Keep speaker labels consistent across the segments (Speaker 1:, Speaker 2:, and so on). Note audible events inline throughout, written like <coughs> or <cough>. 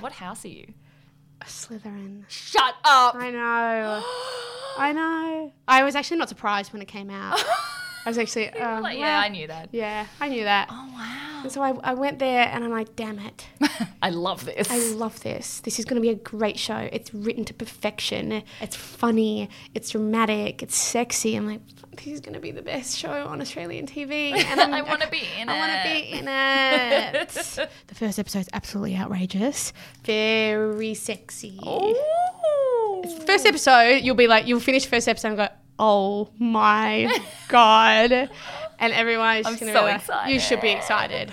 Speaker 1: What house are you?
Speaker 2: Slytherin.
Speaker 1: Shut up. <gasps>
Speaker 2: I know. I know. I was actually not surprised when it came out. I was actually,
Speaker 1: You were
Speaker 2: um,
Speaker 1: like, yeah,
Speaker 2: well,
Speaker 1: I knew that.
Speaker 2: Yeah, I knew that.
Speaker 1: Oh
Speaker 2: And so I, I went there and I'm like, damn it.
Speaker 1: wow. <laughs> I love this. <laughs>
Speaker 2: I love this. This is going to be a great show. It's written to perfection. It's funny. It's dramatic. It's sexy. I'm like, this is going to be the best show on Australian
Speaker 1: <laughs>
Speaker 2: TV. And I'm,
Speaker 1: I wanna be in
Speaker 2: I want to
Speaker 1: it.
Speaker 2: <laughs> be in it. Uh, the first episode's absolutely outrageous. Very sexy.
Speaker 1: Ooh.
Speaker 2: First episode, you'll be like, you'll finish first episode and go, oh my <laughs> god, and everyone is just
Speaker 1: I'm
Speaker 2: gonna
Speaker 1: so
Speaker 2: be like, you should be excited.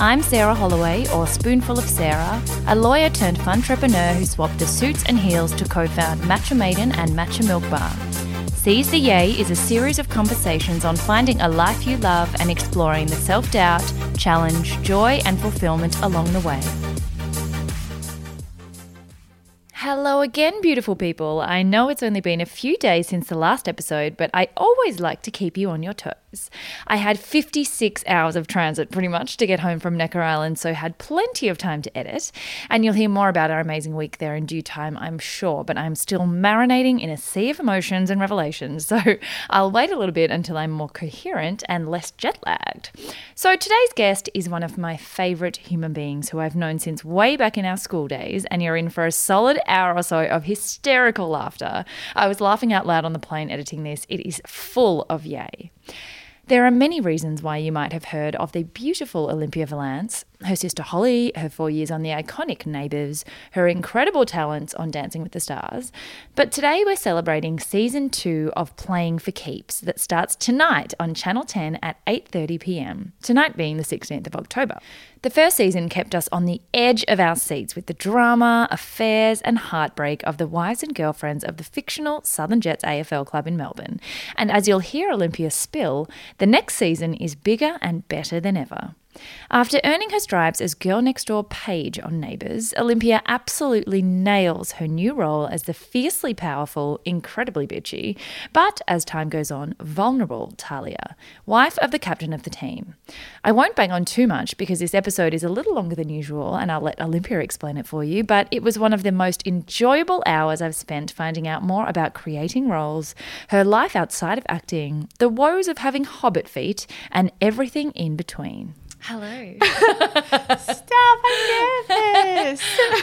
Speaker 3: I'm Sarah Holloway, or Spoonful of Sarah, a lawyer turned funtrepreneur who swapped the suits and heels to co found Matcha Maiden and Matcha Milk Bar. Seize the Yay is a series of conversations on finding a life you love and exploring the self doubt, challenge, joy, and fulfillment along the way. Hello again, beautiful people. I know it's only been a few days since the last episode, but I always like to keep you on your toes. I had 56 hours of transit pretty much to get home from Necker Island, so had plenty of time to edit. And you'll hear more about our amazing week there in due time, I'm sure, but I'm still marinating in a sea of emotions and revelations, <laughs> so I'll wait a little bit until I'm more coherent and less jet lagged. So today's guest is one of my favorite human beings who I've known since way back in our school days, and you're in for a solid hour or so of hysterical laughter. I was laughing out loud on the plane editing this. It is full of yay. There are many reasons why you might have heard of the beautiful Olympia Valance, her sister Holly, her four years on the iconic Neighbours, her incredible talents on Dancing with the Stars. But today we're celebrating season two of Playing for Keeps that starts tonight on Channel 10 at 8:30 p.m. Tonight being the 16th of October. The first season kept us on the edge of our seats with the drama, affairs, and heartbreak of the wives and girlfriends of the fictional Southern Jets AFL club in Melbourne. And as you'll hear Olympia spill, the next season is bigger and better than ever. After earning her stripes as girl next door page on Neighbours, Olympia absolutely nails her new role as the fiercely powerful, incredibly bitchy, but as time goes on, vulnerable Talia, wife of the captain of the team. I won't bang on too much because this episode is a little longer than usual and I'll let Olympia explain it for you, but it was one of the most enjoyable hours I've spent finding out more about creating roles, her life outside of acting, the woes of having hobbit feet, and everything in between.
Speaker 1: Hello.
Speaker 2: Stop! I'm nervous.
Speaker 1: <laughs>
Speaker 2: <laughs>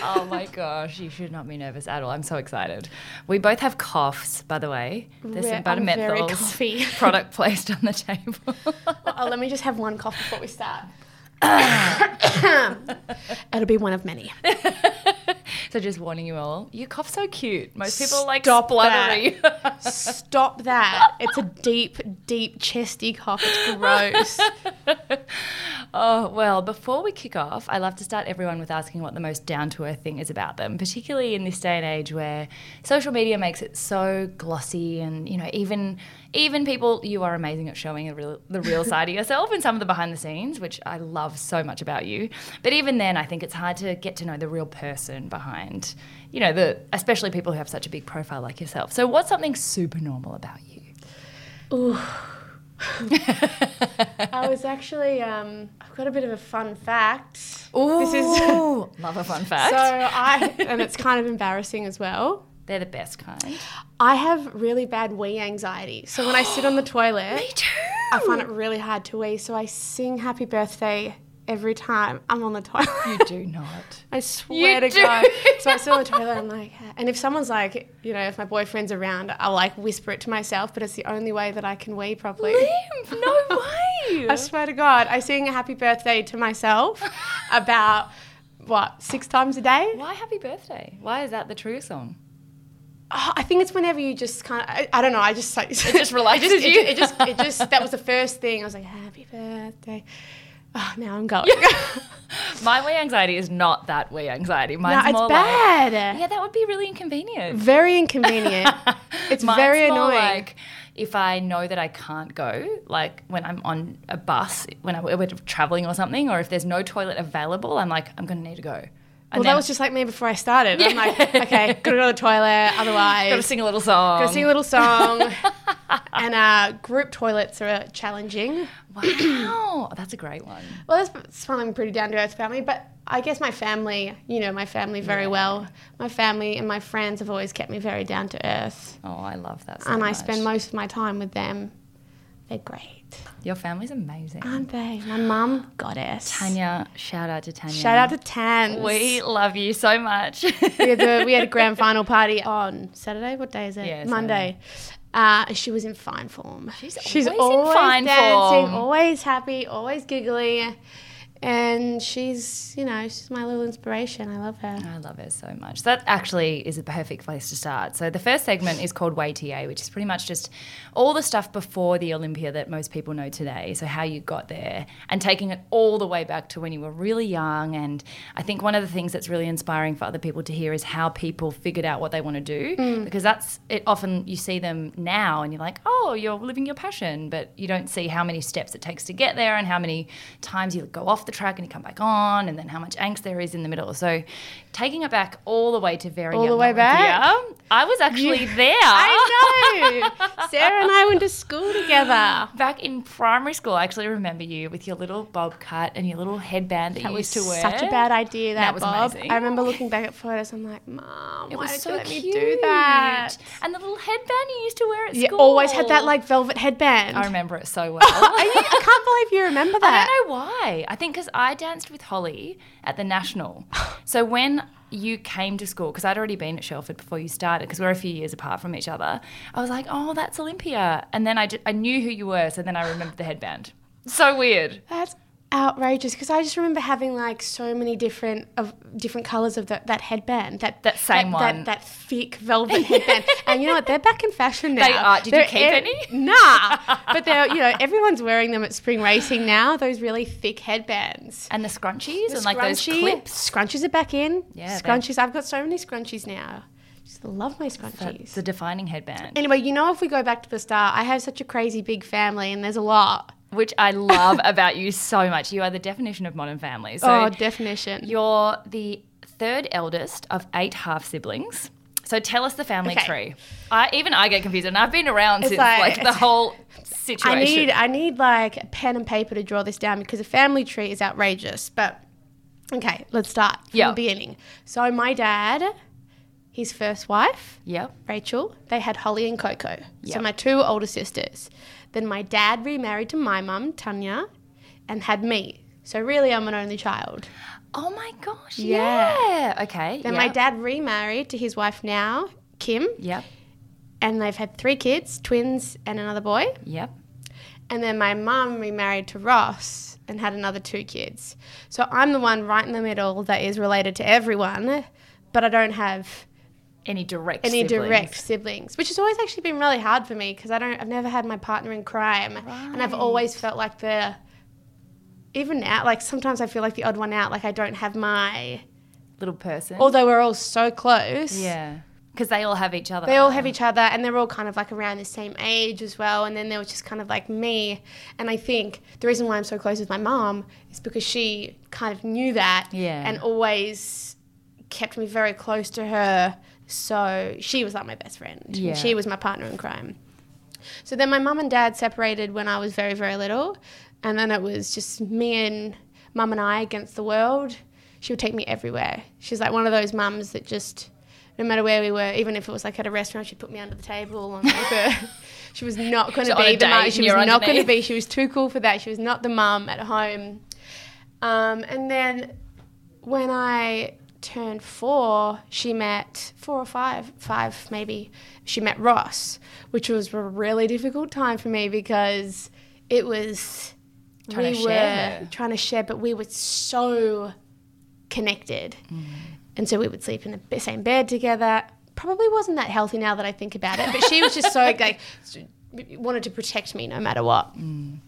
Speaker 1: oh my gosh, you should not be nervous at all. I'm so excited. We both have coughs, by the way. There's
Speaker 2: We're-
Speaker 1: some butter
Speaker 2: I'm very
Speaker 1: menthols
Speaker 2: coughy.
Speaker 1: <laughs> product placed on the table. <laughs>
Speaker 2: oh, let me just have one cough before we <coughs> start. It'll be one of many.
Speaker 1: so just warning you all, you cough so cute. Most people are like
Speaker 2: Stop
Speaker 1: spluttery. <laughs>
Speaker 2: Stop that! It's a deep, deep chesty cough. It's gross.
Speaker 1: oh well, before we kick off, I love to start everyone with asking what the most down to earth thing is about them, particularly in this day and age where social media makes it so glossy and you know even even people you are amazing at showing the real, the real side of yourself and some of the behind the scenes, which I love so much about you. But even then, I think it's hard to get to know the real person behind you know the especially people who have such a big profile like yourself. So what's something super normal about you?
Speaker 2: I was actually. Um, I've got a bit of a fun fact.
Speaker 1: Ooh,
Speaker 2: This is. <laughs>
Speaker 1: love a fun fact.
Speaker 2: So I, and it's kind of embarrassing as well.
Speaker 1: They're the best kind.
Speaker 2: I have really bad wee anxiety. So when I sit on the toilet, I find it really hard to wee. So I sing happy birthday every time I'm on the toilet.
Speaker 1: do
Speaker 3: <laughs>
Speaker 1: not.
Speaker 2: <laughs> I swear to
Speaker 1: do.
Speaker 2: God. So I sit on the toilet, I'm like, and if someone's like, you know, if my boyfriend's around, I'll like whisper it to myself, but it's the only way that I can wee properly.
Speaker 1: no way.
Speaker 2: I swear to God, I sing happy birthday
Speaker 3: <laughs>
Speaker 2: to myself about what, six times a day?
Speaker 1: Why happy birthday? Why is that the true song?
Speaker 2: Oh, I think it's whenever you just kind of, I, I don't know, I just, it
Speaker 1: just relaxes
Speaker 2: <laughs> it just,
Speaker 1: you?
Speaker 2: It just, it just, that was the first thing. I was like, happy birthday. oh, now I'm going. <laughs>
Speaker 3: My way anxiety is not that way anxiety.
Speaker 2: no,
Speaker 3: Mine's
Speaker 2: it's
Speaker 3: more
Speaker 2: bad.
Speaker 3: like yeah, that would be really <laughs> inconvenient. <laughs>
Speaker 2: Very inconvenient. it's
Speaker 3: Mine's
Speaker 2: very
Speaker 3: more
Speaker 2: annoying.
Speaker 3: Like if I know that I can't go, like when I'm on a bus, when I, we're traveling or something, or if there's no toilet available, I'm like, I'm gonna need to go. And
Speaker 2: well, that was just like me before I started. I'm like, <laughs> okay, gotta go to the toilet.
Speaker 3: <laughs> gotta
Speaker 2: Otherwise,
Speaker 3: sing a little song.
Speaker 2: gotta sing a
Speaker 3: <laughs>
Speaker 2: little song. and uh, group toilets are uh, challenging.
Speaker 3: wow, that's a great one.
Speaker 2: Well, that's something pretty down to earth about me, but I guess my family, you know, my family very well. My family and my friends have always kept me very down to earth,
Speaker 3: Oh, I love that. So
Speaker 2: and I
Speaker 3: much.
Speaker 2: spend most of my time with them. They're great,
Speaker 3: Your family's amazing.
Speaker 2: aren't they? My mum, goddess.
Speaker 3: Tanya, shout out to Tanya.
Speaker 2: Shout out to Tans.
Speaker 3: We love you so much.
Speaker 2: <laughs> we
Speaker 3: <laughs>
Speaker 2: had the we had a grand final party on Saturday. What day is it?
Speaker 3: Yeah,
Speaker 2: Monday. Uh, she was in fine form. She's,
Speaker 3: always in fine form.
Speaker 2: always happy, always giggly, and she's you know she's my little inspiration. I love her.
Speaker 3: I love her so much. That actually is a perfect place to start. So the first segment is called Way TA, which is pretty much just all the stuff before the Olympia that most people know today. So how you got there and taking it all the way back to when you were really young. And I think one of the things that's really inspiring for other people to hear is how people figured out what they want to do
Speaker 2: Mm.
Speaker 3: because that's it. Often you see them now and you're like, oh, you're living your passion, but you don't see how many steps it takes to get there and how many times you go off the track and you come back on, and then how much angst there is in the middle. So, taking it back all the way to very
Speaker 2: All the
Speaker 3: young
Speaker 2: way back?
Speaker 3: Olympia, I was actually there.
Speaker 2: <laughs>
Speaker 3: <laughs>
Speaker 2: I know. Sarah and I went to school together.
Speaker 3: Back in primary school, I actually remember you with your little bob cut and your little headband that,
Speaker 2: That
Speaker 3: you
Speaker 2: was
Speaker 3: used to wear.
Speaker 2: such a bad idea. That,
Speaker 3: That was
Speaker 2: Bob.
Speaker 3: amazing.
Speaker 2: I remember looking back at photos. I'm like, Mom,
Speaker 3: It
Speaker 2: why
Speaker 3: was
Speaker 2: did
Speaker 3: so
Speaker 2: you let
Speaker 3: cute.
Speaker 2: me do that?
Speaker 3: And the little headband you used to wear at
Speaker 2: You
Speaker 3: school.
Speaker 2: always had that like velvet
Speaker 3: <laughs>
Speaker 2: headband.
Speaker 3: I remember it so well.
Speaker 2: Are you- I can't believe you
Speaker 3: <laughs>
Speaker 2: remember
Speaker 3: I
Speaker 2: that.
Speaker 3: don't know why. I think because I danced with Holly at the National. so when you came to school, because I'd already been at Shelford before you started, because we're a few years apart from each other, I was like, oh, that's Olympia. And then I, ju- I knew who you were, so then I remembered the headband. So weird.
Speaker 2: That's outrageous because I just remember having like so many different of different colors of that that headband that
Speaker 3: That same
Speaker 2: that,
Speaker 3: one.
Speaker 2: that, that thick velvet
Speaker 3: <laughs>
Speaker 2: headband and you know what they're back in fashion now
Speaker 3: They are. Did you keep any?
Speaker 2: <laughs> nah but they're you know everyone's wearing them at spring racing now those really thick headbands
Speaker 3: And the scrunchies
Speaker 2: The
Speaker 3: and like those
Speaker 2: scrunchie-
Speaker 3: clips.
Speaker 2: scrunchies are back in
Speaker 3: Yeah, they-
Speaker 2: scrunchies I've got so many scrunchies now just love my scrunchies
Speaker 3: That's the defining headband,
Speaker 2: anyway you know if we go back to the start I have such a crazy big family and there's a lot
Speaker 3: which I love about you so much. You are the definition of modern family. So
Speaker 2: oh definition
Speaker 3: You're the third eldest of eight half siblings. So tell us the family
Speaker 2: Okay.
Speaker 3: tree. I even I get confused, and I've been around since like,
Speaker 2: like-
Speaker 3: the whole
Speaker 2: I
Speaker 3: situation.
Speaker 2: need I need like a pen and paper to draw this down because a family tree is outrageous. But okay, let's start from
Speaker 3: Yeah.
Speaker 2: the beginning. So my dad, his first wife,
Speaker 3: Yep.
Speaker 2: Rachel, they had Holly and Coco.
Speaker 3: Yeah.
Speaker 2: So my two older sisters. Then my dad remarried to my mum, Tanya, and had me. So really I'm an only child.
Speaker 3: Oh my gosh. Yeah.
Speaker 2: Yeah.
Speaker 3: Okay.
Speaker 2: Then
Speaker 3: yep.
Speaker 2: my dad remarried to his wife now, Kim,
Speaker 3: Yep.
Speaker 2: and they've had three kids, twins and another boy.
Speaker 3: Yep.
Speaker 2: And then my mum remarried to Ross and had another two kids. So I'm the one right in the middle that is related to everyone, but I don't have
Speaker 3: Any direct.
Speaker 2: any
Speaker 3: siblings.
Speaker 2: direct siblings, which has always actually been really hard for me because I don't I've never had my partner in crime, and I've always felt like the even now like sometimes I feel like the odd one out, like I don't have my
Speaker 3: little person.
Speaker 2: although we're all so close.
Speaker 3: yeah. Because they all have each other.
Speaker 2: They all have each other, and they're all kind of like around the same age as well. And then there was just kind of like me. And I think the reason why I'm so close with my mom is because she kind of knew that
Speaker 3: Yeah.
Speaker 2: and always kept me very close to her. So she was like my best friend. and
Speaker 3: Yeah.
Speaker 2: She was my partner in crime. So then my mum and dad separated when I was very, very little. And then it was just me and mum and I against the world. She would take me everywhere. She's like one of those mums that just, no matter where we were, even if it was like at a restaurant, she'd put me under the table. And
Speaker 3: <laughs>
Speaker 2: like a, she was not going
Speaker 3: So
Speaker 2: to
Speaker 3: on a
Speaker 2: be the
Speaker 3: date
Speaker 2: mum. She
Speaker 3: and
Speaker 2: was
Speaker 3: you're
Speaker 2: not going to
Speaker 3: underneath.
Speaker 2: be. She was too cool for that. She was not the mum at home. Um, and then when I turned four, she met four or five, five maybe, she met Ross, which was a really difficult time for me because it was
Speaker 3: Trying
Speaker 2: we
Speaker 3: to
Speaker 2: were
Speaker 3: share.
Speaker 2: trying to share, but we were so connected.
Speaker 3: Mm.
Speaker 2: And so we would sleep in the b- same bed together. Probably wasn't that healthy now that I think about it,
Speaker 3: <laughs> Mm.
Speaker 2: but she was just so like wanted to protect me no matter what. And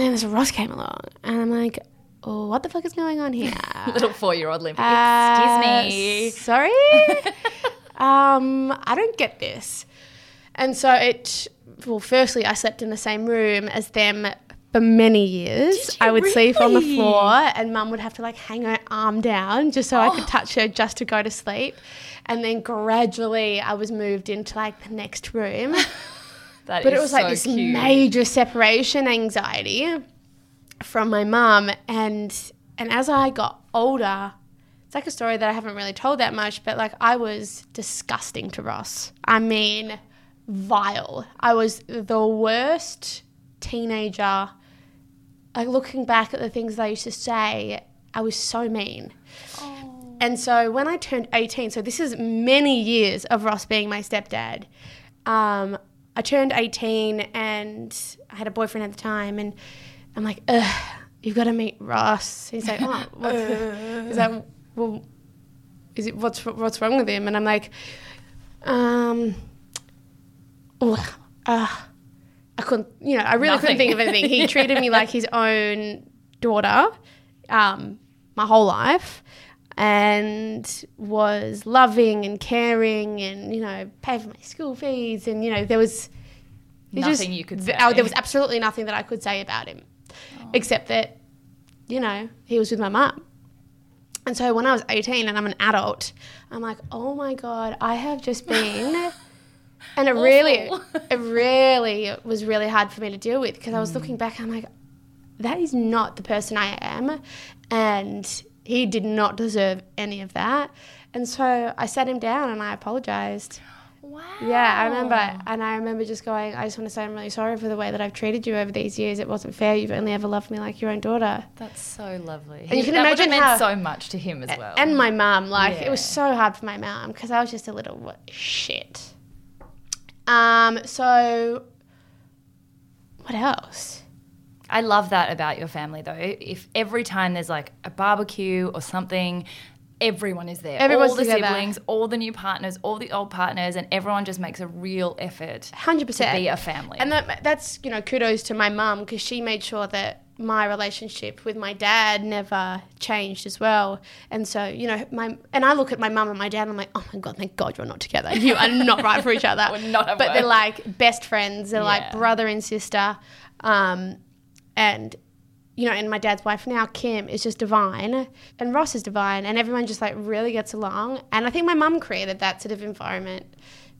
Speaker 2: then this Ross came along, and I'm like, oh, what the fuck is going on here?
Speaker 3: <laughs> Little four year old limp.
Speaker 2: Uh,
Speaker 3: Excuse
Speaker 2: Sorry?
Speaker 3: me.
Speaker 2: <laughs> um, I don't get this. And so it, well, firstly, I slept in the same room as them for many years. I would sleep on the
Speaker 3: really?
Speaker 2: floor, and mum would have to like hang her arm down just so I could touch her just to go to sleep. And then gradually, I was moved into like the next room.
Speaker 3: That
Speaker 2: But it
Speaker 3: is
Speaker 2: was like
Speaker 3: so
Speaker 2: this
Speaker 3: cute.
Speaker 2: major separation anxiety from my mum, and and as I got older, it's like a story that I haven't really told that much. But like I was disgusting to Ross. I mean, vile. I was the worst teenager. Like looking back at the things that I used to say, I was so mean. And so when I turned 18, so this is many years of Ross being my stepdad. Um, I turned 18 and I had a boyfriend at the time, and I'm like, ugh, you've got to meet Ross. He's like, oh, what's, he's like, well, is it what's what's wrong with him? And I'm like, um, oh, uh, I couldn't, you know, I really
Speaker 3: Nothing.
Speaker 2: couldn't think of anything. He treated me like his own daughter, um, my whole life, and was loving and caring, and you know, paid for my school fees, and you know, there was it just-
Speaker 3: Nothing you could
Speaker 2: th-
Speaker 3: say. Oh.
Speaker 2: oh, there was absolutely nothing that I could say about him, except that, you know, he was with my mum. And so when I was 18 and I'm an adult, I'm like, oh my God, I have just been. And it really,
Speaker 3: Awful.
Speaker 2: it really was really hard for me to deal with because I was looking back, I'm like, that is not the person I am. And he did not deserve any of that. And so I sat him down and I apologized.
Speaker 3: Wow.
Speaker 2: Yeah, I remember. And I remember just going, I just want to say I'm really sorry for the way that I've treated you over these years. It wasn't fair. You've only ever loved me like your own daughter.
Speaker 3: That's so lovely.
Speaker 2: you can
Speaker 3: that would have
Speaker 2: imagine
Speaker 3: meant
Speaker 2: how-
Speaker 3: so much to him as well.
Speaker 2: And my mum, like it was
Speaker 3: Yeah.
Speaker 2: so hard for my mum because I was just a little what, shit. Um, so what else?
Speaker 3: I love that about your family though. If every time there's like a barbecue or something, everyone is there.
Speaker 2: Everyone's
Speaker 3: all the
Speaker 2: together.
Speaker 3: siblings, all the new partners, all the old partners, and everyone just makes a real effort
Speaker 2: Hundred
Speaker 3: to
Speaker 2: percent
Speaker 3: be a family.
Speaker 2: And that, that's you know kudos to my mum because she made sure that my relationship with my dad never changed as well. And so you know my and I look at my mum and my dad and I'm like, oh my god, thank God you're not together. You are not right for
Speaker 3: <laughs>
Speaker 2: each other.
Speaker 3: Would not have
Speaker 2: but they're
Speaker 3: worked.
Speaker 2: like best friends. They're like
Speaker 3: Yeah.
Speaker 2: brother and sister. Um, and you know, and my dad's wife now, Kim, is just divine, and Ross is divine, and everyone just like really gets along. And I think my mum created that sort of environment.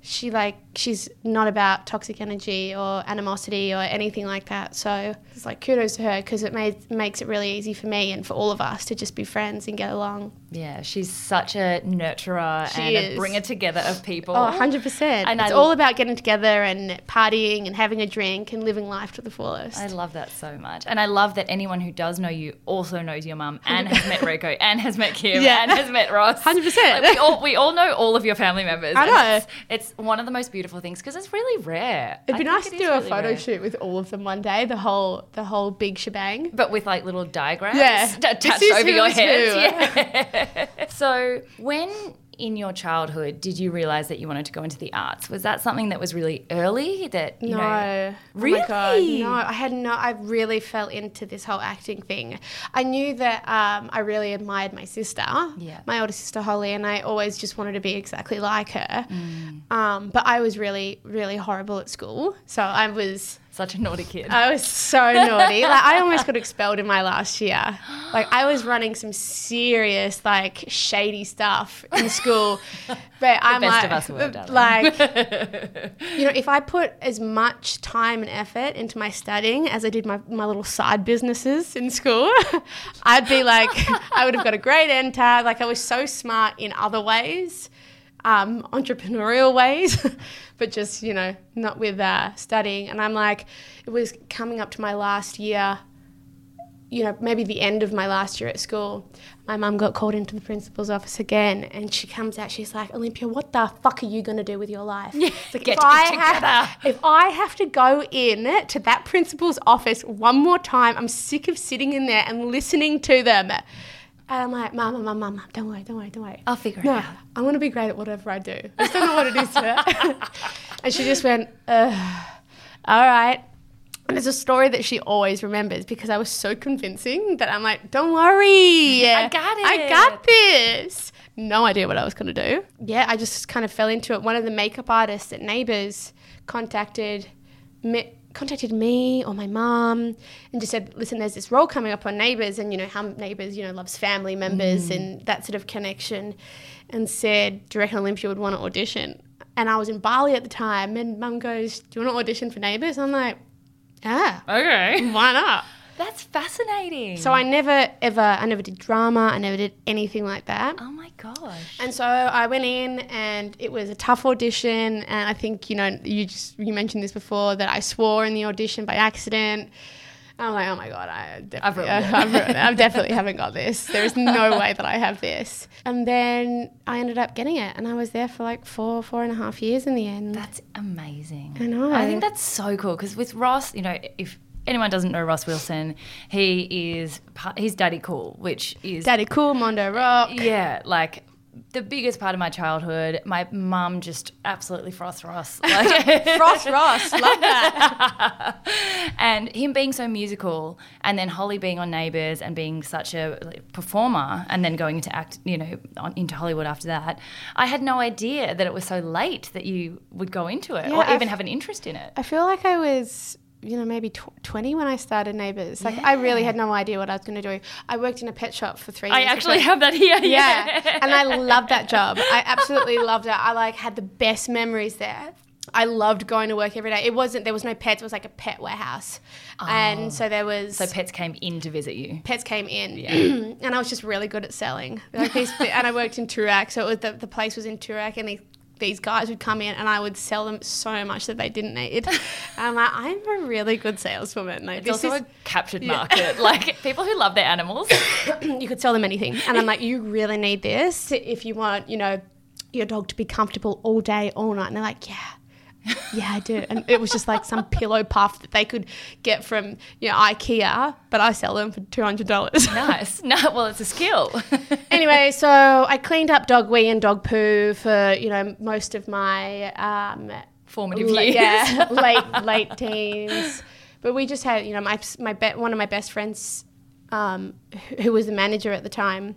Speaker 2: She like she's not about toxic energy or animosity or anything like that. So it's like kudos to her because it made, makes it really easy for me and for all of us to just be friends and get along.
Speaker 3: yeah, she's such a nurturer
Speaker 2: She
Speaker 3: and a
Speaker 2: is.
Speaker 3: bringer together of people.
Speaker 2: Oh, 100%.
Speaker 3: And
Speaker 2: And it's
Speaker 3: I-
Speaker 2: all about getting together and partying and having a drink and living life to the fullest.
Speaker 3: I love that so much. And I love that anyone who does know you also knows your mum and has
Speaker 2: <laughs>
Speaker 3: met Reiko and has met Kim
Speaker 2: Yeah.
Speaker 3: and has met Ross.
Speaker 2: 100%.
Speaker 3: Like, we, all, we all know all of your family members.
Speaker 2: I
Speaker 3: and
Speaker 2: know.
Speaker 3: It's, it's one of the most beautiful things because it's really rare.
Speaker 2: It'd be
Speaker 3: I
Speaker 2: nice
Speaker 3: think
Speaker 2: to
Speaker 3: it
Speaker 2: do
Speaker 3: is
Speaker 2: a
Speaker 3: really
Speaker 2: photo
Speaker 3: rare.
Speaker 2: shoot with all of them one day, the whole the whole big shebang.
Speaker 3: But with like little diagrams <laughs>
Speaker 2: Yeah.
Speaker 3: t- attached
Speaker 2: This is
Speaker 3: over
Speaker 2: who
Speaker 3: your
Speaker 2: is
Speaker 3: head. Yeah. <laughs> so when in your childhood did you realize that you wanted to go into the arts? Was that something that was really early that you
Speaker 2: No.
Speaker 3: know
Speaker 2: Oh my God,
Speaker 3: Really?
Speaker 2: no, I had no. I really fell into this whole acting thing. I knew that um, I really admired my sister,
Speaker 3: Yeah.
Speaker 2: my older sister Holly, and I always just wanted to be exactly like her.
Speaker 3: Mm.
Speaker 2: Um, but I was really, really horrible at school, so I was,
Speaker 3: such a naughty kid?
Speaker 2: I was
Speaker 3: <laughs>
Speaker 2: so naughty. Like I almost got expelled in my last year. Like I was running some serious, like shady stuff
Speaker 3: <laughs>
Speaker 2: in school. But I'm
Speaker 3: best
Speaker 2: like,
Speaker 3: of us were, darling.
Speaker 2: like
Speaker 3: <laughs>
Speaker 2: you know, if I put as much time and effort into my studying as I did my, my little side businesses in school, <laughs> I'd be like, <laughs> I would have got a great enter. Like, I was so smart in other ways, um, entrepreneurial ways, <laughs> but just, you know, not with uh, studying. And I'm like, it was coming up to my last year, you know, maybe the end of my last year at school. My mum got called into the principal's office again, and she comes out, she's like, Olympia, what the fuck are you going to do with your life? It's like,
Speaker 3: Get
Speaker 2: if I
Speaker 3: it
Speaker 2: have, if I have to go in to that principal's office one more time, I'm sick of sitting in there and listening to them. And I'm like, Mum, Mum, Mum, Mum, Mum, don't worry, don't worry, don't worry.
Speaker 3: I'll figure it
Speaker 2: no,
Speaker 3: out."
Speaker 2: I'm going to be great at whatever I do. I just don't know what it is to her. and she just went, Ugh, all right. And it's a story that she always remembers because I was so convincing that I'm like, don't worry.
Speaker 3: <laughs> I got
Speaker 2: I got this. No idea what I was going to do. Yeah, I just kind of fell into it. One of the makeup artists at Neighbours contacted me. Contacted me or my mum and just said, "Listen, there's this role coming up on Neighbours, and you know how Neighbours, you know, loves family members
Speaker 3: Mm.
Speaker 2: and that sort of connection." And said, "Do you reckon Olympia would want to audition?" And I was in Bali at the time, and Mum goes, "Do you want to audition for Neighbours?" I'm like, "Yeah,
Speaker 3: Ah, Okay.
Speaker 2: why not?"
Speaker 3: That's fascinating.
Speaker 2: So I never ever I never did drama, I never did anything like that.
Speaker 3: oh my gosh.
Speaker 2: And so I went in and it was a tough audition and I think, you know, you just you mentioned this before that I swore in the audition by accident. I'm like, oh my god, I definitely,
Speaker 3: ruined it.
Speaker 2: <laughs> I've ruined it. I definitely haven't got this. There is
Speaker 3: <laughs>
Speaker 2: no way that I have this. And then I ended up getting it, and I was there for like four, four and a half years in the end.
Speaker 3: That's amazing.
Speaker 2: I know.
Speaker 3: I think that's so cool because with Ross, you know, if anyone doesn't know Ross Wilson, he is pa- he's daddy cool, which is
Speaker 2: Daddy Cool, Mondo Rock.
Speaker 3: yeah, like the biggest part of my childhood. My mum just absolutely froth
Speaker 2: <laughs>
Speaker 3: Ross. Like,
Speaker 2: Ross Ross, love that.
Speaker 3: <laughs> and him being so musical and then Holly being on Neighbours and being such a like, performer and then going into act, you know, on, into Hollywood after that. I had no idea that it was so late that you would go into it
Speaker 2: Yeah,
Speaker 3: or
Speaker 2: I've-
Speaker 3: even have an interest in it.
Speaker 2: I feel like I was, you know, maybe tw- 20 when I started Neighbours. Like, I really had no idea what I was going to do. I worked in a pet shop for three
Speaker 3: I
Speaker 2: years.
Speaker 3: actually <laughs> have that here.
Speaker 2: Yeah. and I loved that job. I absolutely loved it. I, like, had the best memories there. I loved going to work every day. It wasn't, there was no pets. It was like a pet warehouse. And so there was.
Speaker 3: Oh. So pets came in to visit you.
Speaker 2: Pets came in, <clears throat> and I was just really good at selling. Like these, and I worked in Turak, so it was the, the place was in Turak, and these, these guys would come in, and I would sell them so much that they
Speaker 3: <laughs>
Speaker 2: didn't need. And I'm like, I'm a really good saleswoman. Like,
Speaker 3: It's
Speaker 2: this
Speaker 3: also
Speaker 2: is,
Speaker 3: a captured market. like people who love their animals.
Speaker 2: you could sell them anything, and I'm like, you really need
Speaker 3: <laughs>
Speaker 2: this if you want, you know, your dog to be comfortable all day, all night. And they're like, yeah. yeah, I do. And it was just like some pillow puff that they could get from, you know, IKEA, but I sell them for two hundred dollars.
Speaker 3: nice. <laughs> No, well, it's a skill.
Speaker 2: anyway, so I cleaned up dog wee and dog poo for you know most of my um,
Speaker 3: <laughs> Formative
Speaker 2: la-
Speaker 3: years.
Speaker 2: yeah, late late teens. But we just had you know my my be- one of my best friends, um, who- who was the manager at the time.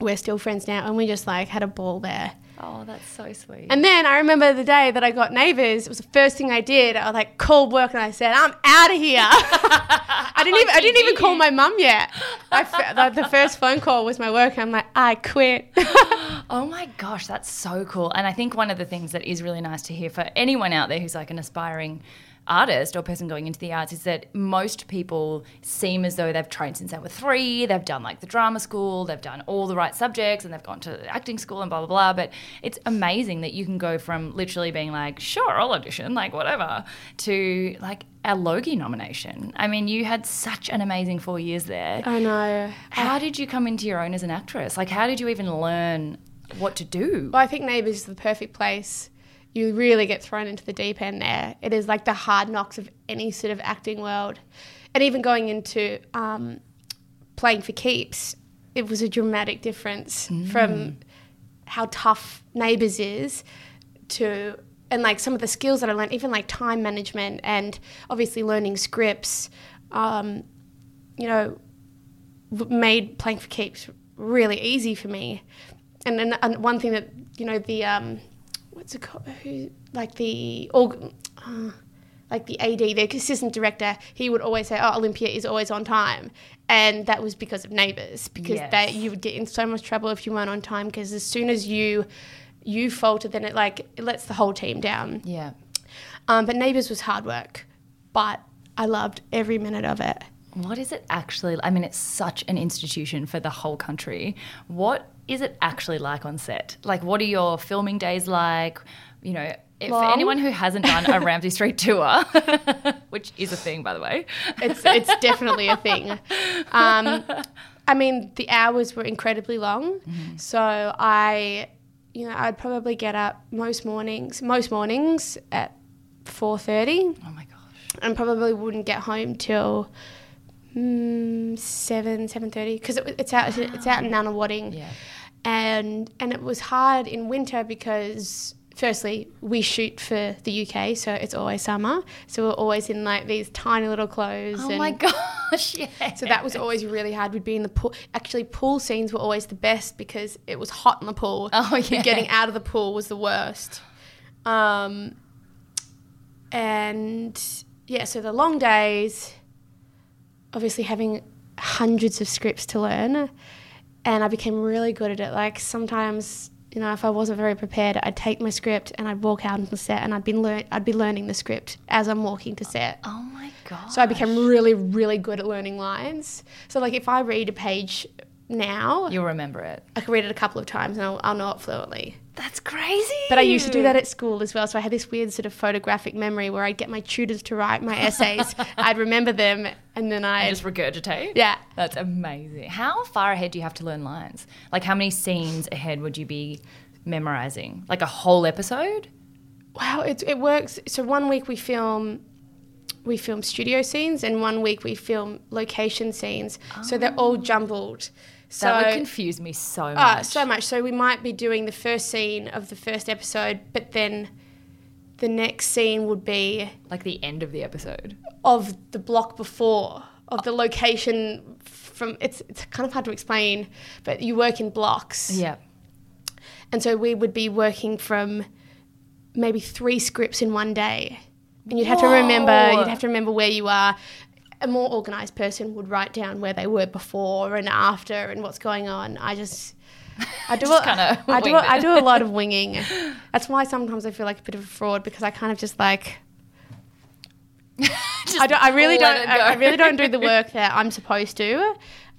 Speaker 2: We're still friends now, and we just like had a ball there.
Speaker 3: <laughs> Oh, that's so sweet.
Speaker 2: And then I remember the day that I got neighbours. It was the first thing I did. I was like called work and I said, "I'm out of here." I didn't even I didn't even call my mum yet. I fe- like, the first phone call was my work. I'm like, I quit.
Speaker 3: Oh my gosh, that's so cool. And I think one of the things that is really nice to hear for anyone out there who's like an aspiring artist or person going into the arts is that most people seem as though they've trained since they were three, they've done like the drama school, they've done all the right subjects, and they've gone to acting school and blah, blah, blah. But it's amazing that you can go from literally being like, sure, I'll audition, like whatever, to like a Logie nomination. I mean, you had such an amazing four years there.
Speaker 2: I know.
Speaker 3: How did you come into your own as an actress? Like, how did you even learn what to do?
Speaker 2: Well, I think Neighbours is the perfect place. You really get thrown into the deep end there. It is like the hard knocks of any sort of acting world. And even going into um, playing for keeps, it was a dramatic difference from how tough Neighbours is to, and like some of the skills that I learned, even like time management and obviously learning scripts, um, you know, w- made playing for keeps really easy for me. And then and one thing that you know the um, what's it called? Who, like the org, uh, like the AD, the assistant director, he would always say, "Oh, Olympia is always on time," and that was because of neighbours because
Speaker 3: Yes.
Speaker 2: they you would get in so much trouble if you weren't on time because as soon as you you falter, then it like it lets the whole team down.
Speaker 3: Yeah.
Speaker 2: Um, but neighbours was hard work, but I loved every minute of it.
Speaker 3: What is it actually? I mean, it's such an institution for the whole country. What is it actually like on set? Like, what are your filming days like? You know, if, for
Speaker 2: Long.
Speaker 3: anyone who hasn't done <laughs> a Ramsey Street tour, <laughs> which is a thing, by the <laughs> way.
Speaker 2: it's it's definitely a thing. Um, I mean, the hours were incredibly long,
Speaker 3: Mm-hmm.
Speaker 2: so I, you know, I'd probably get up most mornings, most mornings at four thirty,
Speaker 3: Oh my gosh.
Speaker 2: and probably wouldn't get home till mm, seven seven thirty because it, it's out it's out in Nunawading
Speaker 3: Ah. Yeah.
Speaker 2: and and it was hard in winter because firstly, we shoot for the UK, so it's always summer. So we're always in like these tiny little clothes.
Speaker 3: Oh
Speaker 2: and
Speaker 3: my gosh, <laughs> yeah.
Speaker 2: So that was always really hard. We'd be in the pool. Actually, pool scenes were always the best because it was hot in the pool.
Speaker 3: <laughs> Oh,
Speaker 2: But
Speaker 3: yeah.
Speaker 2: Getting out of the pool was the worst. Um, and yeah, so the long days, obviously having hundreds of scripts to learn, and I became really good at it. Like sometimes. You know, if I wasn't very prepared, I'd take my script and I'd walk out on the set, and I'd been learn I'd be learning the script as I'm walking to set.
Speaker 3: Oh my gosh.
Speaker 2: So I became really, really good at learning lines. So like if I read a page now,
Speaker 3: You'll remember it.
Speaker 2: I can read it a couple of times and I'll, I'll know it fluently.
Speaker 3: That's crazy.
Speaker 2: But I used to do that at school as well. So I had this weird sort of photographic memory where I'd get my tutors to write my
Speaker 3: <laughs>
Speaker 2: essays, I'd remember them, and then I
Speaker 3: Just regurgitate.
Speaker 2: yeah.
Speaker 3: That's amazing. How far ahead do you have to learn lines? Like, how many scenes ahead would you be memorizing? Like a whole episode?
Speaker 2: Wow, it it works. So one week we film we film studio scenes and one week we film location scenes. So they're all jumbled. So
Speaker 3: Oh. That would confuse me so
Speaker 2: Oh,
Speaker 3: much.
Speaker 2: so much. So we might be doing the first scene of the first episode, but then the next scene would be
Speaker 3: like the end of the episode.
Speaker 2: of the block before, of the location from it's it's kind of hard to explain, but you work in blocks.
Speaker 3: Yeah. <laughs>
Speaker 2: And so we would be working from maybe three scripts in one day. And you'd have to remember
Speaker 3: Whoa.
Speaker 2: you'd have to remember where you are. A more organized person would write down where they were before and after and what's going on. I just I
Speaker 3: <laughs>
Speaker 2: do
Speaker 3: Just
Speaker 2: a,
Speaker 3: kinda
Speaker 2: I do
Speaker 3: winged
Speaker 2: a,
Speaker 3: it.
Speaker 2: I do a
Speaker 3: <laughs>
Speaker 2: lot of winging. That's why sometimes I feel like a bit of a fraud because I kind of just like I don't I really
Speaker 3: let
Speaker 2: don't
Speaker 3: it
Speaker 2: I, I
Speaker 3: go.
Speaker 2: really don't do the work that I'm supposed to.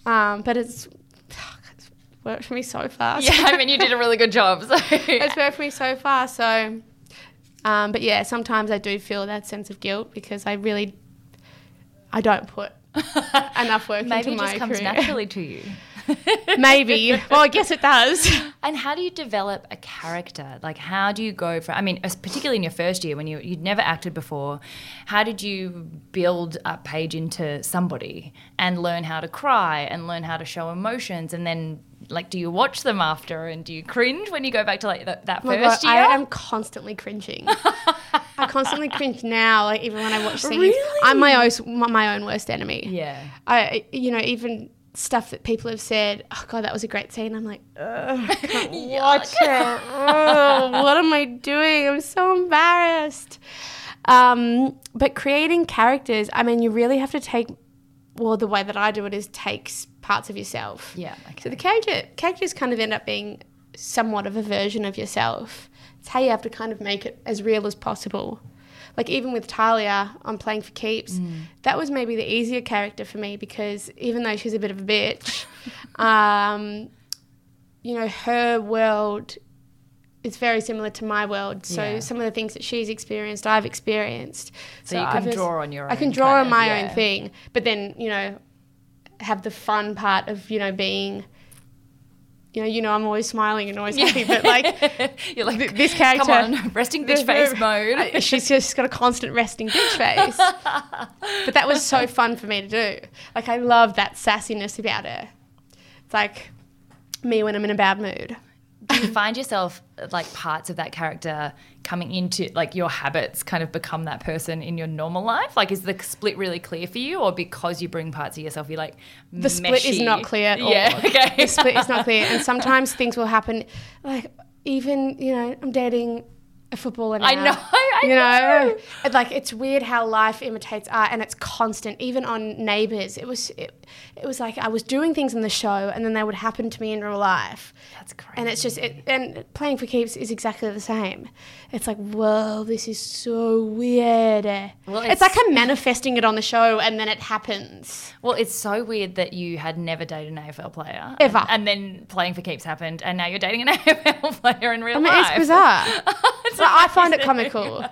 Speaker 2: Um, but it's, <sighs> it's worked for me so fast.
Speaker 3: <laughs> Yeah, I mean, you did a really good job. So
Speaker 2: it's worked for me so far. So, um, but yeah, sometimes I do feel that sense of guilt because I really, I
Speaker 3: <laughs>
Speaker 2: don't put enough work
Speaker 3: maybe it
Speaker 2: into
Speaker 3: just
Speaker 2: my
Speaker 3: comes
Speaker 2: career.
Speaker 3: naturally to you.
Speaker 2: <laughs> Maybe. Well, I guess
Speaker 3: <laughs>
Speaker 2: it does.
Speaker 3: And how do you develop a character? Like, how do you go from? I mean, as- particularly in your first year when you you'd never acted before, how did you build up Paige into somebody and learn how to cry and learn how to show emotions and then like, do you watch them after and do you cringe when you go back to like that, that
Speaker 2: Oh my God,
Speaker 3: first year?
Speaker 2: I am constantly cringing. I constantly cringe now. Like even when
Speaker 3: <laughs>
Speaker 2: I watch things,
Speaker 3: Really?
Speaker 2: I'm my own my own worst enemy.
Speaker 3: yeah.
Speaker 2: I, you know, even stuff that people have said, oh God, that was a great scene. I'm like, ugh, I can't watch it. Ugh, what am I doing? I'm so embarrassed. Um, but creating characters, I mean, you really have to take, well, the way that I do it is takes parts of yourself.
Speaker 3: Yeah. Okay. <laughs>
Speaker 2: So the character characters kind of end up being somewhat of a version of yourself. It's how you have to kind of make it as real as possible. Like even with Talia on playing for keeps,
Speaker 3: Mm.
Speaker 2: that was maybe the easier character for me because even though she's a bit of
Speaker 3: <laughs>
Speaker 2: a bitch, um, you know, her world is very similar to my world. So
Speaker 3: Yeah.
Speaker 2: some of the things that she's experienced, I've experienced.
Speaker 3: So you can draw on your own.
Speaker 2: I can draw
Speaker 3: kind
Speaker 2: on
Speaker 3: of-
Speaker 2: my
Speaker 3: yeah.
Speaker 2: own thing, but then you know, have the fun part of you know being, you know, you know, I'm always smiling and always happy,
Speaker 3: <laughs>
Speaker 2: but like
Speaker 3: You're like
Speaker 2: th- this character,
Speaker 3: Come on, <laughs> resting bitch face mode.
Speaker 2: <laughs> she's just got a constant resting bitch face. but that was so fun for me to do. Like I love that sassiness about her. It's like me when I'm in a bad mood.
Speaker 3: do you find yourself uh, like parts of that character coming into like your habits kind of become that person in your normal life like is the split really clear for you or because you bring parts of yourself you're like
Speaker 2: the split is
Speaker 3: meshy?
Speaker 2: not clear at all.
Speaker 3: yeah <laughs> okay
Speaker 2: the split is not clear,
Speaker 3: <laughs>
Speaker 2: and sometimes things will happen. Like even you know, I'm dating a footballer now.
Speaker 3: I know, I
Speaker 2: you know,
Speaker 3: know.
Speaker 2: It- like it's weird how life imitates art, and it's constant. Even on Neighbours, it was it, it was like I was doing things in the show, and then they would happen to me in real life.
Speaker 3: that's crazy
Speaker 2: And it's just, it, and playing for keeps is exactly the same. It's like, whoa, this is so weird.
Speaker 3: Well,
Speaker 2: it's,
Speaker 3: it's-
Speaker 2: like I'm manifesting it on the show and then it happens.
Speaker 3: well it's so weird that you had never dated an afl player
Speaker 2: Ever.
Speaker 3: and then playing for keeps happened and now you're dating an <laughs> afl player in real
Speaker 2: I mean,
Speaker 3: life <laughs>
Speaker 2: it's bizarre. Like, I find it comical.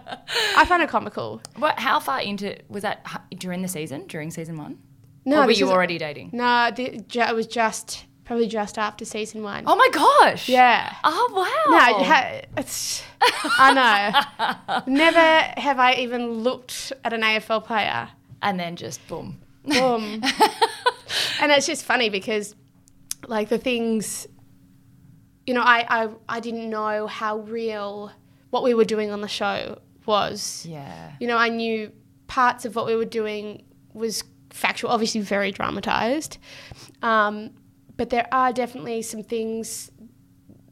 Speaker 2: I find it comical.
Speaker 3: what how far into was that h- during the season during season one
Speaker 2: No,
Speaker 3: or were
Speaker 2: this
Speaker 3: you
Speaker 2: is-
Speaker 3: already dating
Speaker 2: No, the, ju- it was just probably just after season one.
Speaker 3: oh my gosh
Speaker 2: Yeah.
Speaker 3: oh wow
Speaker 2: No, it ha- it's. I know. Never have I even looked at an AFL player.
Speaker 3: and then just boom
Speaker 2: Um, and it's just funny because, like, the things, you know, I, I, I didn't know how real what we were doing on the show was.
Speaker 3: Yeah.
Speaker 2: You know, I knew parts of what we were doing was factual, obviously very dramatized. Um, but there are definitely some things,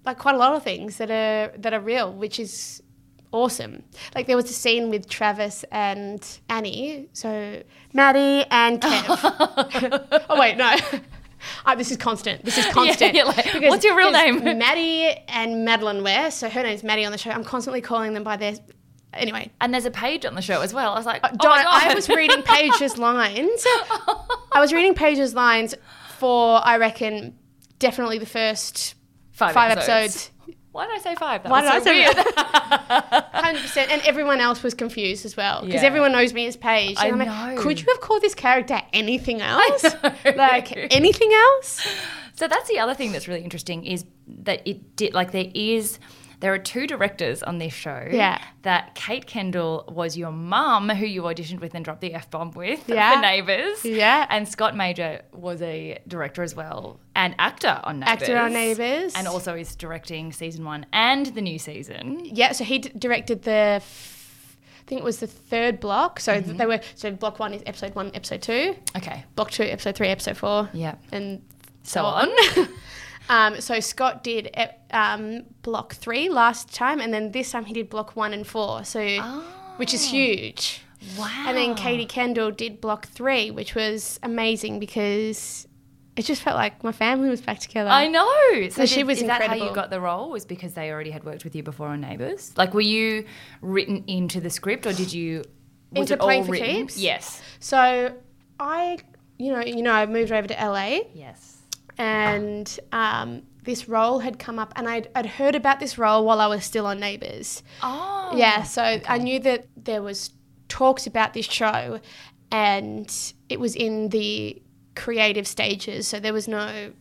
Speaker 2: like quite a lot of things that are that are real, which is awesome. Like there was a scene with Travis and Annie, so Maddie and Kev.
Speaker 4: <laughs>
Speaker 2: <laughs> oh wait, no. Uh, this is constant. This is constant.
Speaker 4: you're like, "What's your real
Speaker 2: because
Speaker 4: name?" <laughs>
Speaker 2: Maddie and Madeline Ware. So her name's Maddie on the show. I'm constantly calling them by their. Anyway,
Speaker 3: And there's a page on the show as well. I was like, oh my
Speaker 2: Donna,
Speaker 3: God.
Speaker 2: Uh, I was reading Paige's lines. I was reading Paige's lines for, I reckon, definitely the first
Speaker 3: <laughs> five,
Speaker 2: five episodes.
Speaker 3: Why did I say five? That
Speaker 2: Why
Speaker 3: was
Speaker 2: did
Speaker 3: so
Speaker 2: I say
Speaker 3: weird.
Speaker 2: 100%. And everyone else was confused as well because
Speaker 3: Yeah.
Speaker 2: everyone knows me as Paige.
Speaker 3: I
Speaker 2: And I'm like,
Speaker 3: know.
Speaker 2: could you have called this character anything else?
Speaker 3: know.
Speaker 2: Like, anything else?
Speaker 3: <laughs> So that's the other thing that's really interesting is that it did like there is there are two directors on this show.
Speaker 2: Yeah.
Speaker 3: That Kate Kendall was your mum who you auditioned with and dropped the F bomb with <laughs>
Speaker 2: Yeah.
Speaker 3: for Neighbours.
Speaker 2: Yeah.
Speaker 3: And Scott Major was a director as well and actor on Neighbours.
Speaker 2: Actor on Neighbours.
Speaker 3: And also is directing season one and the new season.
Speaker 2: Yeah, so he d- directed the. f- I think it was the third block. So
Speaker 3: Mm-hmm.
Speaker 2: th- they were. So block one is episode one, episode two.
Speaker 3: Okay.
Speaker 2: Block two, episode three, episode four.
Speaker 3: Yeah.
Speaker 2: And
Speaker 3: So
Speaker 2: Oh,
Speaker 3: on.
Speaker 2: <laughs> Um, so Scott did eh, um, block three last time, and then this time he did block one and four, so which
Speaker 3: Ah.
Speaker 2: is huge.
Speaker 3: wow.
Speaker 2: And then Katie Kendall did block three, which was amazing because it just felt like my family was back together.
Speaker 3: I know. So
Speaker 2: No, she
Speaker 3: did-
Speaker 2: was
Speaker 3: is that how you
Speaker 2: incredible.
Speaker 3: got the role? Was because they already had worked with you before on Neighbours? Like, were you written into the script, or did
Speaker 2: <gasps>
Speaker 3: you? Was
Speaker 2: Into
Speaker 3: it all
Speaker 2: Playing for
Speaker 3: written?
Speaker 2: Keeps?
Speaker 3: Yes.
Speaker 2: So I, you know, you know, I moved over to LA,
Speaker 3: Yes.
Speaker 2: and um, this role had come up, and I'd, I'd heard about this role while I was still on Neighbours.
Speaker 3: Oh.
Speaker 2: Yeah, so I knew that there was talks about this show and it was in the creative stages, so there was no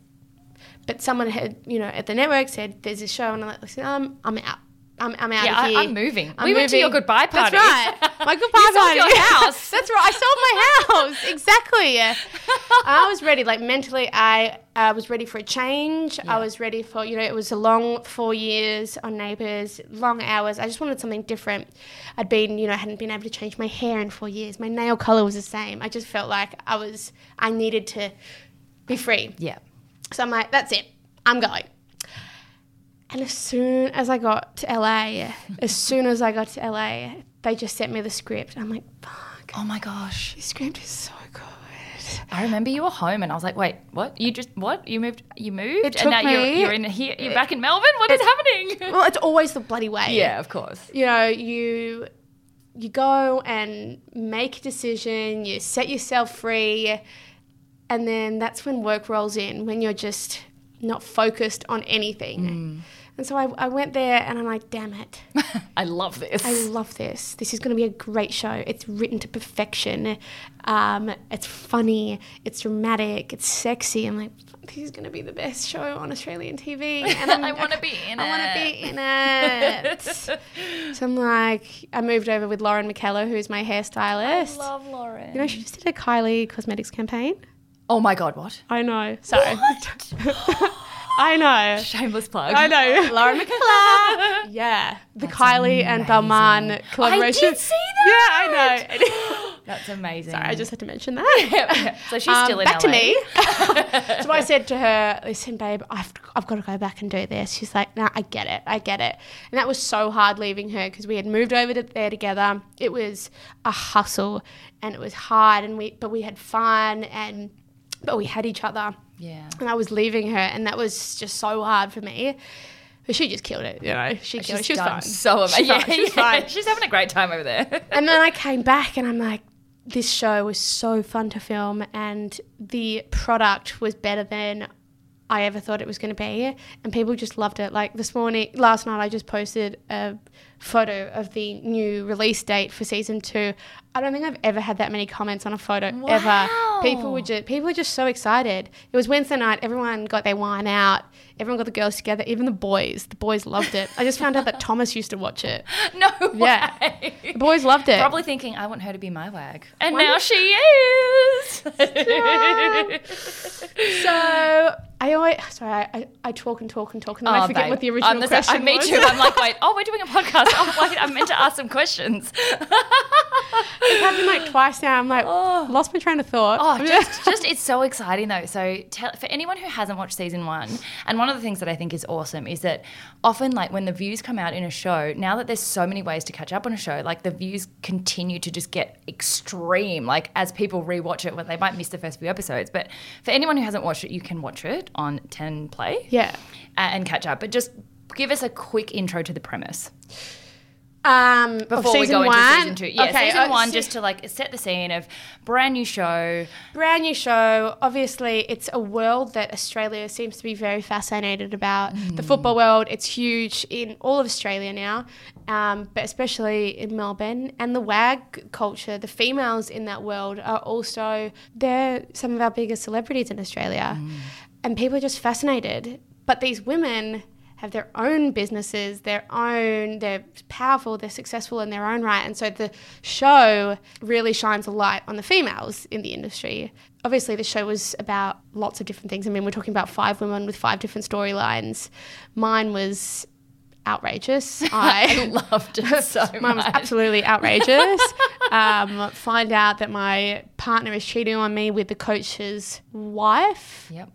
Speaker 2: but someone had, you know, at the network said there's this show and I'm like, listen, um, I'm out. I'm, I'm out
Speaker 3: Yeah,
Speaker 2: of
Speaker 3: I-
Speaker 2: here.
Speaker 3: I'm moving. We went to your goodbye party.
Speaker 2: That's
Speaker 3: <laughs>
Speaker 2: right. <laughs> My goodbye
Speaker 3: You sold
Speaker 2: party.
Speaker 3: your house.
Speaker 2: That's right. I sold
Speaker 3: <laughs>
Speaker 2: my house. Exactly. I was ready. Like mentally, I uh, was ready for a change. I was ready for you know it was a long four years on Neighbours, long hours. I just wanted something different. I'd been you know I hadn't been able to change my hair in four years. My nail color was the same. I just felt like I was I needed to be free.
Speaker 3: Yeah.
Speaker 2: So I'm like, that's it. I'm going. And as soon as I got to LA, as soon as I got to LA, they just sent me the script. I'm like, fuck,
Speaker 3: Oh my gosh!
Speaker 2: this script is so good.
Speaker 3: I remember you were home, and I was like, "Wait, what? You just what? You moved? You moved?
Speaker 2: It
Speaker 3: and
Speaker 2: took
Speaker 3: now you're
Speaker 2: me-
Speaker 3: you're in here. You're back in Melbourne. What is happening?"
Speaker 2: Well, it's always the bloody way.
Speaker 3: <laughs> Yeah, of course.
Speaker 2: You know, you you go and make a decision, you set yourself free, and then that's when work rolls in, when you're just not focused on anything. And so I, I went there and I'm like, damn it.
Speaker 3: I love this.
Speaker 2: I
Speaker 3: <laughs>
Speaker 2: love this. This is going to be a great show. It's written to perfection. Um, it's funny. It's dramatic. It's sexy. I'm like, this is going to be the best show on Australian <laughs> TV. And I'm,
Speaker 3: I wanna be in
Speaker 2: I want to
Speaker 3: it.
Speaker 2: be in
Speaker 3: <laughs>
Speaker 2: it. <laughs> so I'm like, I moved over with Lauren McKellar, who's my hairstylist.
Speaker 3: love Lauren.
Speaker 2: you know, she just did a Kylie Cosmetics campaign.
Speaker 3: oh my god! What? <laughs>
Speaker 2: I know. Sorry. <laughs> I know. <gasps> <laughs>
Speaker 3: Shameless plug.
Speaker 2: I know. Lauren McKellar. <laughs> yeah. The Kylie and Balmain collaboration.
Speaker 3: I did see that.
Speaker 2: Yeah, I
Speaker 3: <gasps>
Speaker 2: know.
Speaker 3: That's amazing.
Speaker 2: Sorry, I just had to
Speaker 3: <laughs>
Speaker 2: mention that.
Speaker 3: so she's still
Speaker 2: Um,
Speaker 3: in
Speaker 2: back to
Speaker 3: LA.
Speaker 2: me.
Speaker 3: <laughs>
Speaker 2: so I said to her, "Listen, babe, I've, I've got to go back and do this." She's like, "No, I get it, I get it." And that was so hard leaving her because we had moved over to there together. It was a hustle, and it was hard, and we but we had fun, and but we had each other
Speaker 3: Yeah.
Speaker 2: and I was leaving her, and that was just so hard for me. But she just killed it, you know. She killed it. She was
Speaker 3: done
Speaker 2: fine.
Speaker 3: So amazing.
Speaker 2: She's fine.
Speaker 3: <laughs>
Speaker 2: She's fine.
Speaker 3: She's having a great time over there. <laughs>
Speaker 2: and then I came back, and I'm like, this show was so fun to film, and the product was better than I ever thought it was going to be, and people just loved it. Like this morning, last night, I just posted a photo of the new release date for season two. I don't think I've ever had that many comments on a photo
Speaker 3: Wow.
Speaker 2: ever. People were just people were just so excited. It was Wednesday night. Everyone got their wine out. Everyone got the girls together. Even the boys. The boys loved it. I just found out that Thomas used to watch it.
Speaker 3: no
Speaker 2: Yeah.
Speaker 3: way.
Speaker 2: The boys loved it.
Speaker 3: Probably thinking, I want her to be my wag. And <laughs>
Speaker 2: Wonder-
Speaker 3: now she is.
Speaker 2: So I I always sorry, I, I, I talk and talk and talk and then I
Speaker 3: Oh,
Speaker 2: forget
Speaker 3: babe.
Speaker 2: what the original
Speaker 3: I'm the same-
Speaker 2: question
Speaker 3: I'm me
Speaker 2: was.
Speaker 3: too. I'm
Speaker 2: <laughs>
Speaker 3: like, wait, oh, we're doing a podcast. Oh, wait, I meant to ask some questions. <laughs>
Speaker 2: it's happened like twice now. I'm like
Speaker 3: Oh.
Speaker 2: lost my train of thought. <laughs>
Speaker 3: Oh, just, just it's so exciting though. So tell, for anyone who hasn't watched season one, and one of the things that I think is awesome is that often, like when the views come out in a show, now that there's so many ways to catch up on a show, like the views continue to just get extreme. Like as people rewatch it, well, they might miss the first few episodes, but for anyone who hasn't watched it, you can watch it on Ten Play
Speaker 2: yeah.
Speaker 3: a- and catch up. But just give us a quick intro to the premise
Speaker 2: Um, of
Speaker 3: before we
Speaker 2: season
Speaker 3: go
Speaker 2: one?
Speaker 3: into season two. Yeah,
Speaker 2: Okay,
Speaker 3: season
Speaker 2: uh,
Speaker 3: one
Speaker 2: se-
Speaker 3: just to like set the scene of brand new show. <laughs>
Speaker 2: brand new show. Obviously, it's a world that Australia seems to be very fascinated about. The football world, it's huge in all of Australia now, um, but especially in Melbourne. And the WAG culture, the females in that world are also, they're some of our biggest celebrities in Australia. And people are just fascinated. But these women have their own businesses, their own, they're powerful, they're successful in their own right. And so the show really shines a light on the females in the industry. Obviously, the show was about lots of different things. I mean, we're talking about five women with five different storylines. Mine was outrageous. I
Speaker 3: Loved it
Speaker 2: <laughs>
Speaker 3: so
Speaker 2: Mine was
Speaker 3: much.
Speaker 2: absolutely outrageous. um, find out that my partner is cheating on me with the coach's wife
Speaker 3: Yep.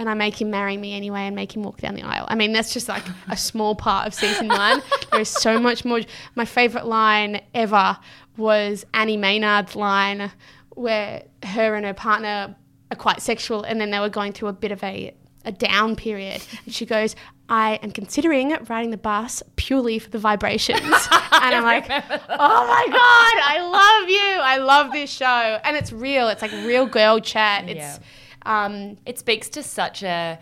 Speaker 2: and I make him marry me anyway and make him walk down the aisle. I mean, that's just like a small part of season one. There is so much more. My favorite line ever was Annie Maynard's line, where her and her partner are quite sexual, and then they were going through a bit of a a down period, and she goes. I am considering riding the bus purely for the vibrations. And I'm like, oh my God, I love you. I love this show. And it's real. It's like real girl chat. It's, um,
Speaker 3: It speaks to such a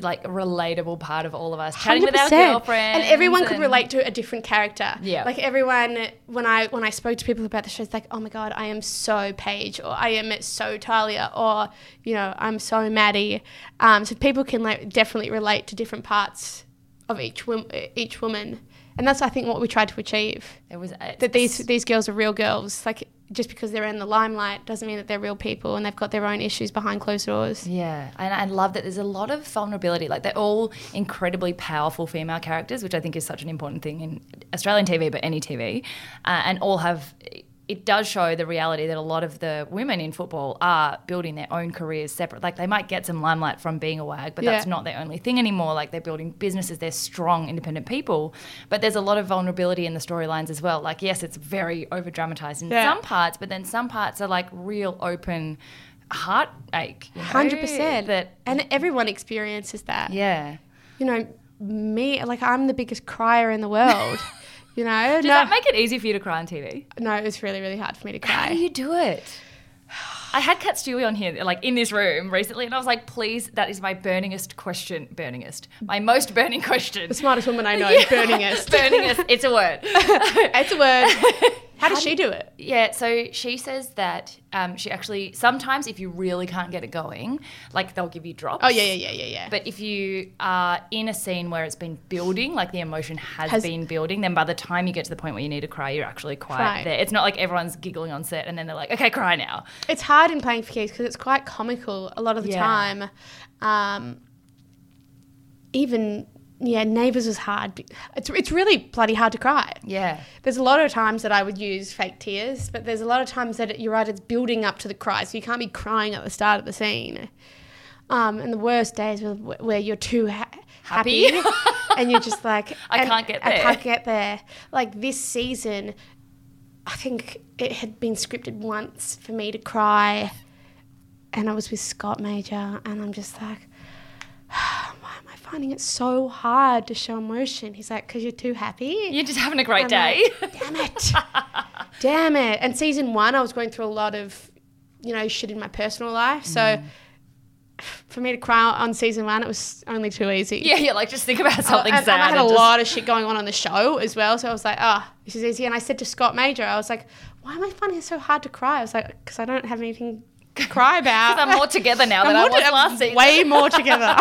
Speaker 3: like relatable part of all of us chatting with our
Speaker 2: 100%.
Speaker 3: girlfriends,
Speaker 2: and everyone could relate to a different character.
Speaker 3: Yeah.
Speaker 2: like everyone when I when I spoke to people about the show, it's like, oh my god, I am so Paige, or I am so Talia, or you know, I'm so Maddie. Um, so people can like definitely relate to different parts of each wom- each woman, and that's I think what we tried to achieve.
Speaker 3: It was
Speaker 2: That these these girls are real girls, like. Just because they're in the limelight doesn't mean that they're real people and they've got their own issues behind closed doors.
Speaker 3: Yeah, and I love that there's a lot of vulnerability. Like they're all incredibly powerful female characters, which I think is such an important thing in Australian TV, but any TV, uh, and all have. It does show the reality that a lot of the women in football are building their own careers separate. Like they might get some limelight from being a wag, but that's
Speaker 2: Yeah.
Speaker 3: not their only thing anymore. Like they're building businesses, they're strong, independent people. But there's a lot of vulnerability in the storylines as well. Like yes, it's very over dramatized in
Speaker 2: Yeah.
Speaker 3: some parts, but then some parts are like real open heartache. you know?
Speaker 2: Hundred percent,
Speaker 3: That
Speaker 2: and everyone experiences that.
Speaker 3: yeah.
Speaker 2: you know, me, like I'm the biggest crier in
Speaker 3: <laughs>
Speaker 2: the world. You know,
Speaker 3: Does
Speaker 2: no,
Speaker 3: that make it easy for you to cry on TV?
Speaker 2: no, it was really, really hard for me to
Speaker 3: How do <laughs>
Speaker 2: cry.
Speaker 3: you do it? I had Kat Stewie on here, like in this room recently, and I was like, please, that is my burningest question. Burningest. My most burning question.
Speaker 2: The smartest woman I know,
Speaker 3: <laughs>
Speaker 2: burningest.
Speaker 3: burningest. It's a word.
Speaker 2: it's
Speaker 3: <laughs>
Speaker 2: a word. How does she do it?
Speaker 3: Yeah, so she says that um, she actually, sometimes if you really can't get it going, like they'll give you drops.
Speaker 2: Oh yeah, yeah, yeah, yeah, yeah.
Speaker 3: But if you are in a scene where it's been building, like the emotion has,
Speaker 2: Has-
Speaker 3: been building, then by the time you get to the point where you need to cry, you're actually quite
Speaker 2: Cry.
Speaker 3: there. It's not like everyone's giggling on set and then they're like, okay, cry now.
Speaker 2: it's hard in playing for keeps because it's quite comical a lot of the
Speaker 3: Yeah.
Speaker 2: time. Um, even yeah, neighbours was hard. It's it's really bloody hard to cry.
Speaker 3: Yeah.
Speaker 2: There's a lot of times that I would use fake tears, but there's a lot of times that it, you're right, it's building up to the cry. So you can't be crying at the start of the scene. Um, and the worst days were wh- where you're too ha- happy,
Speaker 3: Happy.
Speaker 2: <laughs> and you're just like,
Speaker 3: <laughs> I
Speaker 2: and-
Speaker 3: can't get
Speaker 2: I
Speaker 3: there.
Speaker 2: can't get there. Like this season, I think it had been scripted once for me to cry, and I was with Scott Major, and I'm just like, <sighs> why am I finding it so hard to show emotion? He's like, because you're too happy.
Speaker 3: You're just having a great
Speaker 2: I'm
Speaker 3: day. <laughs>
Speaker 2: like, Damn it. Damn it. And season one, I was going through a lot of, you know, shit in my personal life. So for me to cry on season one, it was only too easy.
Speaker 3: yeah, yeah, like just think about something
Speaker 2: Oh, and, and
Speaker 3: sad.
Speaker 2: I had a
Speaker 3: and just-
Speaker 2: lot of shit going on on the show as well. So I was like, oh, this is easy. And I said to Scott Major, I was like, why am I finding it so hard to cry? I was like, because I don't have anything
Speaker 3: <laughs>
Speaker 2: cry about.
Speaker 3: I'm more together
Speaker 2: <laughs>
Speaker 3: now than I was last season.
Speaker 2: way more
Speaker 3: <laughs>
Speaker 2: together.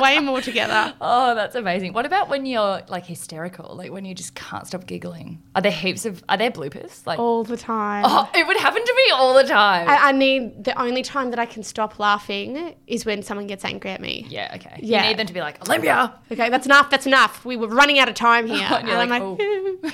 Speaker 2: way more together.
Speaker 3: Oh, that's amazing. What about when you're like hysterical, like when you just can't stop giggling? Are there heaps of are there bloopers? Like
Speaker 2: All the time.
Speaker 3: oh, <laughs> it would happen to me all the time.
Speaker 2: I, I need the only time that I can stop laughing is when someone gets angry at me.
Speaker 3: yeah, okay.
Speaker 2: Yeah.
Speaker 3: You need them to be like Olympia.
Speaker 2: Okay, that's enough. That's enough. We were running out of time here.
Speaker 3: <laughs> And you're
Speaker 2: And
Speaker 3: like, "Oh."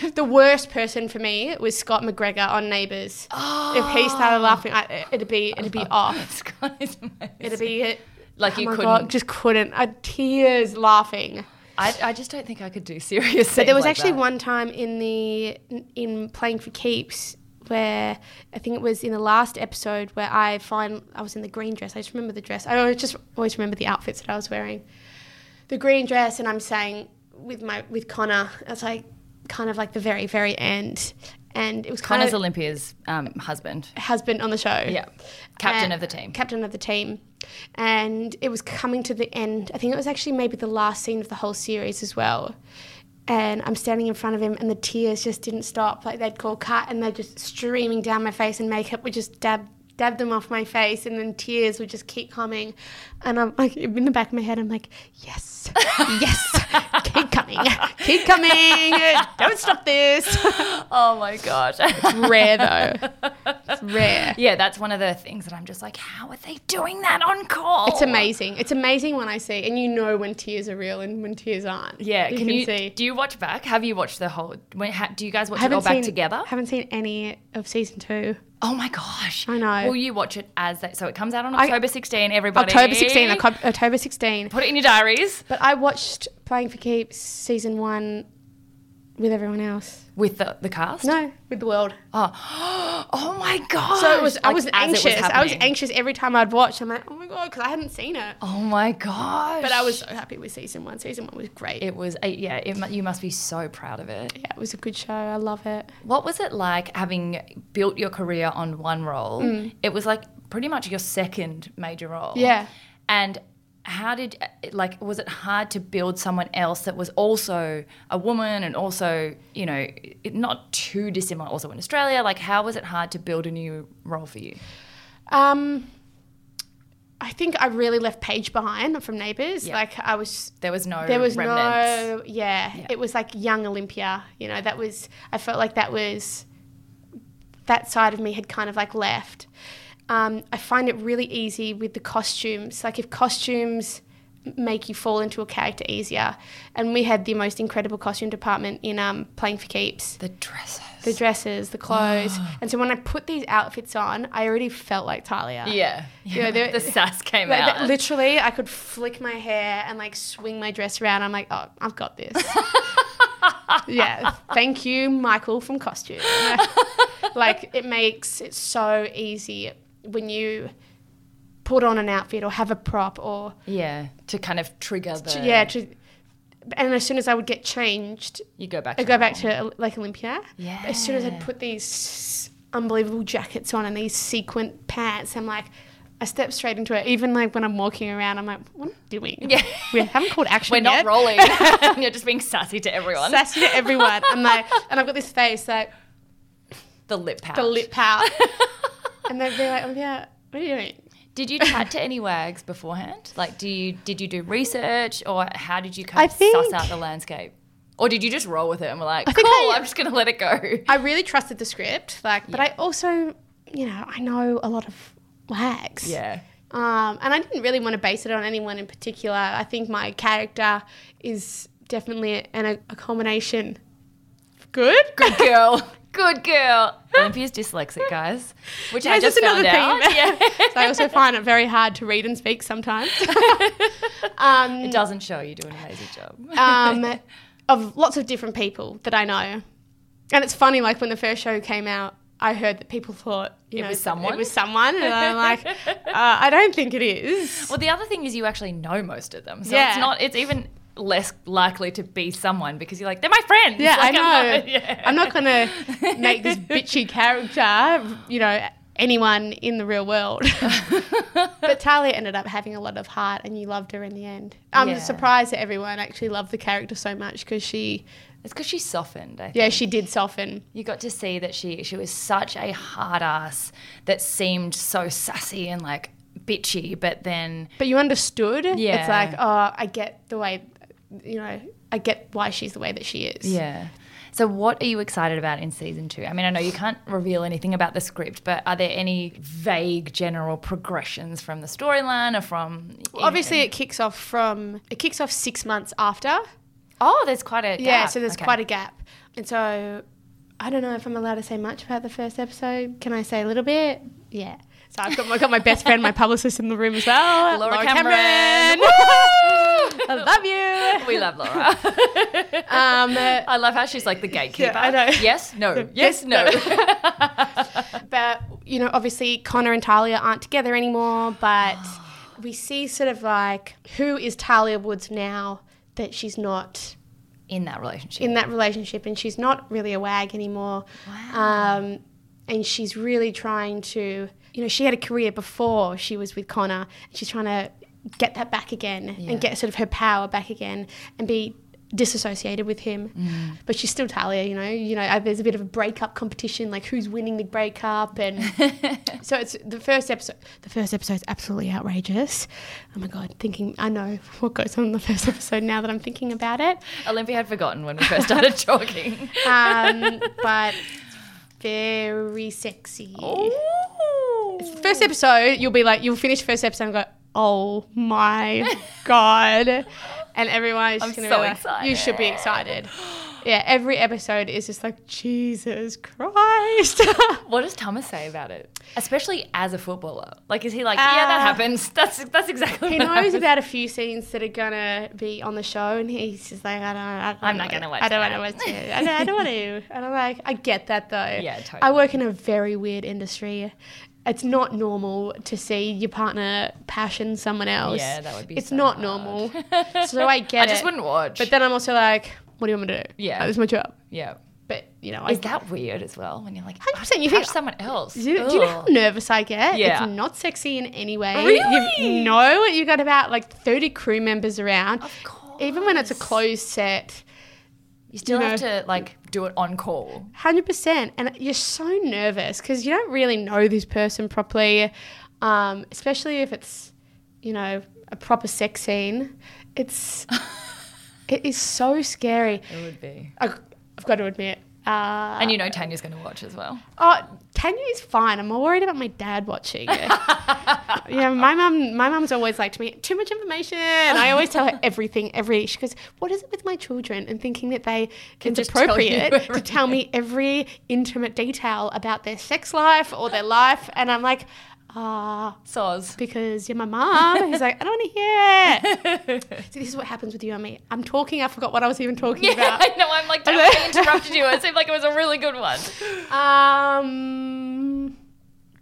Speaker 2: I'm <laughs> the worst person for me was Scott McGregor on Neighbours. If he
Speaker 3: Oh.
Speaker 2: started laughing, I, it'd be it'd
Speaker 3: <laughs>
Speaker 2: be off.
Speaker 3: Scott is amazing.
Speaker 2: It'd be it.
Speaker 3: Like you
Speaker 2: my
Speaker 3: couldn't-
Speaker 2: just couldn't. I had tears laughing.
Speaker 3: I, I just don't think I could do serious.
Speaker 2: But there was actually one time in the in playing for keeps where I think it was in the last episode where I find I was in the green dress. I just remember the dress. I always just always remember the outfits that I was wearing. The green dress and I'm saying with my with Connor, it's like kind of like the very, very end. And it was kind
Speaker 3: Connor's
Speaker 2: of
Speaker 3: Olympia's um,
Speaker 2: <laughs>
Speaker 3: husband.
Speaker 2: husband on the show.
Speaker 3: Yeah, captain
Speaker 2: Uh,
Speaker 3: of the
Speaker 2: <laughs>
Speaker 3: team.
Speaker 2: Captain of the team. And it was coming to the end. I think it was actually maybe the last scene of the whole series as well. And I'm standing in front of him, and the tears just didn't stop. Like they'd call cut, and they're just streaming down my face, and makeup would just dab dab them off my face, and then tears would just keep coming. And I'm like, in the back of my head, I'm like, yes,
Speaker 3: <laughs>
Speaker 2: yes, keep coming, keep coming, don't stop this.
Speaker 3: oh my gosh.
Speaker 2: Rare though, it's rare.
Speaker 3: <laughs> yeah, that's one of the things that I'm just like, how are they doing that on call?
Speaker 2: It's amazing. It's amazing when I see, and you know when tears are real and when tears aren't.
Speaker 3: Yeah,
Speaker 2: you
Speaker 3: can,
Speaker 2: can,
Speaker 3: you
Speaker 2: see.
Speaker 3: do you watch back? Have you watched the whole? When, ha, do you guys watch
Speaker 2: I
Speaker 3: it all back
Speaker 2: seen,
Speaker 3: together?
Speaker 2: Haven't seen any of season two.
Speaker 3: Oh my gosh!
Speaker 2: I know.
Speaker 3: Will you watch it as that? So it comes out on
Speaker 2: I-
Speaker 3: October 16. Everybody,
Speaker 2: October 16, Oco- October 16.
Speaker 3: Put it in your diaries
Speaker 2: But I watched Playing for Keeps season one with everyone else.
Speaker 3: with the, the cast.
Speaker 2: No, with the world.
Speaker 3: Oh, <gasps> oh my gosh!
Speaker 2: So it was. I
Speaker 3: Like,
Speaker 2: was
Speaker 3: as it
Speaker 2: anxious. I was
Speaker 3: happening.
Speaker 2: anxious every time I'd watch. I'm like, oh my god, because I hadn't seen it.
Speaker 3: Oh my gosh!
Speaker 2: But I was so happy with season one. Season one was great.
Speaker 3: It was. uh, Yeah. It, mu- you must be so proud of it.
Speaker 2: yeah, it was a good show. I love it.
Speaker 3: What was it like having built your career on one role? It was like pretty much your second major role.
Speaker 2: Mm. Yeah.
Speaker 3: And how did uh, like was it hard to build someone else that was also a woman and also you know it- not too dissimilar also in Australia? Like how was it hard to build a new role for you?
Speaker 2: Um, I think I really left Paige behind from Neighbours.
Speaker 3: Yeah.
Speaker 2: Like I was,
Speaker 3: There was no
Speaker 2: there was
Speaker 3: remnants.
Speaker 2: no, yeah, It was like young Olympia. You know, that was. I felt like that was. That side of me had kind of like left. Um, I find it really easy with the costumes. Like if costumes make you fall into a character easier, and we had the most incredible costume department in um, playing for keeps
Speaker 3: the dresses.
Speaker 2: the dresses, the clothes.
Speaker 3: Ah.
Speaker 2: and so when I put these outfits on, I already felt like Talia.
Speaker 3: <laughs> yeah.
Speaker 2: Yeah, there-
Speaker 3: the sass
Speaker 2: <laughs>
Speaker 3: came
Speaker 2: Like,
Speaker 3: out.
Speaker 2: that- literally, I could flick my hair and like swing my dress around. I'm like, oh, I've got this. yeah. Thank you, Michael from Costume. <laughs> like, it makes it so easy when you put on an outfit or have a prop or,
Speaker 3: yeah. To kind of trigger the
Speaker 2: to- yeah. To, and as soon as I would get changed,
Speaker 3: You go back.
Speaker 2: I
Speaker 3: to
Speaker 2: go back
Speaker 3: normal.
Speaker 2: to like Olympia.
Speaker 3: Yeah.
Speaker 2: But as soon as I put these unbelievable jackets on and these sequin pants, I'm like, I step straight into it. Even like when I'm walking around, I'm like, what am I doing?
Speaker 3: Yeah.
Speaker 2: We haven't called action
Speaker 3: We're not
Speaker 2: yet.
Speaker 3: rolling. <laughs>
Speaker 2: <laughs>
Speaker 3: You're just being sassy to everyone.
Speaker 2: Sassy to everyone.
Speaker 3: <laughs>
Speaker 2: I'm like, and I've got this face like
Speaker 3: the lip pouch.
Speaker 2: the lip out, and they'd be like, Olympia, what are you doing?
Speaker 3: <laughs> Did you chat to any wags beforehand? Like, do you did you do research, or how did you
Speaker 2: I
Speaker 3: kind of suss
Speaker 2: think-
Speaker 3: out the landscape, or did you just roll with it and we're like,
Speaker 2: think
Speaker 3: cool,
Speaker 2: I-
Speaker 3: I'm just gonna let it go.
Speaker 2: <laughs> I really trusted the script, like, but I also, you know, I know a lot of wags.
Speaker 3: Yeah,
Speaker 2: Um, and I didn't really want to base it on anyone in particular. I think my character is definitely an accommodation. Good.
Speaker 3: good
Speaker 2: <laughs>
Speaker 3: girl, <laughs> good girl. Olympia's dyslexic, guys, which I
Speaker 2: That's
Speaker 3: just
Speaker 2: just
Speaker 3: found
Speaker 2: another
Speaker 3: out.
Speaker 2: thing.
Speaker 3: <laughs>
Speaker 2: <laughs>
Speaker 3: Yeah.
Speaker 2: So I also find it very hard to read and
Speaker 3: <laughs>
Speaker 2: speak sometimes. um,
Speaker 3: It doesn't show you do an amazing job. <laughs>
Speaker 2: um, of lots of different people that I know, and it's funny. Like when the first show came out, I heard that people thought you
Speaker 3: It
Speaker 2: know
Speaker 3: was someone?
Speaker 2: It was someone, and
Speaker 3: <laughs>
Speaker 2: I'm like, uh, I don't think it is.
Speaker 3: well, the other thing is you actually know most of them, so
Speaker 2: Yeah.
Speaker 3: it's not. It's even less likely to be someone because you're like, they're my friends.
Speaker 2: Yeah,
Speaker 3: <laughs> Like,
Speaker 2: I
Speaker 3: I'm
Speaker 2: know.
Speaker 3: not- yeah. <laughs>
Speaker 2: I'm not going to make this bitchy character, you know, anyone in the
Speaker 3: <laughs>
Speaker 2: real world. but Talia ended up having a lot of heart and you loved her in the end. I'm
Speaker 3: Yeah.
Speaker 2: surprised that everyone actually loved the character so much because she,
Speaker 3: It's because she softened. I think.
Speaker 2: yeah, she did soften.
Speaker 3: You got to see that she she was such a hard ass that seemed so sassy and like bitchy, but then
Speaker 2: But you understood.
Speaker 3: Yeah.
Speaker 2: It's like, oh, I get the way, you know, I get why she's the way that she is.
Speaker 3: yeah. So what are you excited about in season two? I mean, I know you can't reveal anything about the script, but are there any vague general progressions from the storyline or from
Speaker 2: Obviously, it kicks off from it kicks off six months after.
Speaker 3: Oh, there's quite a
Speaker 2: Yeah,
Speaker 3: gap.
Speaker 2: so there's
Speaker 3: Okay.
Speaker 2: quite a gap, and so I don't know if I'm allowed to say much about the first episode. Can I say a little bit? Yeah. So I've got my, got my best friend, my publicist in the room as well,
Speaker 3: <laughs> Laura Cameron.
Speaker 2: Woo! I love you.
Speaker 3: <laughs> We love
Speaker 2: <laughs>
Speaker 3: Laura.
Speaker 2: Um, uh,
Speaker 3: I love how she's like the gatekeeper.
Speaker 2: I know.
Speaker 3: Yes,
Speaker 2: <laughs>
Speaker 3: no. Yes, no.
Speaker 2: Um, but you know, obviously Connor and Talia aren't together anymore,
Speaker 3: <gasps>
Speaker 2: but we see sort of like who is Talia Woods now that she's not
Speaker 3: <laughs> in that relationship.
Speaker 2: in that relationship and she's not really a wag anymore.
Speaker 3: Wow.
Speaker 2: Um, and she's really trying to, you know, she had a career before she was with Connor. And she's trying to get that back again
Speaker 3: Yeah.
Speaker 2: and get sort of her power back again and be disassociated with him.
Speaker 3: Mm.
Speaker 2: But she's still Talia, you know. You know, uh, there's a bit of a breakup competition, like who's winning the
Speaker 3: <laughs>
Speaker 2: breakup and so it's the first episode. The first episode's absolutely outrageous. Oh my god, thinking I know what goes on in the first <laughs> episode now that I'm thinking about it.
Speaker 3: Olympia had forgotten when we first
Speaker 2: <laughs>
Speaker 3: started talking.
Speaker 2: um, but very sexy. Oh. First episode, you'll be like, you'll finish first episode and go, oh my <laughs> god, and everyone is just
Speaker 3: I'm
Speaker 2: gonna
Speaker 3: so
Speaker 2: be like, you should be excited. <gasps> Yeah, every episode is just like Jesus Christ. <laughs>
Speaker 3: What does Thomas say about it? Especially as a footballer. Like, is he like, yeah, that
Speaker 2: Uh,
Speaker 3: happens. That's that's exactly
Speaker 2: he
Speaker 3: what
Speaker 2: knows
Speaker 3: happens."
Speaker 2: about a few scenes that are gonna be on the show, and he's just like, I don't, I don't
Speaker 3: I'm not
Speaker 2: wanna-
Speaker 3: gonna watch
Speaker 2: I don't
Speaker 3: that.
Speaker 2: want to watch it. I don't, I don't
Speaker 3: <laughs>
Speaker 2: want to. And I'm like, I get that though.
Speaker 3: Yeah,
Speaker 2: I work in a very weird industry. It's not normal to see your partner passion someone else.
Speaker 3: Yeah, that would be
Speaker 2: It's
Speaker 3: so
Speaker 2: not
Speaker 3: hard. <laughs>
Speaker 2: normal. so I get
Speaker 3: I just
Speaker 2: it.
Speaker 3: wouldn't watch.
Speaker 2: But then I'm also like, what do you want me to do?
Speaker 3: Yeah.
Speaker 2: Like, this is my job.
Speaker 3: yeah.
Speaker 2: But you know, I
Speaker 3: Is that weird as well when you're like,
Speaker 2: 100% you
Speaker 3: "Touch
Speaker 2: think-
Speaker 3: someone else?
Speaker 2: do you, do you know how
Speaker 3: Ugh.
Speaker 2: nervous I get?
Speaker 3: Yeah.
Speaker 2: It's not sexy in any way.
Speaker 3: Really?
Speaker 2: You know, you got about like 30 crew members around.
Speaker 3: Of course.
Speaker 2: Even when it's a closed set,
Speaker 3: You still
Speaker 2: you
Speaker 3: have
Speaker 2: know-
Speaker 3: to like do it on call.
Speaker 2: 100%. And you're so nervous because you don't really know this person properly, um, especially if it's, you know, a proper sex scene. It's, it is so scary.
Speaker 3: It would be.
Speaker 2: I, I've got to admit. Uh,
Speaker 3: And you know Tanya's going to watch as well.
Speaker 2: Oh, Tanya is fine. I'm more worried about my dad watching.
Speaker 3: <laughs>
Speaker 2: yeah, my mum. My mum's always like to me, too much information. I always tell
Speaker 3: <laughs>
Speaker 2: her everything. Every she goes, what is it with my children? And thinking that they it's
Speaker 3: just tell you
Speaker 2: appropriate to tell me every intimate detail about their sex life or their life, and I'm like, ah,
Speaker 3: Soz.
Speaker 2: because you're my mum. He's like, I don't want
Speaker 3: <laughs>
Speaker 2: to hear it. See, this is what happens with you and me. I'm talking. I forgot what I was even talking
Speaker 3: Yeah,
Speaker 2: about.
Speaker 3: I know. I'm like, damn, <laughs> I interrupted you. It seemed like it was a really good one. <laughs>
Speaker 2: Um.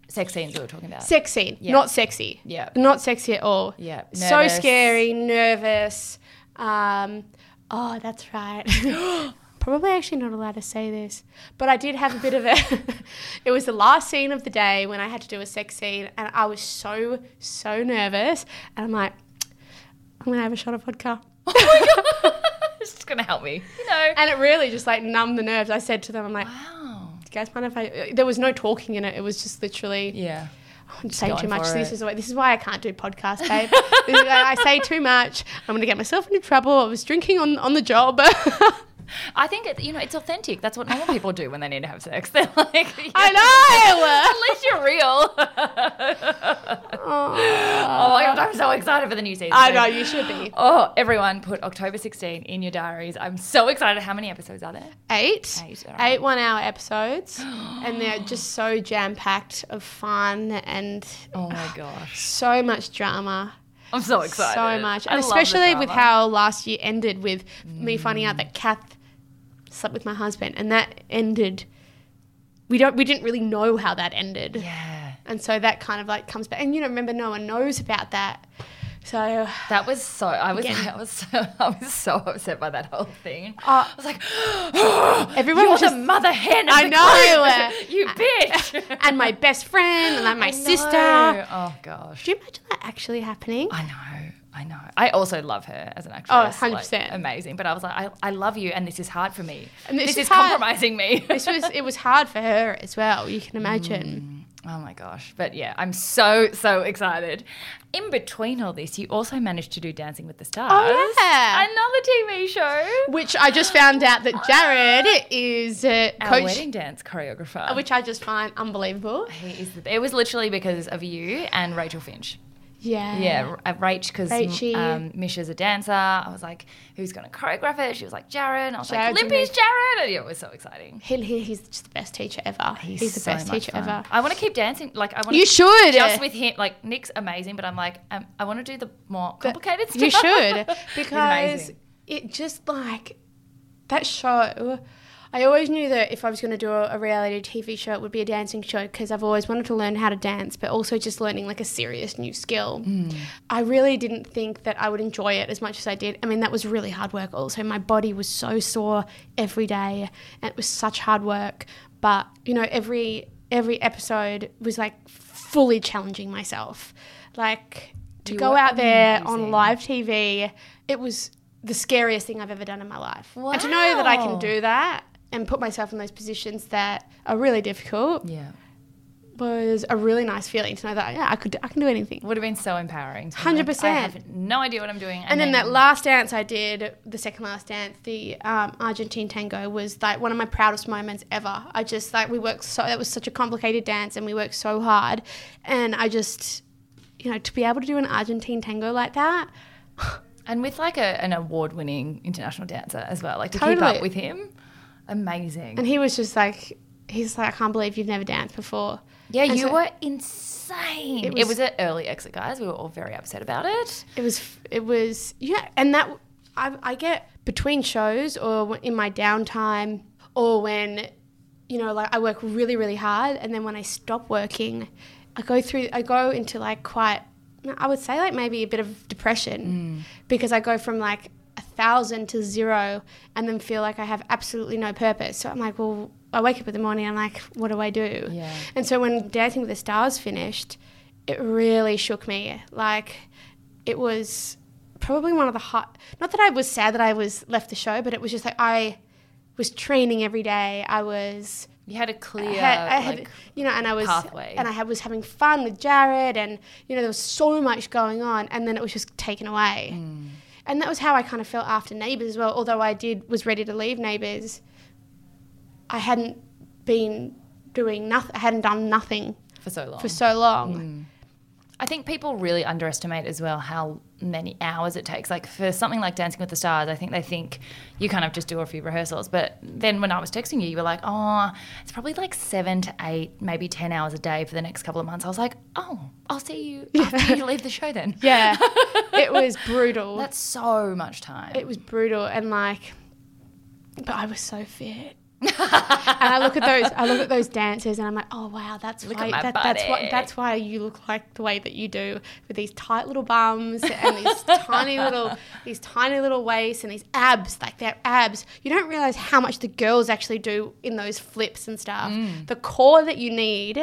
Speaker 3: Sex scenes we were talking about.
Speaker 2: sex scene,
Speaker 3: Yeah.
Speaker 2: not sexy.
Speaker 3: Yeah.
Speaker 2: Not sexy at all.
Speaker 3: Yeah.
Speaker 2: So
Speaker 3: Nervous.
Speaker 2: scary, nervous. Um, oh, that's right. <gasps> Probably actually not allowed to say this, but I did have a bit of a. <laughs> it was the last scene of the day when I had to do a sex scene, and I was so so nervous, and I'm like, I'm gonna have a shot of vodka.
Speaker 3: <laughs>
Speaker 2: <laughs> Oh
Speaker 3: it's just going to help me. You know.
Speaker 2: And it really just like numbed the nerves. I said to them, I'm like, "Do
Speaker 3: Wow.
Speaker 2: you guys mind if I? There was no talking in it. It was just literally
Speaker 3: Yeah.
Speaker 2: I'm saying too
Speaker 3: going
Speaker 2: much.
Speaker 3: for
Speaker 2: This
Speaker 3: it.
Speaker 2: is, why, this is why I can't do podcasts, babe. This is why I say too much. I'm going to get myself into trouble. I was drinking on, on the job. <laughs>
Speaker 3: I think it, you know it's authentic. That's what normal people do when they need to have sex. <laughs> They're like, At least
Speaker 2: I know.
Speaker 3: <laughs> you're real. <laughs> oh my god, I'm so excited for the new season.
Speaker 2: I know, you should be.
Speaker 3: Oh, everyone, put October 16 in your diaries. I'm so excited. How many episodes are there?
Speaker 2: Eight.
Speaker 3: Eight,
Speaker 2: Eight,
Speaker 3: all right.
Speaker 2: one hour episodes. and they're just so jam packed of fun and
Speaker 3: Oh my gosh,
Speaker 2: so much drama.
Speaker 3: I'm so excited.
Speaker 2: So much.
Speaker 3: I
Speaker 2: And
Speaker 3: love the
Speaker 2: especially with
Speaker 3: drama. Mm.
Speaker 2: how last year ended with me finding out that Kath slept with my husband. And that ended. We, don't, we didn't really know how that ended.
Speaker 3: Yeah.
Speaker 2: And so that kind of like comes back. And you know, remember, no one knows about that. So <laughs>
Speaker 3: That was so. I was. <laughs> I was. So, I was so upset by that whole thing.
Speaker 2: Uh,
Speaker 3: I was like, <gasps>
Speaker 2: everyone
Speaker 3: "You're
Speaker 2: was just
Speaker 3: the mother hen." Of
Speaker 2: I
Speaker 3: the
Speaker 2: know.
Speaker 3: group. <laughs>
Speaker 2: <laughs>
Speaker 3: you bitch.
Speaker 2: and my best friend and then my
Speaker 3: I
Speaker 2: sister.
Speaker 3: know. Oh gosh.
Speaker 2: Do you imagine that actually happening?
Speaker 3: I know. I know. I also love her
Speaker 2: Oh,
Speaker 3: as an actress. like,
Speaker 2: 100%.
Speaker 3: amazing. But I was like, I, I love you, and this is hard for me.
Speaker 2: And this
Speaker 3: this
Speaker 2: is
Speaker 3: is
Speaker 2: hard.
Speaker 3: compromising me.
Speaker 2: <laughs> <laughs>
Speaker 3: <laughs>
Speaker 2: This was it was hard for her as well. You can imagine.
Speaker 3: Oh my gosh. But yeah, I'm so, so excited. In between all this, you also managed to do Dancing with the Stars.
Speaker 2: Oh, yeah.
Speaker 3: Another TV show.
Speaker 2: Which I just found out that Jared is uh,
Speaker 3: Our
Speaker 2: coach, uh,
Speaker 3: wedding dance choreographer.
Speaker 2: which I just find unbelievable.
Speaker 3: Oh, he is the, it was literally because of you and Rachel Finch.
Speaker 2: Yeah.
Speaker 3: Yeah, R- uh, Rach, because
Speaker 2: Rachie.
Speaker 3: um, Misha's a dancer. I was like, who's going to choreograph it? She was like, Jared. And I was
Speaker 2: Jared's
Speaker 3: like, Limpy's Jared. And yeah, it was so exciting.
Speaker 2: He, he- he's just the best teacher ever. He's, the
Speaker 3: so
Speaker 2: best
Speaker 3: much
Speaker 2: teacher
Speaker 3: fun.
Speaker 2: ever.
Speaker 3: I want to keep dancing. Like I want.
Speaker 2: You should.
Speaker 3: just with him. Like Nick's amazing, but I'm like um, I want to do the more complicated stuff. <laughs>
Speaker 2: You should
Speaker 3: He's
Speaker 2: because
Speaker 3: amazing.
Speaker 2: it just like that show. I always knew that if I was going to do a, a reality TV show, it would be a dancing show because I've always wanted to learn how to dance, but also just learning like a serious new skill.
Speaker 3: Hmm.
Speaker 2: I really didn't think that I would enjoy it as much as I did. I mean, that was really hard work, also. My body was so sore every day, and it was such hard work. But, you know, every every episode was like fully challenging myself. Like, to
Speaker 3: You
Speaker 2: go
Speaker 3: were
Speaker 2: out there on
Speaker 3: amazing.
Speaker 2: live TV, it was the scariest thing I've ever done in my life. And to know that I can
Speaker 3: Wow.
Speaker 2: do that and put myself in those positions that are really difficult
Speaker 3: Yeah,
Speaker 2: was a really nice feeling to know that yeah, I could I can do anything.
Speaker 3: would have been so empowering. to be like,
Speaker 2: 100%.
Speaker 3: I have no idea what I'm doing.
Speaker 2: And then that last dance I did, the second last dance, the um, Argentine tango was like one of my proudest moments ever. I just like we worked so that was such a complicated dance and we worked so hard, and I just you know to be able to do an Argentine tango like that,
Speaker 3: and with like a, an award-winning international dancer as well. Like to keep
Speaker 2: Totally.
Speaker 3: up with him, amazing.
Speaker 2: And he was just like, he's like, I can't believe you've never danced before.
Speaker 3: yeah,
Speaker 2: and
Speaker 3: you
Speaker 2: so-
Speaker 3: were insane. It
Speaker 2: It
Speaker 3: was,
Speaker 2: was-
Speaker 3: an early exit, guys. We were all very upset about it.
Speaker 2: It was, it was, yeah. And that, I, I get between shows or in my downtime or when, you know, like I work really, really hard. And then when I stop working, I go through, I go into like quite, I would say like maybe a bit of depression because I go from like a thousand to zero and then feel like I have absolutely no purpose. So I'm like, well, I wake up in the morning, I'm like, what do I do?
Speaker 3: Yeah.
Speaker 2: And so when Dancing with the Stars finished, it really shook me. Like, it was probably one of the hot. Not that I was sad that I was left the show, but it was just like I was training every day. I was.
Speaker 3: You had a clear,
Speaker 2: I had, I had-
Speaker 3: uh, like,
Speaker 2: you know, and I was,
Speaker 3: pathway.
Speaker 2: and I had, was having fun with Jared, and you know, there was so much going on, and then it was just taken away, and that was how I kind of felt after Neighbours as well. Although I did was ready to leave Neighbours, I hadn't been doing nothing. I hadn't done nothing
Speaker 3: for so long.
Speaker 2: for so long.
Speaker 3: I think people really underestimate as well how many hours it takes. Like for something like Dancing with the Stars, I think they think you kind of just do a few rehearsals. But then when I was texting you, you were like, oh, it's probably like seven to eight, maybe 10 hours a day for the next couple of months. I was like, oh, I'll see you after you leave the show then.
Speaker 2: Yeah, it was brutal.
Speaker 3: That's so much time.
Speaker 2: it was brutal, and like, but I was
Speaker 3: <laughs>
Speaker 2: so fit. and I look at those, I look at those dancers, and I'm like, oh wow, that's
Speaker 3: Look
Speaker 2: why,
Speaker 3: at my
Speaker 2: that, that's why,
Speaker 3: body.
Speaker 2: that's why you look like the way that you do, with these tight little bums and these
Speaker 3: <laughs>
Speaker 2: tiny little, these tiny little waists and these abs, like their abs. You don't realize how much the girls actually do in those flips and stuff.
Speaker 3: Mm.
Speaker 2: The core that you need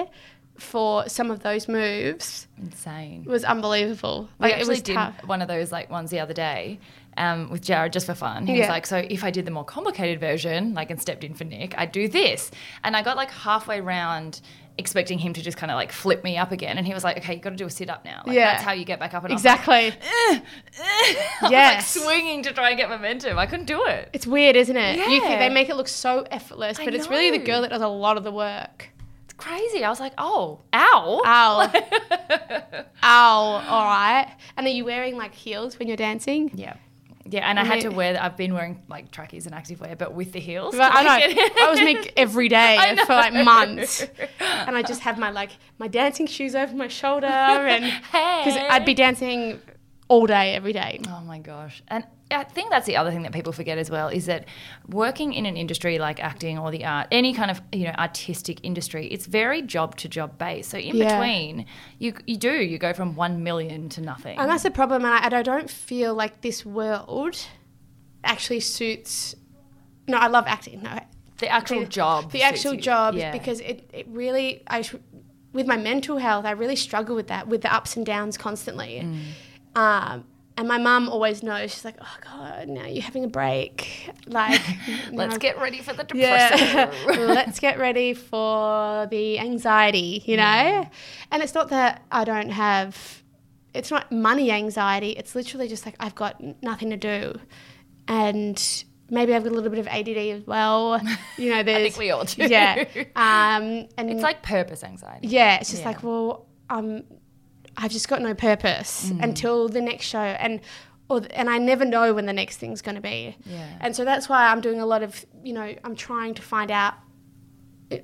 Speaker 2: for some of those moves
Speaker 3: insane.
Speaker 2: was unbelievable.
Speaker 3: We
Speaker 2: Like it
Speaker 3: actually
Speaker 2: was
Speaker 3: did
Speaker 2: tough.
Speaker 3: one of those like ones the other day um, with Jared just for fun. He was
Speaker 2: Yeah.
Speaker 3: like, "So if I did the more complicated version, like and stepped in for Nick, I'd do this." And I got like halfway round, expecting him to just kind of like flip me up again, and he was like, "Okay, you got to do a sit up now. Like,
Speaker 2: Yeah.
Speaker 3: that's how you get back up." And <laughs> I
Speaker 2: Exactly.
Speaker 3: was like, I
Speaker 2: Yes.
Speaker 3: was, like swinging to try and get momentum. I couldn't do it.
Speaker 2: It's weird, isn't it? You think
Speaker 3: Yeah.
Speaker 2: they make it look so effortless,
Speaker 3: I
Speaker 2: but it's really the
Speaker 3: know.
Speaker 2: girl that does a lot of the work.
Speaker 3: It's crazy. I was like, "Oh, ow,
Speaker 2: Ow.
Speaker 3: <laughs>
Speaker 2: Ow, all right. And are you wearing like heels when you're dancing?
Speaker 3: yeah." Yeah, and I had to
Speaker 2: Right.
Speaker 3: wear. I've been wearing like trackies and activewear, but with the heels.
Speaker 2: But I
Speaker 3: Like,
Speaker 2: know.
Speaker 3: it- <laughs>
Speaker 2: That was me every <laughs> day
Speaker 3: know.
Speaker 2: for like months. And I <laughs> just had my like my dancing shoes over my shoulder and because I'd be dancing all day, every day.
Speaker 3: Oh my gosh. And I think that's the other thing that people forget as well is that working in an industry like acting or the art, any kind of, you know, artistic industry, it's very job to job based. So in
Speaker 2: Yeah.
Speaker 3: between, you you do, you go from 1 million to nothing.
Speaker 2: And that's the problem. And I, and I don't feel like this world actually suits. No, I love acting. No,
Speaker 3: the actual job.
Speaker 2: the
Speaker 3: suits
Speaker 2: actual
Speaker 3: you.
Speaker 2: job
Speaker 3: Yeah.
Speaker 2: because it, it really I sh- with my mental health I really struggle with that with the ups and downs constantly
Speaker 3: Mm.
Speaker 2: um, and my mum always knows she's like oh god now you're having a break like
Speaker 3: <laughs> Let's
Speaker 2: now-
Speaker 3: get ready for the depression.
Speaker 2: <laughs>
Speaker 3: <laughs>
Speaker 2: yeah <laughs> let's get ready for the anxiety you know
Speaker 3: Mm.
Speaker 2: and it's not that I don't have it's not money anxiety it's literally just like I've got n- nothing to do and maybe I've got a little bit of ADD
Speaker 3: <laughs>
Speaker 2: as well you know there's
Speaker 3: I think we <laughs> all do.
Speaker 2: yeah. Um, and
Speaker 3: It's like purpose anxiety.
Speaker 2: yeah, it's just like, well, um, I've just got no purpose
Speaker 3: Mm.
Speaker 2: until the next show, and or th- and I never know when the next thing's going to be.
Speaker 3: Yeah.
Speaker 2: And so that's why I'm doing a lot of, you know, I'm trying to find out uh,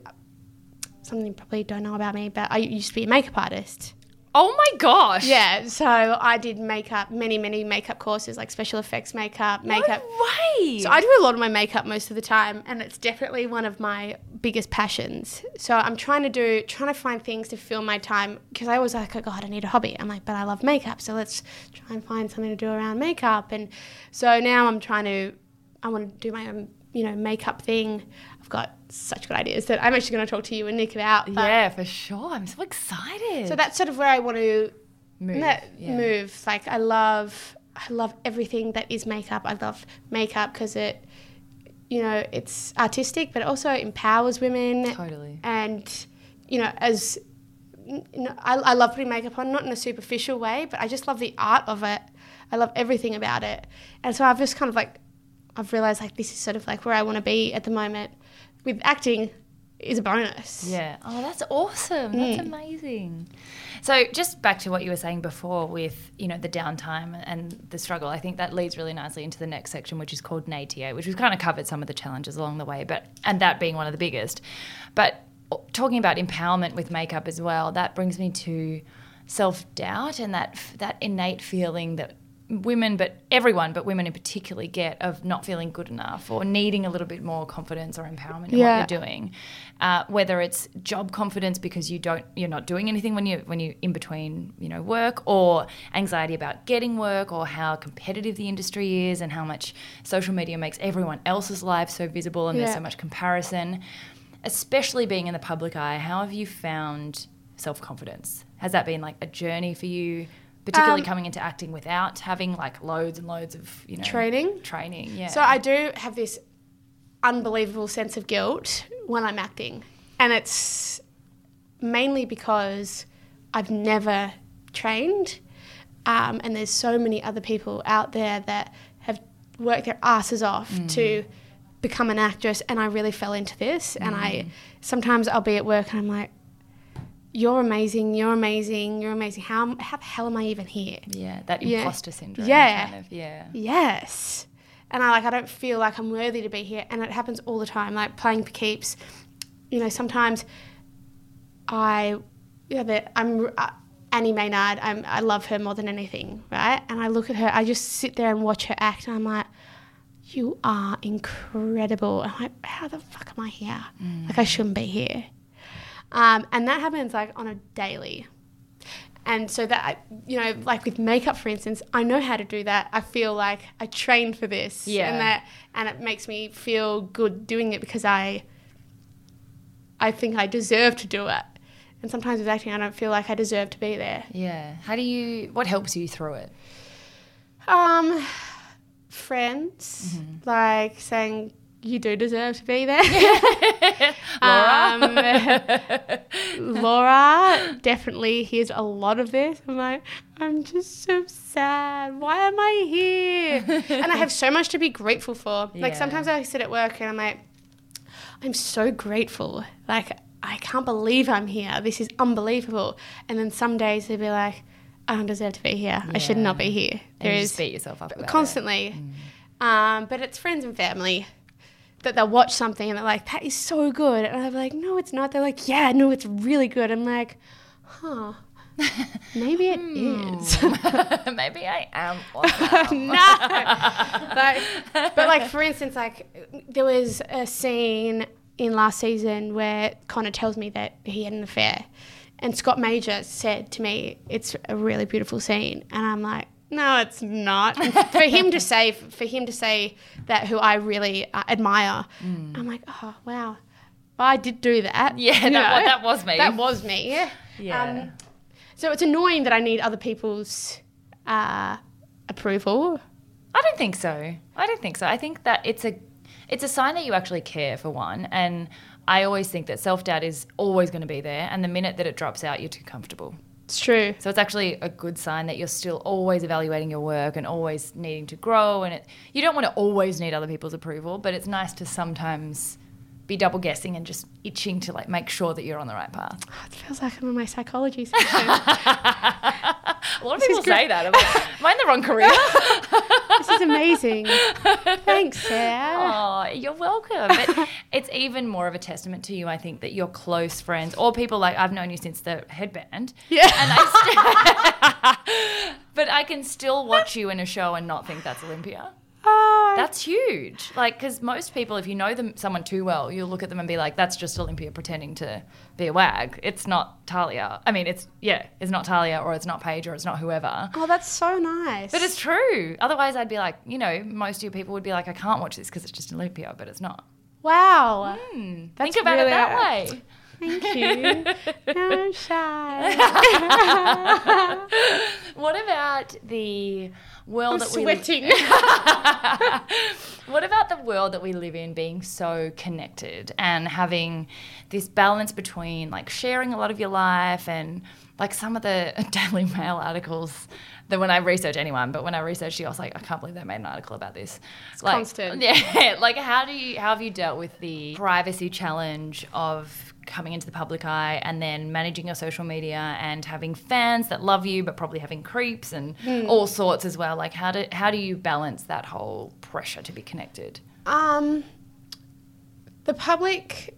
Speaker 2: something you probably don't know about me, but I used to be a makeup artist.
Speaker 3: Oh my gosh.
Speaker 2: Yeah, so I did makeup, many, many makeup courses, like special effects makeup, makeup.
Speaker 3: Oh, Way.
Speaker 2: So I do a lot of my makeup most of the time, and it's definitely one of my biggest passions. So I'm trying to do, trying to find things to fill my time because I always like, oh God, I need a hobby. I'm like, but I love makeup, so let's try and find something to do around makeup. And so now I'm trying to, I want to do my own, you know, makeup thing. I've got such good ideas that I'm actually going to talk to you and Nick about. but-
Speaker 3: yeah, for sure. I'm so excited.
Speaker 2: So that's sort of where I want to
Speaker 3: move.
Speaker 2: that
Speaker 3: yeah.
Speaker 2: move. Like I love, I love everything that is makeup. I love makeup because it, you know, it's artistic, but it also empowers women.
Speaker 3: Totally.
Speaker 2: And you know, as n- n- I, I love putting makeup on, not in a superficial way, but I just love the art of it. I love everything about it. And so I've just kind of like, I've realized like this is sort of like where I want to be at the moment. With acting, is a bonus.
Speaker 3: Yeah. Oh, that's awesome. That's amazing. So, just back to what you were saying before with, you know, the downtime and the struggle, I think that leads really nicely into the next section, which is called NATA, which we've kind of covered some of the challenges along the way, but, and that being one of the biggest. But uh, talking about empowerment with makeup as well, that brings me to self doubt and that, f- that innate feeling that women but everyone but women in particular get of not feeling good enough or needing a little bit more confidence or empowerment in
Speaker 2: Yeah.
Speaker 3: what you're doing uh, whether it's job confidence because you don't you're not doing anything when you when you in between you know work or anxiety about getting work or how competitive the industry is and how much social media makes everyone else's life so visible and there's
Speaker 2: Yeah.
Speaker 3: so much comparison especially being in the public eye how have you found self-confidence has that been like a journey for you particularly
Speaker 2: Um,
Speaker 3: coming into acting without having like loads and loads of you know
Speaker 2: Training?
Speaker 3: training yeah
Speaker 2: So I do have this unbelievable sense of guilt when I'm acting. And it's mainly because I've never trained. Um, and there's so many other people out there that have worked their asses off to become an actress. And I really fell into this. And I sometimes I'll be at work and I'm like, you're amazing, you're amazing, you're amazing. How, how the hell am I even here?
Speaker 3: yeah that
Speaker 2: Yeah.
Speaker 3: imposter syndrome
Speaker 2: Yeah.
Speaker 3: kind of yeah
Speaker 2: yes and i like i don't feel like i'm worthy to be here and it happens all the time like playing for keeps you know sometimes i yeah that i'm uh, annie maynard I'm, i love her more than anything right and i look at her i just sit there and watch her act and i'm like you are incredible i'm like how the fuck am i here like i shouldn't be here um, and that happens like on a daily and so that you know like with makeup for instance i know how to do that i feel like i trained for this
Speaker 3: Yeah.
Speaker 2: and that and it makes me feel good doing it because i i think i deserve to do it and sometimes with acting i don't feel like i deserve to be there
Speaker 3: Yeah. How do you? What helps you through it?
Speaker 2: um friends like saying you do deserve to be there Laura. Um, <laughs> Laura definitely hears a lot of this. I'm like, I'm just so sad. Why am I here? and I have so much to be grateful for.
Speaker 3: Yeah.
Speaker 2: Like sometimes I sit at work and I'm like, I'm so grateful. Like I can't believe I'm here. This is unbelievable. And then some days they'll be like, I don't deserve to be here. I should not be here.
Speaker 3: And
Speaker 2: There
Speaker 3: you
Speaker 2: is
Speaker 3: just beat yourself up about Mm.
Speaker 2: constantly. Um, but it's friends and family that they'll watch something and they're like, that
Speaker 3: <laughs>
Speaker 2: is so good. And I'm like, no, it's not. They're like, yeah, no, it's really good. I'm like, huh. Maybe it
Speaker 3: Hmm.
Speaker 2: is.
Speaker 3: <laughs> Maybe I am.
Speaker 2: <laughs>
Speaker 3: awesome.
Speaker 2: like, but like for instance, like there was a scene in last season where Connor tells me that he had an affair, and Scott Major said to me, "It's a really beautiful scene," and I'm like. No, it's not. And for him to say, for him to say that, who I really uh, admire, I'm like, oh wow, I did do that.
Speaker 3: <laughs> Mm. Yeah,
Speaker 2: you
Speaker 3: that wa-
Speaker 2: know?
Speaker 3: that was um, me.
Speaker 2: That was me. Yeah.
Speaker 3: Yeah.
Speaker 2: Um, so it's annoying that I need other people's uh, approval.
Speaker 3: I don't think so. I don't think so. I think that it's a it's a sign that you actually care for one and I always think that self-doubt is always going to be there and the minute that it drops out you're too comfortable.
Speaker 2: It's true.
Speaker 3: So it's actually a good sign that you're still always evaluating your work and always needing to grow and it, you don't want to always need other people's approval, but it's nice to sometimes be double guessing and just itching to like make sure that you're on the right path.
Speaker 2: It feels like I'm in my psychology section.
Speaker 3: <laughs> A lot of
Speaker 2: This is
Speaker 3: people
Speaker 2: great.
Speaker 3: say that. I'm <laughs> like, Am I in the wrong career?
Speaker 2: this is <laughs> amazing. Thanks, Sarah.
Speaker 3: Oh, you're welcome. But <laughs> it's even more of a testament to you, I think, that your close friends or people like I've known you since the headband.
Speaker 2: Yeah.
Speaker 3: <laughs> But I can still watch you in a show and not think that's Olympia.
Speaker 2: <laughs> Oh,
Speaker 3: That's huge. Like, because most people, if you know them someone too well, you'll look at them and be like, "That's just Olympia pretending to be a wag. It's not Talia. I mean, it's yeah, it's not Talia or it's not Paige or it's not whoever."
Speaker 2: oh, that's so nice.
Speaker 3: But it's true. Otherwise, I'd be like, you know, most of you people would be like, "I can't watch this because it's just Olympia," but it's not. Hmm.
Speaker 2: wow. That's
Speaker 3: Think about it
Speaker 2: really-
Speaker 3: that
Speaker 2: <laughs>
Speaker 3: way.
Speaker 2: Thank you. <laughs> I'm shy.
Speaker 3: <laughs> What about the world that we live?
Speaker 2: Sweating.
Speaker 3: What about the world that we live in being so connected and having this balance between like sharing a lot of your life and like some of the <laughs> Daily Mail articles that when I research anyone, but when I researched you, I was like, I can't believe they made an article about this. It's like,
Speaker 2: constant.
Speaker 3: Yeah. <laughs> Like how do you how have you dealt with the privacy challenge of coming into the public eye and then managing your social media and having fans that love you but probably having creeps and
Speaker 2: Hmm.
Speaker 3: all sorts as well like how do how do you balance that whole pressure to be connected
Speaker 2: Um, the public,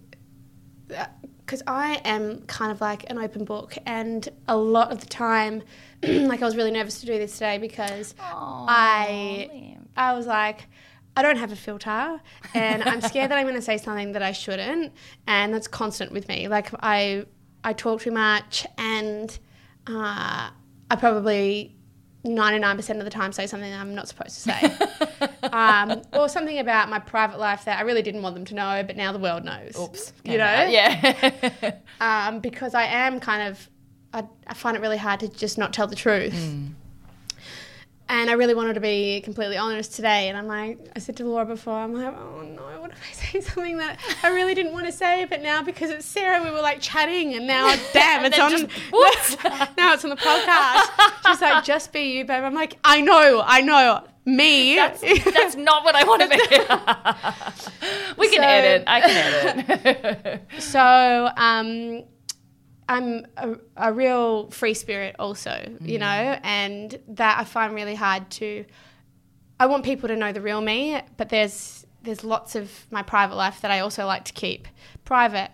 Speaker 2: because I am kind of like an open book, and a lot of the time, <clears throat> like I was really nervous to do this today because I,
Speaker 3: Liam.
Speaker 2: I was like. I don't have a filter, and I'm scared that I'm going to say something that I shouldn't, and that's constant with me. Like I, I talk too much, and uh, I probably 99% of the time say something that I'm not supposed to say um, or something about my private life that I really didn't want them to know, but now the world knows.
Speaker 3: Oops.
Speaker 2: You know? <laughs>
Speaker 3: yeah <laughs>
Speaker 2: Um, because I am kind of, I, I find it really hard to just not tell the truth.
Speaker 3: Mm.
Speaker 2: And I really wanted to be completely honest today. And I'm like, I said to Laura before, I'm like, oh no, what if I <laughs> say something that I really didn't want to say? But now because it's Sarah, we were like chatting, and
Speaker 3: <laughs>
Speaker 2: now, damn, it's on.
Speaker 3: then just-
Speaker 2: <laughs> now it's on the podcast. She's like, just be you, babe. I'm like, I know, I know, me. <laughs>
Speaker 3: that's not what i want to be we can
Speaker 2: So-
Speaker 3: edit i can
Speaker 2: <laughs>
Speaker 3: edit
Speaker 2: So um, I'm a, a real free spirit, also,
Speaker 3: Mm.
Speaker 2: you know, and that I find really hard to. I want people to know the real me, but there's there's lots of my private life that I also like to keep private.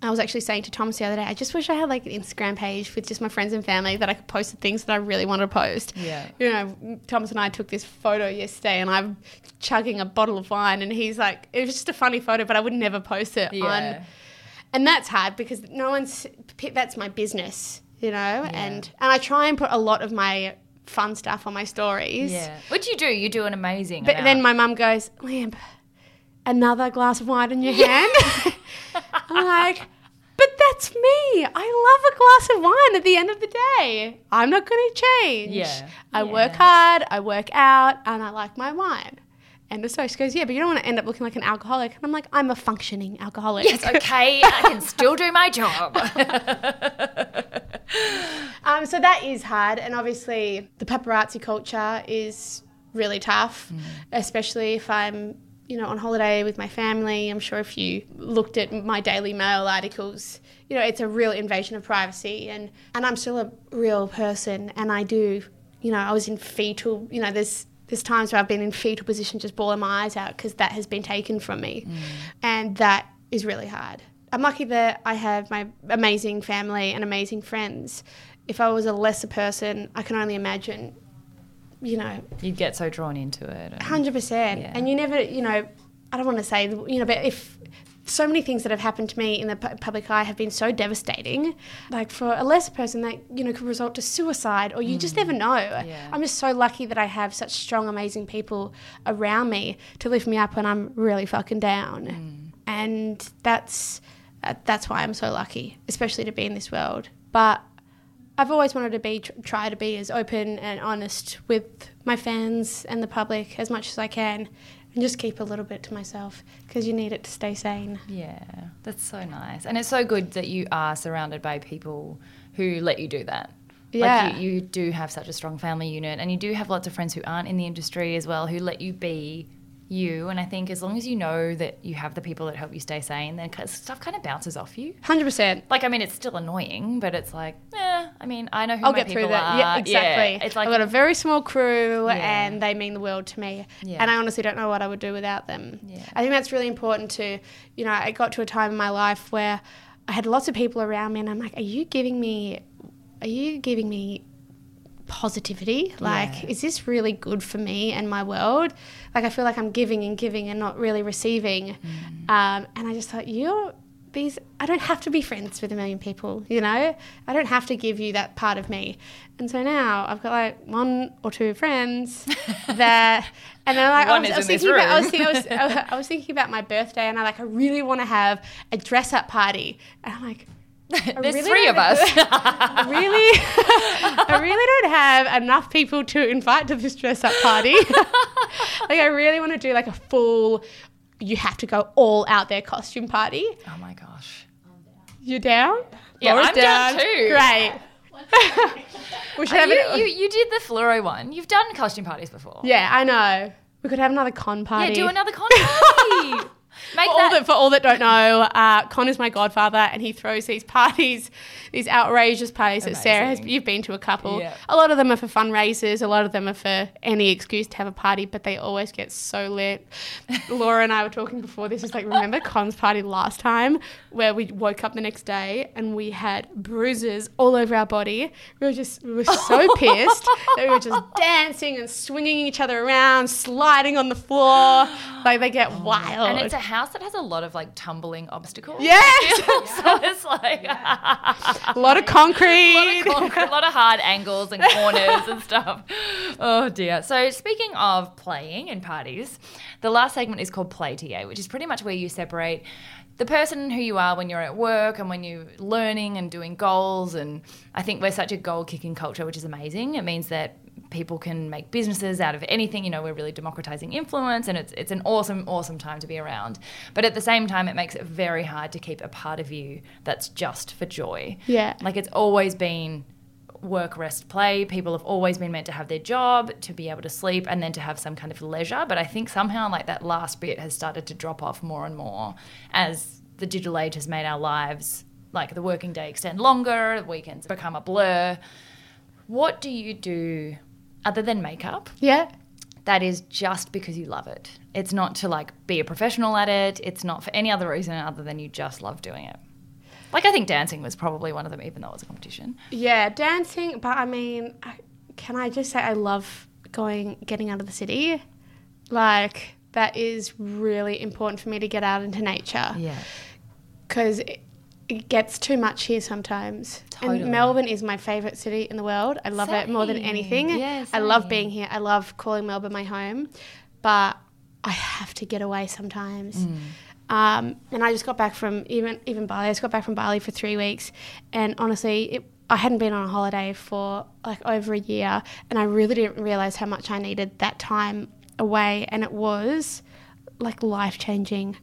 Speaker 2: I was actually saying to Thomas the other day, I just wish I had like an Instagram page with just my friends and family that I could post the things that I really want to post.
Speaker 3: Yeah.
Speaker 2: You know, Thomas and I took this photo yesterday and I'm chugging a bottle of wine and he's like, it was just a funny photo, but I would never post it
Speaker 3: Yeah.
Speaker 2: on. And that's hard because no one's, p- that's my business, you know? And, and I try and put a lot of my fun stuff on my stories.
Speaker 3: yeah which you do you do an amazing
Speaker 2: But
Speaker 3: amount.
Speaker 2: then my mum goes, Liam, another glass of wine in your hand. <laughs> I'm like, but that's me. I love a glass of wine at the end of the day. I'm not going to change.
Speaker 3: Yeah.
Speaker 2: I work
Speaker 3: Yeah.
Speaker 2: hard, I work out, and I like my wine. And the host goes, yeah, but you don't want to end up looking like an alcoholic. And I'm like, I'm a functioning alcoholic. <laughs>
Speaker 3: it's okay i can still do my job
Speaker 2: Um, so that is hard, and obviously the paparazzi culture is really tough, especially if I'm, you know, on holiday with my family. I'm sure if you looked at my Daily Mail articles, you know, it's a real invasion of privacy, and and I'm still a real person, and I do, you know, I was in fetal, you know, there's there's times where I've been in fetal position, just bawling my eyes out because that has been taken from me, and that is really hard. I'm lucky that I have my amazing family and amazing friends if I was a lesser person, I can only imagine, you know,
Speaker 3: You'd get so drawn into it. and-
Speaker 2: hundred percent.
Speaker 3: Yeah.
Speaker 2: And you never, you know, I don't want to say, you know, but if so many things that have happened to me in the pu- public eye have been so devastating, like for a lesser person, that you know could result to suicide, or you just never know. I'm just so lucky that I have such strong, amazing people around me to lift me up when I'm really fucking down, and that's uh, that's why I'm so lucky, especially to be in this world. But I've always wanted to be tr- try to be as open and honest with my fans and the public as much as I can, and just keep a little bit to myself because you need it to stay sane.
Speaker 3: Yeah, that's so nice. And it's so good that you are surrounded by people who let you do that.
Speaker 2: Yeah.
Speaker 3: Like you, you do have such a strong family unit, and you do have lots of friends who aren't in the industry as well who let you be you. And I think as long as you know that you have the people that help you stay sane, then ki- stuff kind of bounces off you.
Speaker 2: Hundred percent.
Speaker 3: Like, I mean, it's still annoying, but it's like, eh, I mean, I know who
Speaker 2: I'll
Speaker 3: my
Speaker 2: get
Speaker 3: people
Speaker 2: through that.
Speaker 3: are.
Speaker 2: Yeah, exactly.
Speaker 3: It's like,
Speaker 2: I've got a very small crew,
Speaker 3: Yeah.
Speaker 2: and they mean the world to me.
Speaker 3: Yeah.
Speaker 2: And I honestly don't know what I would do without them.
Speaker 3: Yeah.
Speaker 2: I think that's really important to, you know, I got to a time in my life where I had lots of people around me, and I'm like, are you giving me, are you giving me positivity? Like,
Speaker 3: Yeah.
Speaker 2: is this really good for me and my world? Like, I feel like I'm giving and giving and not really receiving.
Speaker 3: Mm.
Speaker 2: Um, and I just thought, you're these, I don't have to be friends with a million people, you know? I don't have to give you that part of me. And so now I've got like one or two
Speaker 3: <laughs>
Speaker 2: friends that, and then like, I
Speaker 3: One
Speaker 2: was,
Speaker 3: is
Speaker 2: I was
Speaker 3: in this
Speaker 2: thinking about, I was,
Speaker 3: room.
Speaker 2: thinking, I, was, I,
Speaker 3: <laughs>
Speaker 2: was thinking about my birthday and I like, I really want to have a dress up party. And I'm like, I
Speaker 3: <laughs> there's
Speaker 2: really
Speaker 3: three of
Speaker 2: <laughs> don't-
Speaker 3: us. <laughs>
Speaker 2: I really, <laughs> I really don't have enough people to invite to this dress up party. <laughs> like, I really want to do like a full, you have to go all out there costume party.
Speaker 3: oh my gosh.
Speaker 2: You down?
Speaker 3: Yeah, I'm down too.
Speaker 2: Great. <laughs> we should have
Speaker 3: you,
Speaker 2: it.
Speaker 3: you, you did the fluoro one. You've done costume parties before.
Speaker 2: yeah, I know. We could have another con party.
Speaker 3: Yeah, do
Speaker 2: <laughs>
Speaker 3: another con party. Make
Speaker 2: For all, that, for all that don't know, uh, Con is my godfather, and he throws these parties, these outrageous parties that Sarah has.
Speaker 3: Amazing.
Speaker 2: You've been to a couple.
Speaker 3: Yeah.
Speaker 2: A lot of them are for fundraisers. A lot of them are for any excuse to have a party, but they always get
Speaker 3: <laughs>
Speaker 2: so lit. Laura and I were talking before this. Is like, remember Con's party last time, where we woke up the next day and we had bruises all over our body. We were just, we
Speaker 3: <laughs>
Speaker 2: were so pissed that we were just dancing and swinging each other around, sliding on the floor. Like they get wild.
Speaker 3: Oh, and it's a house that has a lot of like tumbling obstacles.
Speaker 2: <laughs> Yes!
Speaker 3: <laughs> so it's like <laughs>
Speaker 2: a lot of concrete.
Speaker 3: a, lot of, con- a lot of hard angles and corners and stuff. Oh dear. So speaking of playing and parties, the last segment is called Play TA, which is pretty much where you separate the person who you are when you're at work and when you're learning and doing goals. And I think we're such a goal kicking culture, which is amazing. It means that people can make businesses out of anything. You know, we're really democratizing influence, and it's it's an awesome, awesome time to be around. But at the same time, it makes it very hard to keep a part of you that's just for joy.
Speaker 2: Yeah.
Speaker 3: Like it's always been work, rest, play. People have always been meant to have their job, to be able to sleep, and then to have some kind of leisure. But I think somehow, like that last bit has started to drop off more and more as the digital age has made our lives like the working day extend longer, weekends become a blur. What do you do other than makeup
Speaker 2: yeah.
Speaker 3: that is just because you love it? It's not to like be a professional at it, it's not for any other reason other than you just love doing it. Like, I think dancing was probably one of them, even though it was a competition.
Speaker 2: Yeah, dancing, but I mean, I, can I just say I love going getting out of the city? Like that is really important for me to get out into nature
Speaker 3: Yeah.
Speaker 2: because it, it gets too much here sometimes.
Speaker 3: Totally.
Speaker 2: And Melbourne is my favorite city in the world. I love it more than
Speaker 3: Same.
Speaker 2: anything.
Speaker 3: Yeah,
Speaker 2: I love
Speaker 3: same.
Speaker 2: being here. I love calling Melbourne my home, but I have to get away sometimes.
Speaker 3: Mm.
Speaker 2: Um, and I just got back from even even Bali. I just got back from Bali for three weeks, and honestly, it, I hadn't been on a holiday for like over a year, and I really didn't realize how much I needed that time away, and it was like life changing.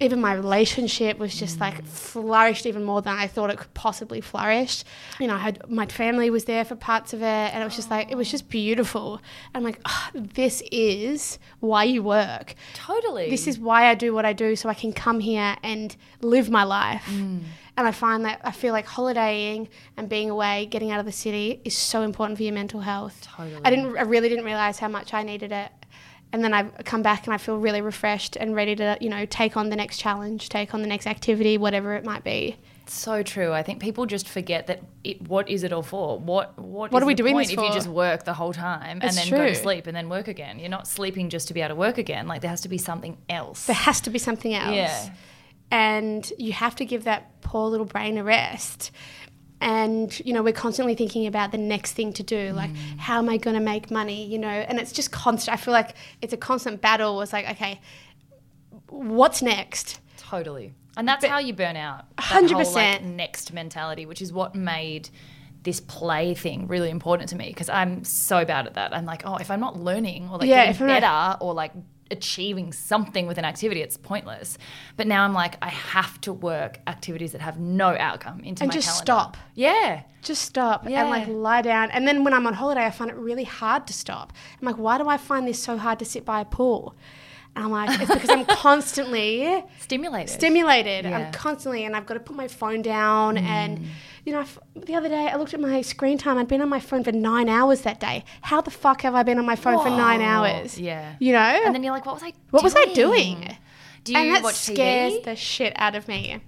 Speaker 2: Even my relationship was just like flourished even more than I thought it could possibly flourish. You know, I had my family was there for parts of it, and it was just like it was just beautiful. I'm like, "Ah, this is why you work
Speaker 3: Totally.
Speaker 2: this is why I do what I do, so I can come here and live my life. And I find that I feel like holidaying and being away, getting out of the city, is so important for your mental health.
Speaker 3: Totally.
Speaker 2: I didn't, I really didn't realize how much I needed it. And then I've come back and I feel really refreshed and ready to, you know, take on the next challenge, take on the next activity, whatever it might be.
Speaker 3: so true. I think people just forget that it, what is it all for? What what,
Speaker 2: What
Speaker 3: is
Speaker 2: are we
Speaker 3: the
Speaker 2: doing
Speaker 3: point
Speaker 2: this
Speaker 3: if
Speaker 2: for?
Speaker 3: you just work the whole time and
Speaker 2: It's
Speaker 3: then go
Speaker 2: true.
Speaker 3: to sleep and then work again? You're not sleeping just to be able to work again. Like there has to be something else.
Speaker 2: There has to be something else.
Speaker 3: Yeah.
Speaker 2: And you have to give that poor little brain a rest. And, you know, we're constantly thinking about the next thing to
Speaker 3: Mm.
Speaker 2: do. Like, how am I going to make money? You know, and it's just constant. I feel like it's a constant battle. It's like, okay, what's next?
Speaker 3: Totally. And that's how you burn out. That whole,
Speaker 2: 100%.
Speaker 3: like, next mentality, which is what made this play thing really important to me because I'm so bad at that. I'm like, oh, if I'm not learning or like
Speaker 2: Yeah,
Speaker 3: getting
Speaker 2: if I'm not-
Speaker 3: better or like achieving something with an activity, it's pointless. But now I'm like, I have to work activities that have no outcome into
Speaker 2: And
Speaker 3: my
Speaker 2: just
Speaker 3: calendar.
Speaker 2: stop.
Speaker 3: Yeah.
Speaker 2: Just stop and like
Speaker 3: Yeah.
Speaker 2: lie down. And then when I'm on holiday, I find it really hard to stop. I'm like, why do I find this so hard to sit by a pool? And I'm like,
Speaker 3: <laughs>
Speaker 2: it's because I'm constantly
Speaker 3: Stimulated.
Speaker 2: stimulated.
Speaker 3: Yeah. Mm.
Speaker 2: I'm constantly, and I've got to put my phone down. And you know, I f- the other day I looked at my screen time. I'd been on my phone for nine hours that day. How the fuck have I been on my phone for nine hours?
Speaker 3: yeah.
Speaker 2: you know.
Speaker 3: and then you're like, what was I
Speaker 2: what was I doing?
Speaker 3: Do you
Speaker 2: and that
Speaker 3: watch
Speaker 2: scares
Speaker 3: TV?
Speaker 2: the shit out of me.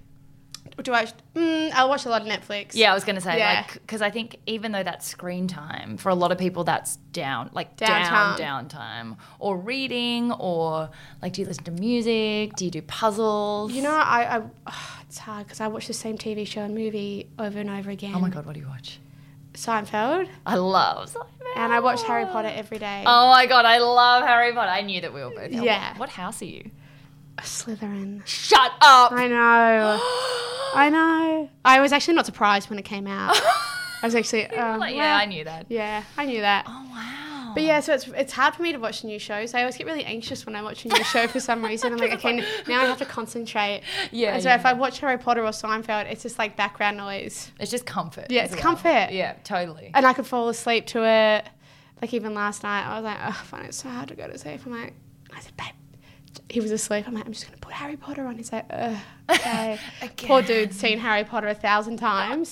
Speaker 2: Do I? Mm, I watch a lot of Netflix.
Speaker 3: Yeah, I was going to say,
Speaker 2: Yeah.
Speaker 3: like 'cause because I think even though that's screen time, for a lot of people, that's down, like
Speaker 2: Downtime.
Speaker 3: down, downtime. Or reading, or like, do you listen to music? Do you do puzzles?
Speaker 2: You know, I, I ah, it's hard because I watch the same TV show and movie over and over again.
Speaker 3: oh my God, what do you watch?
Speaker 2: Seinfeld,
Speaker 3: I love Seinfeld.
Speaker 2: and I watch Harry Potter every day.
Speaker 3: Oh my God, I love Harry Potter. I knew that we were both.
Speaker 2: Yeah.
Speaker 3: What, what house are you?
Speaker 2: Slytherin.
Speaker 3: Shut <gasps> up.
Speaker 2: I know. I know. I was actually not surprised when it
Speaker 3: <laughs>
Speaker 2: came out. I was actually,
Speaker 3: You were
Speaker 2: um,
Speaker 3: like, yeah,
Speaker 2: well,
Speaker 3: I knew that.
Speaker 2: Yeah, I knew that.
Speaker 3: Oh, wow.
Speaker 2: But yeah, so it's it's hard for me to watch new shows. I always get really anxious when I watch a new show
Speaker 3: <laughs>
Speaker 2: for some reason. I'm like, okay, now I have to concentrate.
Speaker 3: Yeah,
Speaker 2: And so
Speaker 3: yeah.
Speaker 2: if I watch Harry Potter or Seinfeld, it's just like background noise,
Speaker 3: It's just comfort.
Speaker 2: Yeah,
Speaker 3: as
Speaker 2: it's comfort.
Speaker 3: Yeah, totally.
Speaker 2: and I could fall asleep to it. Like even last night, I was like, oh, I find it so hard to go to sleep. I'm like, I said, babe. He was asleep. I'm like, I'm just gonna put Harry Potter on. He's like, Ugh,
Speaker 3: <laughs>
Speaker 2: okay. Poor dude's seen Harry Potter a thousand times.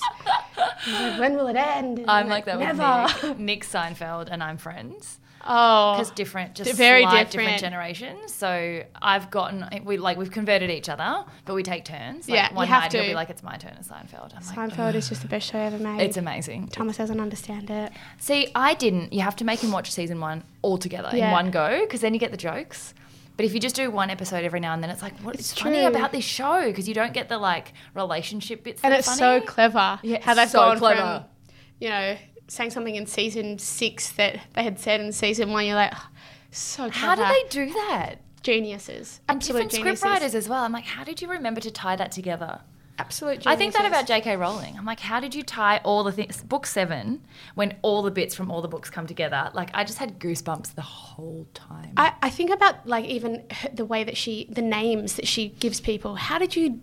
Speaker 2: He's like, when will it end? And
Speaker 3: I'm like that
Speaker 2: never.
Speaker 3: with Nick. Nick Seinfeld and I'm friends.
Speaker 2: <laughs>
Speaker 3: <laughs>
Speaker 2: Oh,
Speaker 3: because different, just
Speaker 2: very
Speaker 3: very different.
Speaker 2: different.
Speaker 3: generations. So I've gotten we like we've converted each other, but we take turns. Like,
Speaker 2: Yeah, you
Speaker 3: one
Speaker 2: have
Speaker 3: night
Speaker 2: to.
Speaker 3: he'll be like, "It's my turn," at Seinfeld. I'm like,
Speaker 2: Seinfeld is just the best show ever made.
Speaker 3: it's amazing.
Speaker 2: Thomas doesn't understand it.
Speaker 3: See, I didn't. You have to make him watch season one all together
Speaker 2: Yeah.
Speaker 3: in one go because then you get the jokes. But if you just do one episode every now and then, it's like what's
Speaker 2: It's
Speaker 3: funny
Speaker 2: true.
Speaker 3: about this show because you don't get the like relationship bits.
Speaker 2: And
Speaker 3: that are
Speaker 2: it's so
Speaker 3: funny.
Speaker 2: clever
Speaker 3: Yeah,
Speaker 2: how they've
Speaker 3: so
Speaker 2: gone
Speaker 3: clever.
Speaker 2: from, you know, saying something in season six that they had said in season one. You're like, "Oh, so
Speaker 3: How
Speaker 2: clever.
Speaker 3: do they do that?
Speaker 2: Geniuses.
Speaker 3: And
Speaker 2: Absolute
Speaker 3: different
Speaker 2: geniuses.
Speaker 3: script writers as well. I'm like, how did you remember to tie that together?
Speaker 2: Absolute geniuses.
Speaker 3: I think that about J.K. Rowling. I'm like, how did you tie all the things? Book seven, when all the bits from all the books come together, like I just had goosebumps the whole time.
Speaker 2: I, I think about like even her- the way that she, the names that she gives people. How did you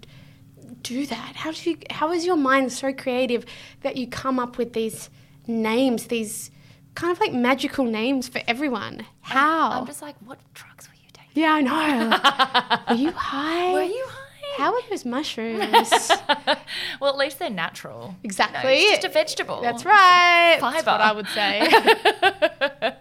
Speaker 2: do that? How did you? How is your mind so creative that you come up with these names, these kind of like magical names for everyone? How?
Speaker 3: I'm just like, what drugs were you taking?
Speaker 2: yeah, I know.
Speaker 3: <laughs>
Speaker 2: Were you high?
Speaker 3: Were you high?
Speaker 2: How are
Speaker 3: <laughs>
Speaker 2: those mushrooms?
Speaker 3: well, at least they're natural.
Speaker 2: exactly.
Speaker 3: No, it's just a vegetable.
Speaker 2: That's right.
Speaker 3: Fiber.
Speaker 2: That's what I would say.
Speaker 3: <laughs>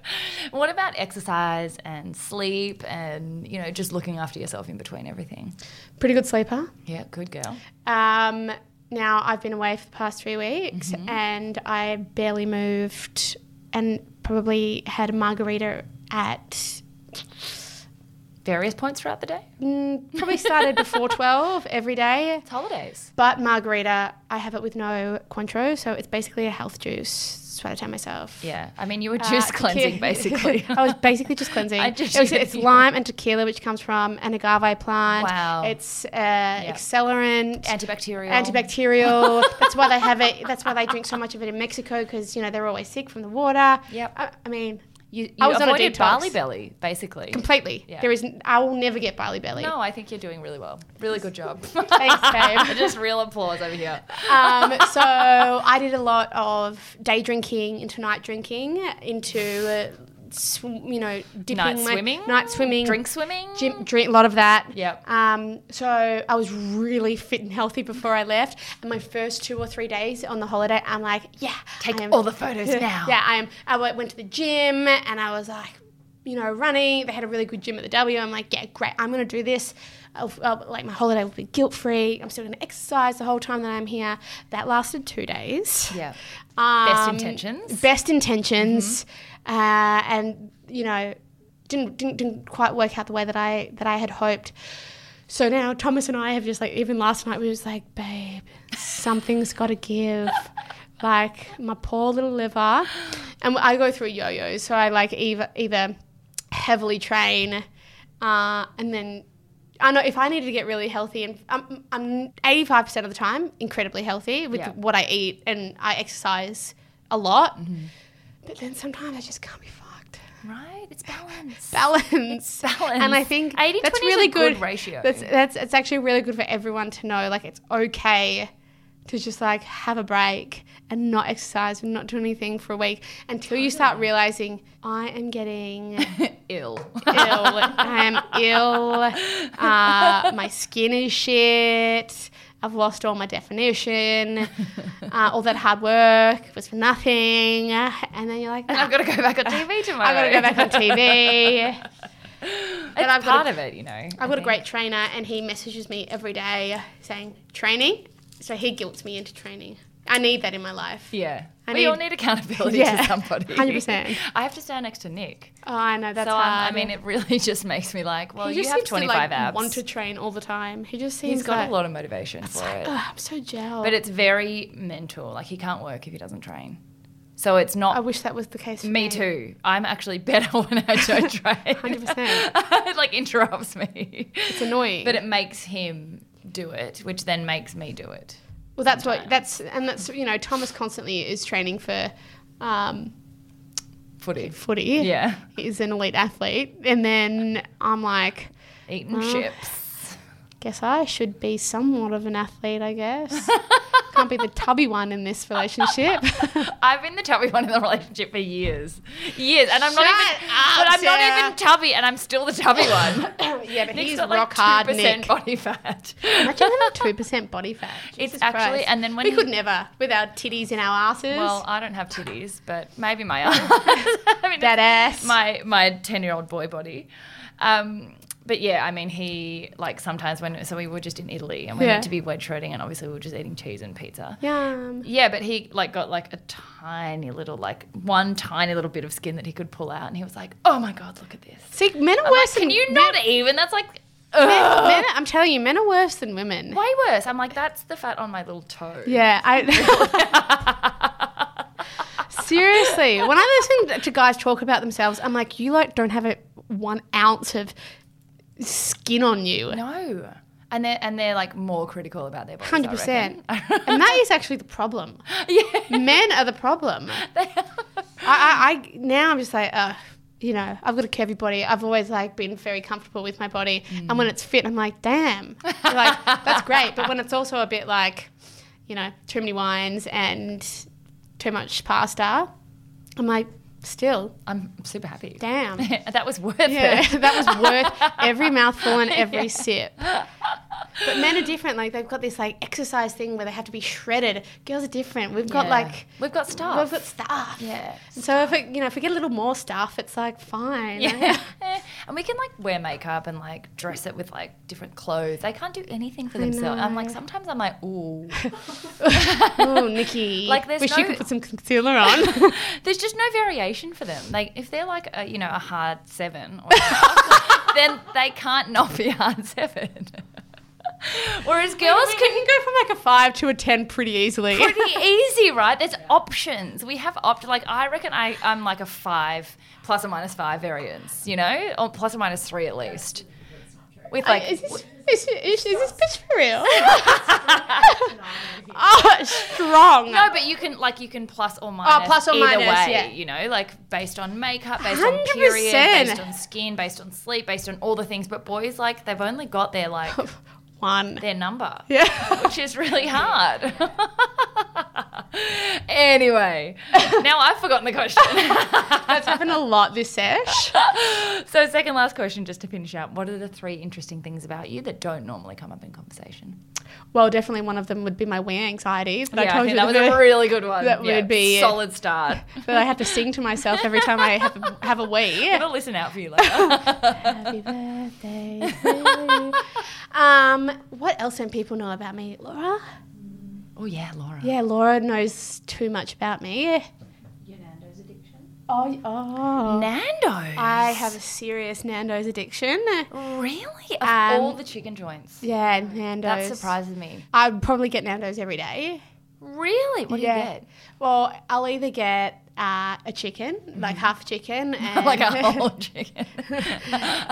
Speaker 3: What about exercise and sleep and you know just looking after yourself in between everything?
Speaker 2: Pretty good sleeper.
Speaker 3: Yeah, good girl.
Speaker 2: Um, now I've been away for the past three weeks
Speaker 3: Mm-hmm.
Speaker 2: and I barely moved and probably had a margarita at
Speaker 3: Various points throughout the day.
Speaker 2: mm, probably
Speaker 3: <laughs>
Speaker 2: started before 12 every day.
Speaker 3: It's holidays.
Speaker 2: But margarita, I have it with no Cointreau, so it's basically a health juice. That's what I tell myself.
Speaker 3: Yeah, I mean you were
Speaker 2: Uh,
Speaker 3: juice <laughs>
Speaker 2: tequila- <laughs>
Speaker 3: cleansing basically.
Speaker 2: I was
Speaker 3: <laughs>
Speaker 2: basically just cleansing.
Speaker 3: I just-
Speaker 2: it
Speaker 3: <laughs>
Speaker 2: was, it's lime and tequila, which comes from an agave plant.
Speaker 3: Wow.
Speaker 2: It's uh, accelerant,
Speaker 3: antibacterial. <laughs>
Speaker 2: antibacterial. that's why they have it. That's why they drink so much of it in Mexico because you know they're always sick from the water.
Speaker 3: Yep.
Speaker 2: I, I mean,
Speaker 3: You, you
Speaker 2: I was on a
Speaker 3: avoided
Speaker 2: detox.
Speaker 3: barley belly, basically.
Speaker 2: completely.
Speaker 3: Yeah.
Speaker 2: There is. n- I will never get barley belly.
Speaker 3: No, I think you're doing really well. Really good
Speaker 2: <laughs>
Speaker 3: job. <laughs>
Speaker 2: Thanks, babe.
Speaker 3: Just real applause over here.
Speaker 2: um, so I did a lot of day drinking into night drinking into. Uh, sw- you know, dipping
Speaker 3: Night
Speaker 2: my-
Speaker 3: swimming.
Speaker 2: night swimming,
Speaker 3: Drink swimming.
Speaker 2: gym, drink a lot of that.
Speaker 3: Yep.
Speaker 2: Um, so I was really fit and healthy before I left, and my first two or three days on the holiday, I'm like, yeah,
Speaker 3: Take
Speaker 2: I am- <laughs>
Speaker 3: all the photos now.
Speaker 2: Yeah, I am. I went went to the gym, and I was like. you know, running. They had a really good gym at the W. I'm like, yeah, great. I'm going to do this. I'll, I'll- like, my holiday will be guilt free. I'm still going to exercise the whole time that I'm here. That lasted two days.
Speaker 3: Yeah.
Speaker 2: Um,
Speaker 3: intentions.
Speaker 2: Best intentions, uh, and you know, didn't, didn't didn't quite work out the way that I that I had hoped. So now Thomas and I have just like even last night we was like, babe, something's got to give. <laughs> like my poor little liver, and I go through yo-yos. So I like either either heavily train, uh, and then. I know if I needed to get really healthy, and um, I'm, I'm 85% of the time incredibly healthy with
Speaker 3: Yeah.
Speaker 2: what I eat, and I exercise a lot.
Speaker 3: Mm-hmm.
Speaker 2: But then sometimes I just can't be fucked.
Speaker 3: Right? It's
Speaker 2: <laughs>
Speaker 3: balance.
Speaker 2: Balance.
Speaker 3: balance.
Speaker 2: And I think
Speaker 3: 80-20
Speaker 2: that's
Speaker 3: is a
Speaker 2: really
Speaker 3: good
Speaker 2: good,
Speaker 3: ratio.
Speaker 2: That's that's it's actually really good for everyone to know. Like it's okay to just like have a break and not exercise and not do anything for a week until you start realizing I am getting ill. <laughs>
Speaker 3: Ill. <laughs>
Speaker 2: I am ill. Uh, my skin is shit. I've lost all my definition. Uh, all that hard work was for nothing. And then you're like,
Speaker 3: and <laughs>
Speaker 2: "Nah,
Speaker 3: I've got to go back on
Speaker 2: <laughs>
Speaker 3: TV tomorrow.
Speaker 2: I gotta go back on TV.
Speaker 3: <laughs> It's part
Speaker 2: I've got a-
Speaker 3: of it, you know. I
Speaker 2: I've got a
Speaker 3: think.
Speaker 2: great trainer, and he messages me every day saying training. So he guilts me into training. I need that in my life.
Speaker 3: Yeah.
Speaker 2: I
Speaker 3: we all
Speaker 2: need-
Speaker 3: need accountability to
Speaker 2: <laughs> Yeah,
Speaker 3: somebody.
Speaker 2: 100%.
Speaker 3: <laughs> I have to stand next to Nick.
Speaker 2: Oh, I know that's
Speaker 3: so um,
Speaker 2: hard.
Speaker 3: I mean, it really <laughs> just makes me like, well,
Speaker 2: he
Speaker 3: you
Speaker 2: just
Speaker 3: have
Speaker 2: seems
Speaker 3: 25
Speaker 2: to like
Speaker 3: abs.
Speaker 2: want to train all the time. He just seems
Speaker 3: He's got
Speaker 2: like,
Speaker 3: a lot of motivation for it.
Speaker 2: Oh, I'm so jealous.
Speaker 3: But it's very mental. Like, he can't work if he doesn't train. So it's not
Speaker 2: I wish that was the case. For
Speaker 3: Me too. I'm actually better <laughs> when I don't train.
Speaker 2: 100%.
Speaker 3: it <laughs> like interrupts
Speaker 2: <laughs>
Speaker 3: me.
Speaker 2: It's annoying.
Speaker 3: But it makes him do it, which then makes me do it.
Speaker 2: Well, that's what that's and that's you know Thomas constantly is training for um,
Speaker 3: Footy.
Speaker 2: footy.
Speaker 3: Yeah.
Speaker 2: he's an elite athlete, and then I'm like.
Speaker 3: Eating
Speaker 2: Well,
Speaker 3: chips. <laughs>
Speaker 2: Guess I should be somewhat of an athlete, I
Speaker 3: <laughs>
Speaker 2: guess. Can't be the tubby one in this relationship. <laughs>
Speaker 3: <laughs> I've been the chubby one in the relationship for years. Years. And I'm not
Speaker 2: Shut
Speaker 3: even
Speaker 2: up,
Speaker 3: but I'm not
Speaker 2: Sarah.
Speaker 3: even chubby and I'm still the chubby one.
Speaker 2: yeah, <laughs> but
Speaker 3: Nick's
Speaker 2: he's
Speaker 3: got like
Speaker 2: rock hard,
Speaker 3: 2%
Speaker 2: Nick.
Speaker 3: body fat.
Speaker 2: Imagine having
Speaker 3: <laughs>
Speaker 2: two percent body fat.
Speaker 3: It's
Speaker 2: Jesus
Speaker 3: actually-
Speaker 2: Christ.
Speaker 3: and then when
Speaker 2: we
Speaker 3: he-
Speaker 2: could never with our titties in our asses.
Speaker 3: Well, I don't have titties, but maybe my
Speaker 2: <laughs>
Speaker 3: arms. <laughs> I mean,
Speaker 2: That ass.
Speaker 3: My my ten year old boy body. Um, but yeah, I mean, he like sometimes when so we were just in Italy and we
Speaker 2: Yeah.
Speaker 3: went to be wed shredding and obviously we were just eating cheese and pizza.
Speaker 2: Yum.
Speaker 3: Yeah, but he like got like a tiny little like one tiny little bit of skin that he could pull out, and he was like, "Oh my god, look at this!"
Speaker 2: See, men are
Speaker 3: I'm like,
Speaker 2: worse
Speaker 3: Can
Speaker 2: than
Speaker 3: you not even? That's like
Speaker 2: Men,
Speaker 3: ugh,
Speaker 2: men, I'm telling you, men are worse than women.
Speaker 3: way worse. I'm like, that's the fat on my little toe.
Speaker 2: Yeah, I. <laughs> Seriously, when I listen to guys talk about themselves, I'm like, you like don't have a one ounce of skin on you.
Speaker 3: No. And they're, and they're like more critical about their bodies. I
Speaker 2: Hundred percent,
Speaker 3: reckon. <laughs>
Speaker 2: and that is actually the problem.
Speaker 3: yeah.
Speaker 2: Men are the problem. I, I, I now I'm just like, uh, you know, I've got a curvy body. I've always like been very comfortable with my body, and when it's fit, I'm like, damn, like that's great. But when it's also a bit like, you know, too many wines and too much pasta, I'm like, still,
Speaker 3: I'm super happy.
Speaker 2: damn.
Speaker 3: <laughs> that was worth
Speaker 2: Yeah,
Speaker 3: it.
Speaker 2: that was worth every mouthful and every sip. But men are different. Like they've got this like exercise thing where they have to be shredded. Girls are different. <laughs> We've got
Speaker 3: Yeah.
Speaker 2: like
Speaker 3: we've got stuff.
Speaker 2: we've got stuff.
Speaker 3: yeah.
Speaker 2: So if it, you know if we get a little more stuff, it's like fine.
Speaker 3: <laughs> Yeah. and we can like wear makeup and like dress it with like different clothes. They can't do anything for themselves. I'm like sometimes I'm like, ooh,
Speaker 2: <laughs> oh, Nikki.
Speaker 3: Like, there's
Speaker 2: wish you
Speaker 3: no-
Speaker 2: could put some
Speaker 3: <laughs>
Speaker 2: concealer <laughs> on.
Speaker 3: there's just no variation for them. Like if they're like a, you know a hard seven, or
Speaker 2: <laughs>
Speaker 3: whatever, then they can't not be a hard seven. <laughs> Whereas girls can
Speaker 2: <laughs> can go from like a five to a ten pretty easily.
Speaker 3: pretty easy, right? There's options. We have opt like I reckon I I'm like a five plus or minus five variance, you know, or plus or minus three at least. With like,
Speaker 2: <laughs> Like, is this, is, is, is this bitch
Speaker 3: <laughs>
Speaker 2: for real? <laughs> oh, strong.
Speaker 3: no, but you can like you can plus or minus.
Speaker 2: Oh, plus or
Speaker 3: either
Speaker 2: minus,
Speaker 3: way,
Speaker 2: yeah.
Speaker 3: you know, like based on makeup, based on period,
Speaker 2: 100%.
Speaker 3: based on skin, based on sleep, based on all the things. But boys, like they've only got their
Speaker 2: <laughs>
Speaker 3: like
Speaker 2: <laughs> One.
Speaker 3: their number, <laughs>
Speaker 2: Yeah.
Speaker 3: which is really hard. <laughs>
Speaker 2: <laughs>
Speaker 3: Anyway, now I've forgotten the question.
Speaker 2: <laughs> That's happened a lot this sesh.
Speaker 3: <laughs> so, second last question, just to finish up. What are the three interesting things about you that don't normally come up in conversation?
Speaker 2: Well, definitely one of them would be my wee anxiety that I
Speaker 3: Yeah, I
Speaker 2: told
Speaker 3: think
Speaker 2: you
Speaker 3: that
Speaker 2: at
Speaker 3: was
Speaker 2: the
Speaker 3: a
Speaker 2: very-
Speaker 3: really good one.
Speaker 2: that
Speaker 3: Yeah,
Speaker 2: would be-
Speaker 3: solid start.
Speaker 2: <laughs> that I have to sing to myself every time I have a, have
Speaker 3: <laughs>
Speaker 2: a wee.
Speaker 3: I'll listen out for you
Speaker 2: <laughs>
Speaker 3: later.
Speaker 2: Happy <laughs> birthday. to you. um, what else don't people know about me, Laura?
Speaker 3: oh yeah, Laura.
Speaker 2: Yeah, Laura knows too much about me. Your Nando's addiction. Oh, oh.
Speaker 3: Nando's.
Speaker 2: I have a serious Nando's addiction.
Speaker 3: really of
Speaker 2: Um,
Speaker 3: all the chicken joints.
Speaker 2: Yeah, Nando's.
Speaker 3: That surprises me.
Speaker 2: I would probably get Nando's every day.
Speaker 3: Really? What do
Speaker 2: Yeah.
Speaker 3: you get?
Speaker 2: Well, I'll either get uh, a chicken, like half a <laughs> chicken,
Speaker 3: <laughs>
Speaker 2: and
Speaker 3: like a whole
Speaker 2: <laughs>
Speaker 3: chicken.
Speaker 2: uh,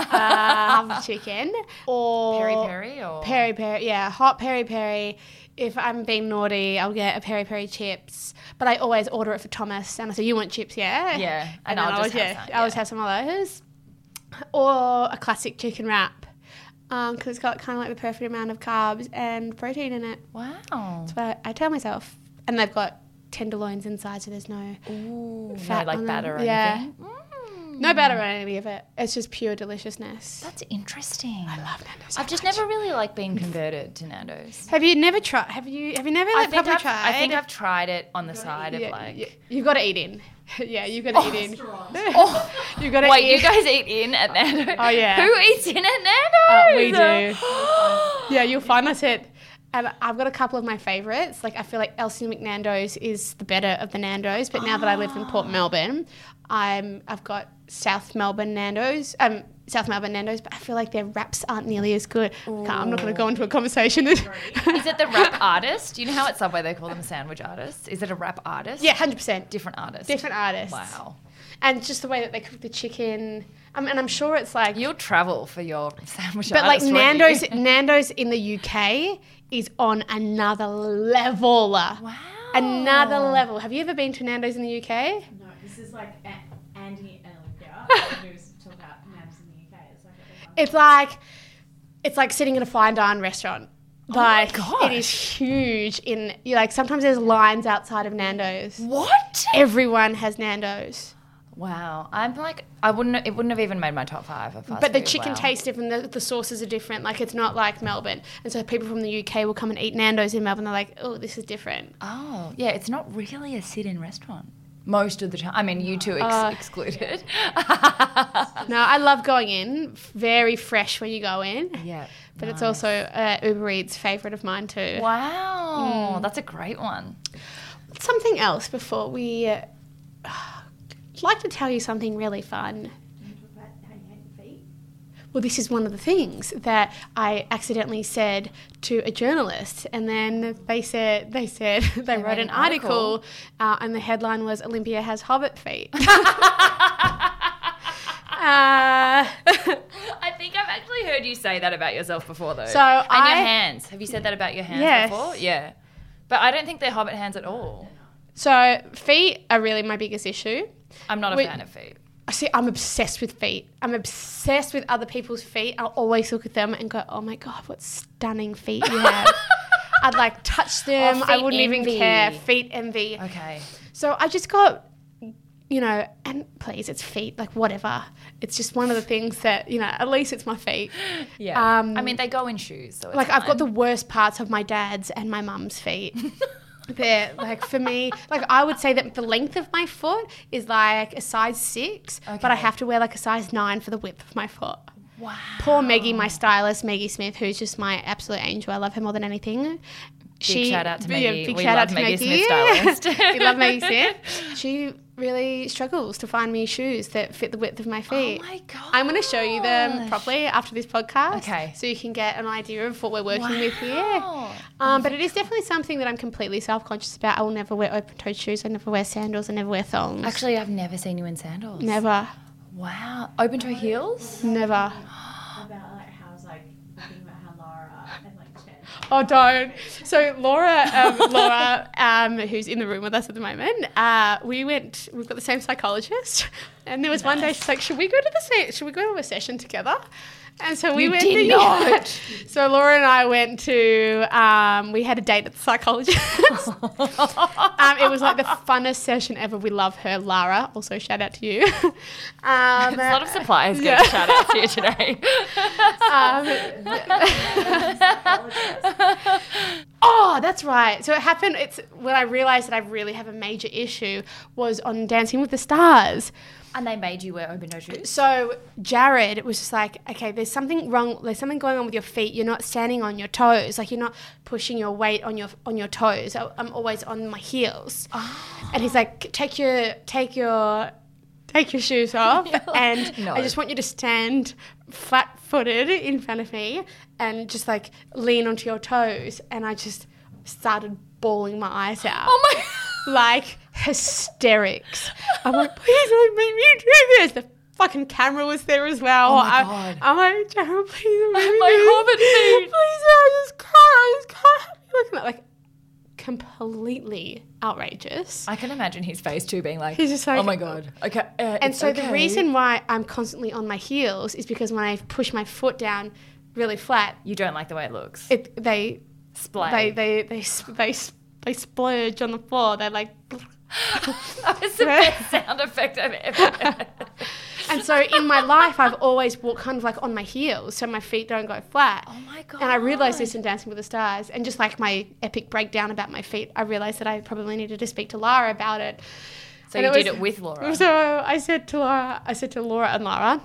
Speaker 2: half a chicken, or
Speaker 3: Peri peri or
Speaker 2: Peri peri, yeah, hot peri peri. If I'm being naughty, I'll get a peri peri chips. But I always order it for Thomas, and I say, "You want chips, yeah?"
Speaker 3: Yeah,
Speaker 2: and,
Speaker 3: and
Speaker 2: then
Speaker 3: I'll
Speaker 2: I'll,
Speaker 3: just have
Speaker 2: yeah,
Speaker 3: some,
Speaker 2: I'll just have some of those, or a classic chicken wrap, because it's got kind of like the perfect amount of carbs and protein in it.
Speaker 3: Wow.
Speaker 2: But I tell myself, and they've got tenderloins inside, so there's no
Speaker 3: Ooh,
Speaker 2: fat
Speaker 3: no, like
Speaker 2: on them.
Speaker 3: batter or
Speaker 2: Yeah.
Speaker 3: anything. Mm,
Speaker 2: no batter on any of it. It's just pure deliciousness.
Speaker 3: that's interesting.
Speaker 2: I love Nando's. so
Speaker 3: I've just
Speaker 2: much.
Speaker 3: never really like been converted to Nando's.
Speaker 2: Have you never tried? Have you? Have you never?
Speaker 3: I
Speaker 2: Like,
Speaker 3: think,
Speaker 2: probably
Speaker 3: I've,
Speaker 2: tried?
Speaker 3: I think I've tried it on the side of
Speaker 2: Yeah,
Speaker 3: like.
Speaker 2: yeah, you've got to eat in. <laughs> yeah, you've got to eat in.
Speaker 3: Oh,
Speaker 2: <laughs> you've got to
Speaker 3: Wait,
Speaker 2: eat.
Speaker 3: you guys eat in at Nando's?
Speaker 2: Oh,
Speaker 3: <laughs>
Speaker 2: yeah.
Speaker 3: Who eats in at Nando's?
Speaker 2: Uh,
Speaker 3: <gasps>
Speaker 2: we do. Uh,
Speaker 3: do.
Speaker 2: yeah, you'll find us at. And I've got a couple of my favourites. Like I feel like Elsie McNando's is the better of the Nando's, but now that I live in Port Melbourne, I'm I've got South Melbourne Nando's. Um, South Melbourne Nando's, but I feel like their wraps aren't nearly as good. I can't- I'm not going to go into a conversation. <laughs>
Speaker 3: Is it the rap artist? You know how at Subway they call them sandwich artists? Is it a rap artist?
Speaker 2: yeah, hundred percent.
Speaker 3: Different artist.
Speaker 2: Different artists.
Speaker 3: Wow.
Speaker 2: And just the way that they cook the chicken. Um, and I'm sure it's like
Speaker 3: You'll travel for your sandwich
Speaker 2: But like
Speaker 3: artist. won't you?
Speaker 2: Nando's,
Speaker 3: <laughs>
Speaker 2: Nando's in the UK is on another level.
Speaker 3: Wow.
Speaker 2: <laughs> Another level. Have you ever been to Nando's in the UK?
Speaker 5: No, this is like a- Andy and
Speaker 3: <laughs>
Speaker 5: Olivia who's talk about Nando's in the UK. It's like a
Speaker 2: It's like it's like sitting in a fine dine restaurant.
Speaker 3: Oh my
Speaker 2: Like it is huge. In you like sometimes there's lines outside of Nando's.
Speaker 3: What?
Speaker 2: Everyone has Nando's,
Speaker 3: Wow. I'm like, I wouldn't, it wouldn't have even made my top five. Of fast
Speaker 2: but the
Speaker 3: food.
Speaker 2: chicken
Speaker 3: Wow.
Speaker 2: tastes different. The, the sauces are different. Like it's not like Melbourne, and so people from the UK will come and eat Nando's in Melbourne. They're like, oh, this is different.
Speaker 3: Oh, yeah. It's not really a sit in restaurant. Most of the time. I mean, you two ex-
Speaker 2: Uh,
Speaker 3: excluded.
Speaker 2: <laughs> No, I love going in. F- Very fresh when you go in.
Speaker 3: yeah.
Speaker 2: But it's
Speaker 3: nice.
Speaker 2: also uh, Uber Eats' favourite of mine too. Mm.
Speaker 3: Wow. That's a great
Speaker 2: <laughs>
Speaker 3: one. <laughs>
Speaker 2: Something else before we uh, like to tell you something really fun. Well, this is one of the things that I accidentally said to a journalist, and then they said they said <laughs> they, wrote
Speaker 3: made
Speaker 2: an
Speaker 3: an article.
Speaker 2: article, uh, and the headline was "Olympia has hobbit <laughs> feet." uh, <laughs>
Speaker 3: I think I've actually heard you say that about yourself before, though.
Speaker 2: So
Speaker 3: and
Speaker 2: I-
Speaker 3: your hands. Have you said that about your hands
Speaker 2: Yes.
Speaker 3: before? Yeah. But I don't think they're hobbit hands at all.
Speaker 2: So feet are really my biggest issue.
Speaker 3: I'm not a
Speaker 2: Wait.
Speaker 3: fan of feet.
Speaker 2: I See, I'm obsessed with feet. I'm obsessed with other people's feet. I'll always look at them and go, "Oh my god, what stunning feet you have!"
Speaker 3: <laughs>
Speaker 2: I'd like touch them. I
Speaker 3: Oh, feet
Speaker 2: wouldn't even
Speaker 3: envy.
Speaker 2: care. Feet envy.
Speaker 3: Okay.
Speaker 2: So I just got, you know, and please, it's feet. Like whatever. It's just one of the things that you know. At least it's my feet.
Speaker 3: Yeah.
Speaker 2: Um,
Speaker 3: I mean, they go in shoes. So it's
Speaker 2: Like I've got
Speaker 3: fine.
Speaker 2: the worst parts of my dad's and my
Speaker 3: <laughs>
Speaker 2: mum's feet. They're like for me, like I would say that the length of my foot is like a size six, but I
Speaker 3: Okay.
Speaker 2: have to wear like a size nine for the width of my foot.
Speaker 3: Wow.
Speaker 2: Poor Maggie, my stylist, Maggie Smith, who's just my absolute angel. I love her more than anything.
Speaker 3: Big shout out to
Speaker 2: yeah,
Speaker 3: Maggie.
Speaker 2: big
Speaker 3: we
Speaker 2: shout
Speaker 3: love
Speaker 2: out to
Speaker 3: Maggie,
Speaker 2: Maggie.
Speaker 3: Smith stylist.
Speaker 2: <laughs> we
Speaker 3: <laughs>
Speaker 2: love Maggie Smith. She really struggles to find me shoes that fit the width of my
Speaker 3: Oh
Speaker 2: feet.
Speaker 3: my god.
Speaker 2: I'm going to show you them properly after this podcast.
Speaker 3: Oh Okay.
Speaker 2: So you can get an idea of what we're working with here.
Speaker 3: Wow.
Speaker 2: Um, but it is definitely something that I'm completely self conscious about. I will never wear open toed shoes. I never wear sandals. I never wear thongs.
Speaker 3: Actually, I've never seen you in sandals.
Speaker 2: never.
Speaker 3: Wow. Open toe heels?
Speaker 2: Never.
Speaker 5: fun about like how I was like thinking about how Laura and like Chen.
Speaker 2: Oh, don't. So Laura, um, <laughs> Laura, um, who's in the room with us at the moment, uh, we went. We've got the same psychologist, and there was one day she's like, "Should we go to the se- Should we go to a session together?" And so we
Speaker 3: You
Speaker 2: went
Speaker 3: did
Speaker 2: to-
Speaker 3: not.
Speaker 2: <laughs> so Laura and I went to um, we had a date at
Speaker 3: <laughs>
Speaker 2: the psychologist. um, it was like the funnest session ever. We love her, Lara. Also shout out to you. <laughs> um,
Speaker 3: a lot of suppliers getting shout outs here
Speaker 2: <laughs>
Speaker 3: today.
Speaker 2: Um, Oh, that's right. So it happened. It's when I realized that I really have a major issue was on Dancing with the Stars.
Speaker 3: and they made you wear open toe shoes.
Speaker 2: So Jared was just like, okay, there's something wrong. There's something going on with your feet. You're not standing on your toes. Like you're not pushing your weight on your on your toes. I- I'm always on my heels.
Speaker 3: Ah.
Speaker 2: And he's like, take your take your take your shoes off, and
Speaker 3: <laughs> No.
Speaker 2: I just want you to stand flat footed in front of me and just like lean onto your toes. And I just started bawling my eyes out
Speaker 3: Oh my <laughs>
Speaker 2: like hysterics. I'm like, please don't make me do this. The fucking camera was there as well.
Speaker 3: Oh my
Speaker 2: I,
Speaker 3: God.
Speaker 2: I'm like, Jared, please don't make me
Speaker 3: My
Speaker 2: do this.
Speaker 3: hobbit feet.
Speaker 2: Please, I just can't. I just can't. Looking at like completely outrageous.
Speaker 3: I can imagine his face too being like,
Speaker 2: He's just like-
Speaker 3: oh my God. Okay. uh,
Speaker 2: and
Speaker 3: it's
Speaker 2: so
Speaker 3: okay.
Speaker 2: the reason why I'm constantly on my heels is because when I push my foot down really flat,
Speaker 3: you don't like the way it looks.
Speaker 2: it they
Speaker 3: Splay.
Speaker 2: they they they sp- they sp- they splurge on the floor. They're like.
Speaker 3: <laughs> that was
Speaker 2: <laughs>
Speaker 3: the best sound effect I've ever heard.
Speaker 2: And so in my life, I've always walked kind of like on my heels, so my feet don't go flat.
Speaker 3: Oh my God.
Speaker 2: And I realized this in Dancing with the Stars, and just like my epic breakdown about my feet, I realized that I probably needed to speak to Lara about it.
Speaker 3: So
Speaker 2: And
Speaker 3: you
Speaker 2: it
Speaker 3: did
Speaker 2: was-
Speaker 3: it with Laura.
Speaker 2: So I said to Laura, I said to Laura and Lara,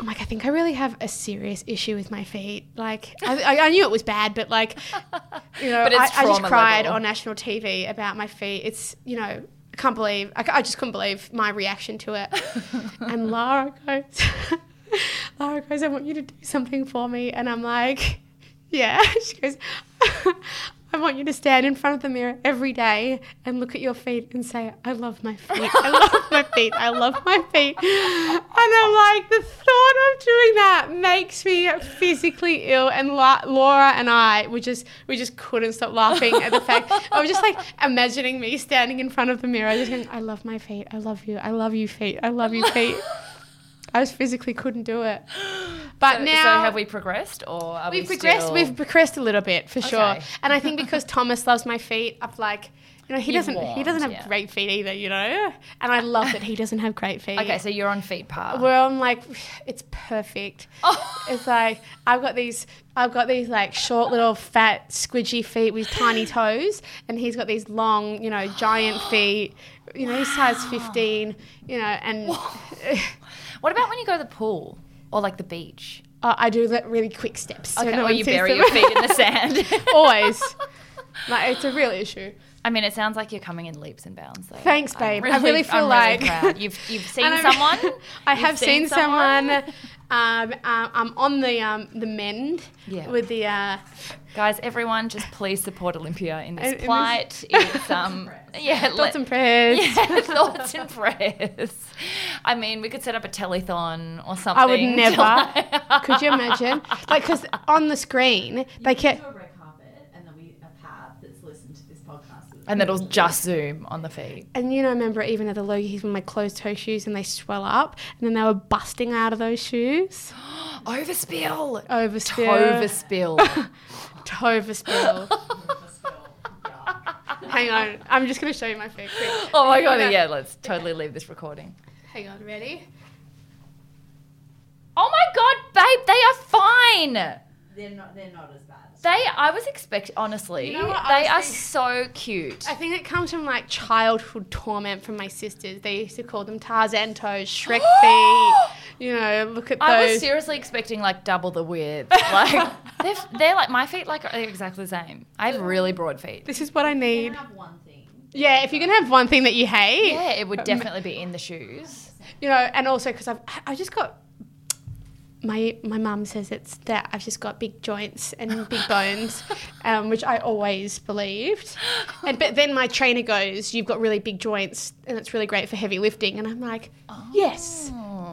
Speaker 2: I'm like, I think I really have a serious issue with my feet. Like, I, I, I knew it was bad,
Speaker 3: <laughs>
Speaker 2: but like, you know,
Speaker 3: But it's
Speaker 2: I, I just
Speaker 3: trauma
Speaker 2: cried
Speaker 3: level.
Speaker 2: on national TV about my feet. It's, you know, I can't believe, I, c- I just couldn't believe my reaction
Speaker 3: <laughs>
Speaker 2: to it. and Lara goes, <laughs> Lara goes, I want you to do something for me. And I'm like, yeah. <laughs> She goes, I want you to stand in front of the mirror every day and look at your feet and say, I love my feet. I love my feet. I love my feet. And I'm like, the thought of doing that makes me physically ill. And La- Laura and I, we just, we just couldn't stop laughing at the fact. I was just like imagining me standing in front of the mirror, just going, I love my feet. I love you. I love you, feet. I love you,
Speaker 3: <laughs>
Speaker 2: feet. I just physically couldn't do it. But
Speaker 3: So,
Speaker 2: now
Speaker 3: so have we progressed or are
Speaker 2: we've
Speaker 3: we
Speaker 2: progressed.
Speaker 3: still-
Speaker 2: We've progressed a little bit for sure.
Speaker 3: Okay.
Speaker 2: And I
Speaker 3: <laughs>
Speaker 2: think because Thomas loves my feet, I've like, you know, he
Speaker 3: You've
Speaker 2: doesn't. he
Speaker 3: warmed,
Speaker 2: doesn't have
Speaker 3: yeah.
Speaker 2: great feet either, you know. And I love that he doesn't have great feet.
Speaker 3: Okay, so you're on feet par.
Speaker 2: Where I'm like, it's
Speaker 3: <laughs>
Speaker 2: perfect.
Speaker 3: Oh.
Speaker 2: It's like I've got these, I've got these like short little fat squidgy feet with tiny toes, and he's got these long, you know,
Speaker 3: <gasps>
Speaker 2: giant feet. You know, he's size 15. You know, and <laughs>
Speaker 3: What about when you go to the pool or like the beach?
Speaker 2: uh, I do like really quick steps.
Speaker 3: Okay,
Speaker 2: no
Speaker 3: or
Speaker 2: one
Speaker 3: you
Speaker 2: sees
Speaker 3: bury
Speaker 2: them.
Speaker 3: your feet in
Speaker 2: <laughs>
Speaker 3: the sand.
Speaker 2: Always. Like it's a real issue.
Speaker 3: I mean, it sounds like you're coming in leaps and bounds. Though.
Speaker 2: Thanks,
Speaker 3: I'm
Speaker 2: babe. I really feel
Speaker 3: I'm really
Speaker 2: like-
Speaker 3: proud. you've
Speaker 2: <laughs>
Speaker 3: you've seen
Speaker 2: And I'm-
Speaker 3: someone.
Speaker 2: I
Speaker 3: You've
Speaker 2: have seen,
Speaker 3: seen
Speaker 2: someone.
Speaker 3: someone.
Speaker 2: <laughs> Um, um, I'm on the um, the mend
Speaker 3: Yeah.
Speaker 2: with the uh,
Speaker 3: Guys, everyone, just please support Olympia in
Speaker 2: In-
Speaker 3: this
Speaker 2: in this-
Speaker 3: plight.
Speaker 2: <laughs>
Speaker 3: It's um, yeah,
Speaker 2: thoughts
Speaker 3: let-
Speaker 2: and prayers.
Speaker 3: yeah, <laughs> thoughts and prayers. I mean, we could set up a telethon or something.
Speaker 2: I would never.
Speaker 3: to-
Speaker 2: <laughs> Could you imagine? Like, because on
Speaker 3: <laughs>
Speaker 2: the screen they
Speaker 5: Get
Speaker 2: kept.
Speaker 5: to a red carpet and there'll be a pad that's listened to this podcast. with
Speaker 3: and it'll just zoom on the feet.
Speaker 2: And you know, remember even at the Logies when my closed toe shoes and they swell up, and then they were busting out of those shoes.
Speaker 3: <gasps>
Speaker 2: <gasps>
Speaker 3: Overspill.
Speaker 2: Overspill.
Speaker 3: Overspill.
Speaker 2: Toverspill.
Speaker 5: the spill. Yeah.
Speaker 2: Hang on, I'm just gonna show you my feet. quick.
Speaker 3: <laughs> oh my god! Yeah, let's totally leave this recording.
Speaker 2: Hang on, ready?
Speaker 3: Oh my god, babe, they are fine.
Speaker 5: They're not. They're not as bad.
Speaker 3: They, I was expect honestly,
Speaker 2: You know what, I
Speaker 3: they are
Speaker 2: was think-
Speaker 3: so cute.
Speaker 2: I think it comes from like childhood torment from my sisters. They used to call them Tarzan toes, <gasps> Shrek feet. You know, look at
Speaker 3: I was
Speaker 2: those.
Speaker 3: seriously expecting like double the <laughs> width. Like they're, they're like my feet like are exactly the same. I have really broad <laughs> feet.
Speaker 2: this is what I
Speaker 5: You
Speaker 2: need.
Speaker 5: can have one thing.
Speaker 2: Yeah, if you're gonna have one thing that you hate,
Speaker 3: Yeah, it would definitely be in the shoes.
Speaker 2: you know, and also because I've I just got my my mum says it's that I've just got big joints and big bones, um, which I always believed. And but then my trainer goes, "You've got really big joints, and it's really great for heavy lifting." And I'm like, "Yes,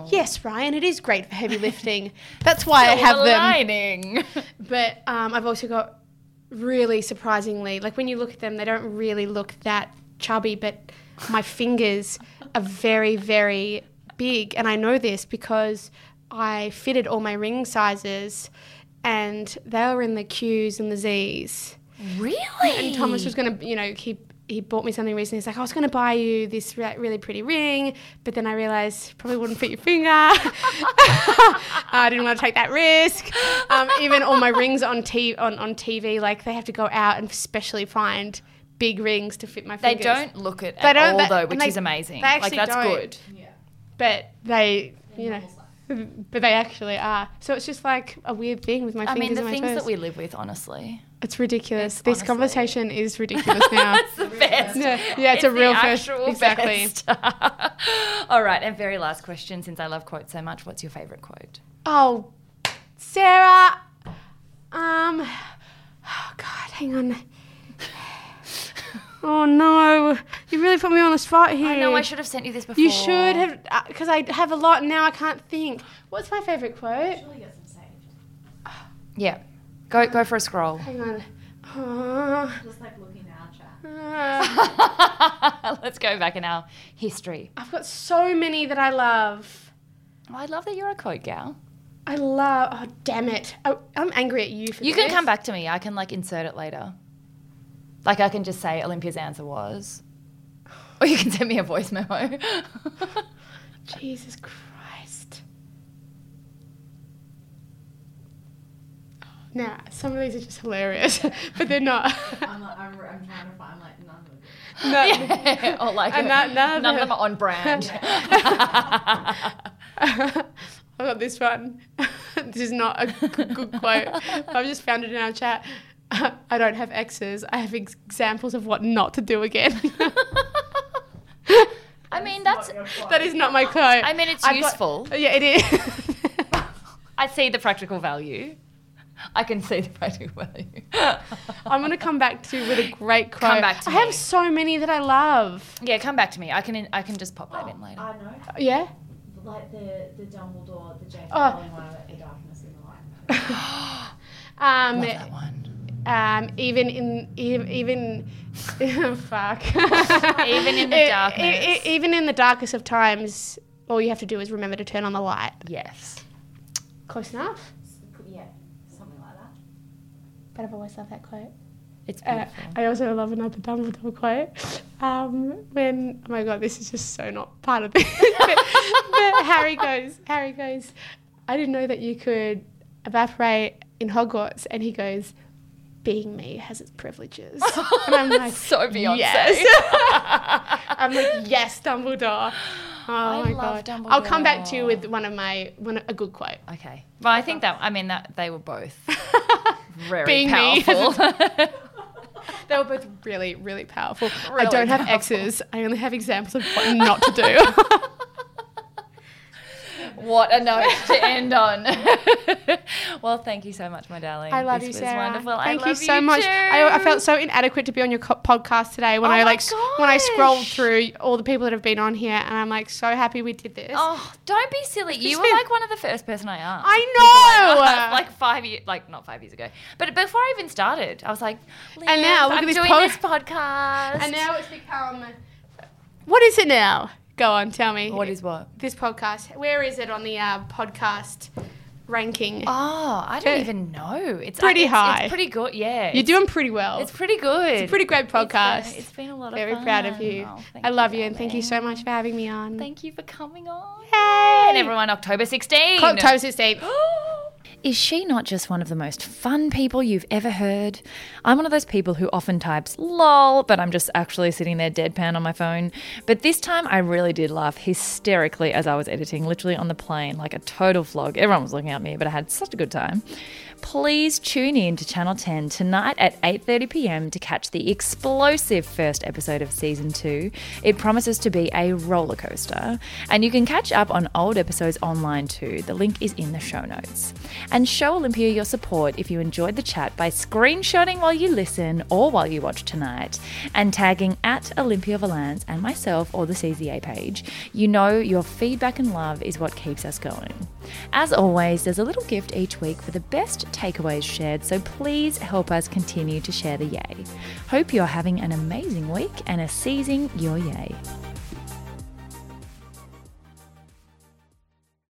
Speaker 2: yes, Ryan, it is great for heavy lifting. That's why I have
Speaker 3: Silver
Speaker 2: them."
Speaker 3: lining.
Speaker 2: But um, I've also got really surprisingly, like when you look at them, they don't really look that chubby, but my fingers are very, very big. And I know this because I fitted all my ring sizes and they were in the Q's and the Z's.
Speaker 3: <laughs> Really?
Speaker 2: And Thomas was going to, you know, he he bought me something recently. He's like, I was going to buy you this re- really pretty ring, but then I realized probably wouldn't fit your finger. <laughs> I didn't want to take that risk. Um, even all my rings on, t- on on TV, like they have to go out and specially find big rings to fit my
Speaker 3: They
Speaker 2: fingers.
Speaker 3: don't look it
Speaker 2: They
Speaker 3: at
Speaker 2: don't-
Speaker 3: all
Speaker 2: they-
Speaker 3: though,
Speaker 2: and
Speaker 3: which
Speaker 2: they-
Speaker 3: is amazing.
Speaker 2: they
Speaker 3: like
Speaker 2: actually
Speaker 3: that's
Speaker 2: don't.
Speaker 3: good.
Speaker 5: Yeah.
Speaker 2: but they, you know, but they actually are. So it's just like a weird thing with my
Speaker 3: I
Speaker 2: fingers
Speaker 3: mean, the
Speaker 2: and my
Speaker 3: things
Speaker 2: toes.
Speaker 3: that we live with, honestly.
Speaker 2: it's ridiculous.
Speaker 3: It's
Speaker 2: this
Speaker 3: honestly-
Speaker 2: conversation is ridiculous
Speaker 3: <laughs>
Speaker 2: now.
Speaker 3: That's the best.
Speaker 2: yeah, yeah, it's, a
Speaker 3: the
Speaker 2: real first.
Speaker 3: actual
Speaker 2: Exactly.
Speaker 3: best. <laughs> all right, and very last question since I love quotes so much, what's your favorite quote?
Speaker 2: Oh, Sarah. Um. Oh God,
Speaker 3: <laughs>
Speaker 2: hang on. Oh no, you really put me on the spot here.
Speaker 3: I know I should have sent you this before.
Speaker 2: You should have, because I have a lot and now. I can't think. What's my favorite quote?
Speaker 5: Surely get some saved.
Speaker 3: Yeah. Go go for a scroll.
Speaker 2: Hang on. Oh,
Speaker 5: Just like looking at our chat.
Speaker 2: uh,
Speaker 3: <laughs> Let's go back in our history.
Speaker 2: <laughs> I've got so many that I love.
Speaker 3: Oh, I love that you're a quote gal.
Speaker 2: I love. Oh damn it! Oh, I'm angry at you for
Speaker 3: You
Speaker 2: this.
Speaker 3: can come back to me. I can like insert it later. Like I can just say Olympia's answer was, or you can send me a voice
Speaker 2: <laughs>
Speaker 3: memo.
Speaker 2: Jesus Christ. Now, Oh, some of these are just hilarious, <laughs> but
Speaker 3: <laughs>
Speaker 2: they're not.
Speaker 5: I'm, like, I'm, I'm trying to find like none of them.
Speaker 2: no.
Speaker 3: yeah. Or Oh, like
Speaker 2: And that- none of
Speaker 3: none of
Speaker 2: them-
Speaker 3: them are on
Speaker 2: <laughs>
Speaker 3: brand.
Speaker 2: I got this one. <laughs> this is not a good, good quote. I've just found it in our chat. <laughs> I don't have exes. I have ex- examples of what not to do again. <laughs>
Speaker 3: I mean that's.
Speaker 2: that is not my quote.
Speaker 3: I mean it's
Speaker 2: I've got-
Speaker 3: useful.
Speaker 2: yeah, it is. <laughs>
Speaker 3: I see the practical value. I can see the practical value.
Speaker 2: <laughs> I'm gonna come back to you with a great quote.
Speaker 3: Come back to
Speaker 2: I
Speaker 3: me.
Speaker 2: have so many that I love.
Speaker 3: yeah, come back to me. I can. I can just pop that in later.
Speaker 5: Oh, I know.
Speaker 2: Yeah.
Speaker 5: Like the, the Dumbledore, the James
Speaker 2: Oh.
Speaker 5: Rowling one about the darkness and the light.
Speaker 2: Um,
Speaker 3: Love that one.
Speaker 2: um, even in ev- even <laughs> fuck
Speaker 3: Even in the
Speaker 2: E- e-
Speaker 3: darkness.
Speaker 2: even in the darkest of times all you have to do is remember to turn on the light
Speaker 3: Yes.
Speaker 2: close enough
Speaker 5: Yeah, something like that.
Speaker 2: but I've always loved that quote
Speaker 3: It's
Speaker 2: uh,
Speaker 3: beautiful.
Speaker 2: I also love another Dumbledore quote um, when oh my god this is just so not part of this but, <laughs> but Harry goes Harry goes I didn't know that you could evaporate in Hogwarts and he goes being me has its
Speaker 3: <laughs>
Speaker 2: privileges and I'm like
Speaker 3: so Beyonce.
Speaker 2: <laughs> I'm like, yes,
Speaker 3: <gasps>
Speaker 2: Dumbledore. Oh
Speaker 3: I
Speaker 2: my
Speaker 3: love
Speaker 2: god. I'll come back to
Speaker 3: Dumbledore.
Speaker 2: you with one of my one of- a good quote.
Speaker 3: Okay. Well, I think that I mean that they were both <laughs> very
Speaker 2: Being me.
Speaker 3: powerful.
Speaker 2: <laughs> they were both really, really powerful. I
Speaker 3: Really
Speaker 2: don't have
Speaker 3: powerful.
Speaker 2: exes. I only have examples of what not to do.
Speaker 3: what a note to end on. <laughs> well, thank you so much, my darling.
Speaker 2: <laughs> I love
Speaker 3: this
Speaker 2: you,
Speaker 3: was
Speaker 2: Sarah.
Speaker 3: Wonderful. I
Speaker 2: Thank
Speaker 3: love
Speaker 2: you so much.
Speaker 3: Too.
Speaker 2: I, I felt so inadequate to be on your co- podcast today when
Speaker 3: Oh
Speaker 2: I
Speaker 3: my
Speaker 2: like s- when I scrolled
Speaker 3: gosh.
Speaker 2: through all the people that have been on here, and I'm like so happy we did this.
Speaker 3: Oh, don't be silly. You were
Speaker 2: been-
Speaker 3: like one of the first person I asked.
Speaker 2: I know.
Speaker 3: like five years, like not five years ago, but before I even started, I was like,
Speaker 2: And now
Speaker 3: "Liam,
Speaker 2: look
Speaker 3: I'm
Speaker 2: at this
Speaker 3: doing
Speaker 2: pod-
Speaker 3: this podcast.
Speaker 2: and now it's become. What is it now? Go on, tell me.
Speaker 3: what is what?
Speaker 2: this podcast. Where is it on the uh, podcast ranking?
Speaker 3: Oh, I don't
Speaker 2: Okay.
Speaker 3: even know. It's
Speaker 2: Pretty
Speaker 3: it's-
Speaker 2: high.
Speaker 3: It's pretty good. Yeah,
Speaker 2: You're
Speaker 3: it's-
Speaker 2: doing pretty well.
Speaker 3: It's pretty good. It's
Speaker 2: pretty great podcast.
Speaker 3: It's been, it's been a lot
Speaker 2: Very
Speaker 3: of fun.
Speaker 2: proud of you.
Speaker 3: Oh, thank
Speaker 2: I love you, and thank you
Speaker 3: darling.
Speaker 2: so much for having me on.
Speaker 3: Thank you for coming on.
Speaker 2: Hey!
Speaker 3: And everyone, October 16. <gasps>
Speaker 2: October <gasps> 16th.
Speaker 4: Is she not just one of the most fun people you've ever heard? I'm one of those people who often types lol, but I'm just actually sitting there deadpan on my phone. But this time I really did laugh hysterically as I was editing, literally on the plane, like a total vlog. Everyone was looking at me, but I had such a good time. Please tune in to Channel 10 tonight at 8:30 p.m. to catch the explosive first episode of season 2. It promises to be a roller coaster, and you can catch up on old episodes online too. The link is in the show notes. And show Olympia your support if you enjoyed the chat by screenshotting while you listen or while you watch tonight and tagging at Olympia Valance and myself or the CZA page. You know your feedback and love is what keeps us going. As always, there's a little gift each week for the best takeaways shared, so please help us continue to share the yay. Hope you're having an amazing week and are seizing your yay.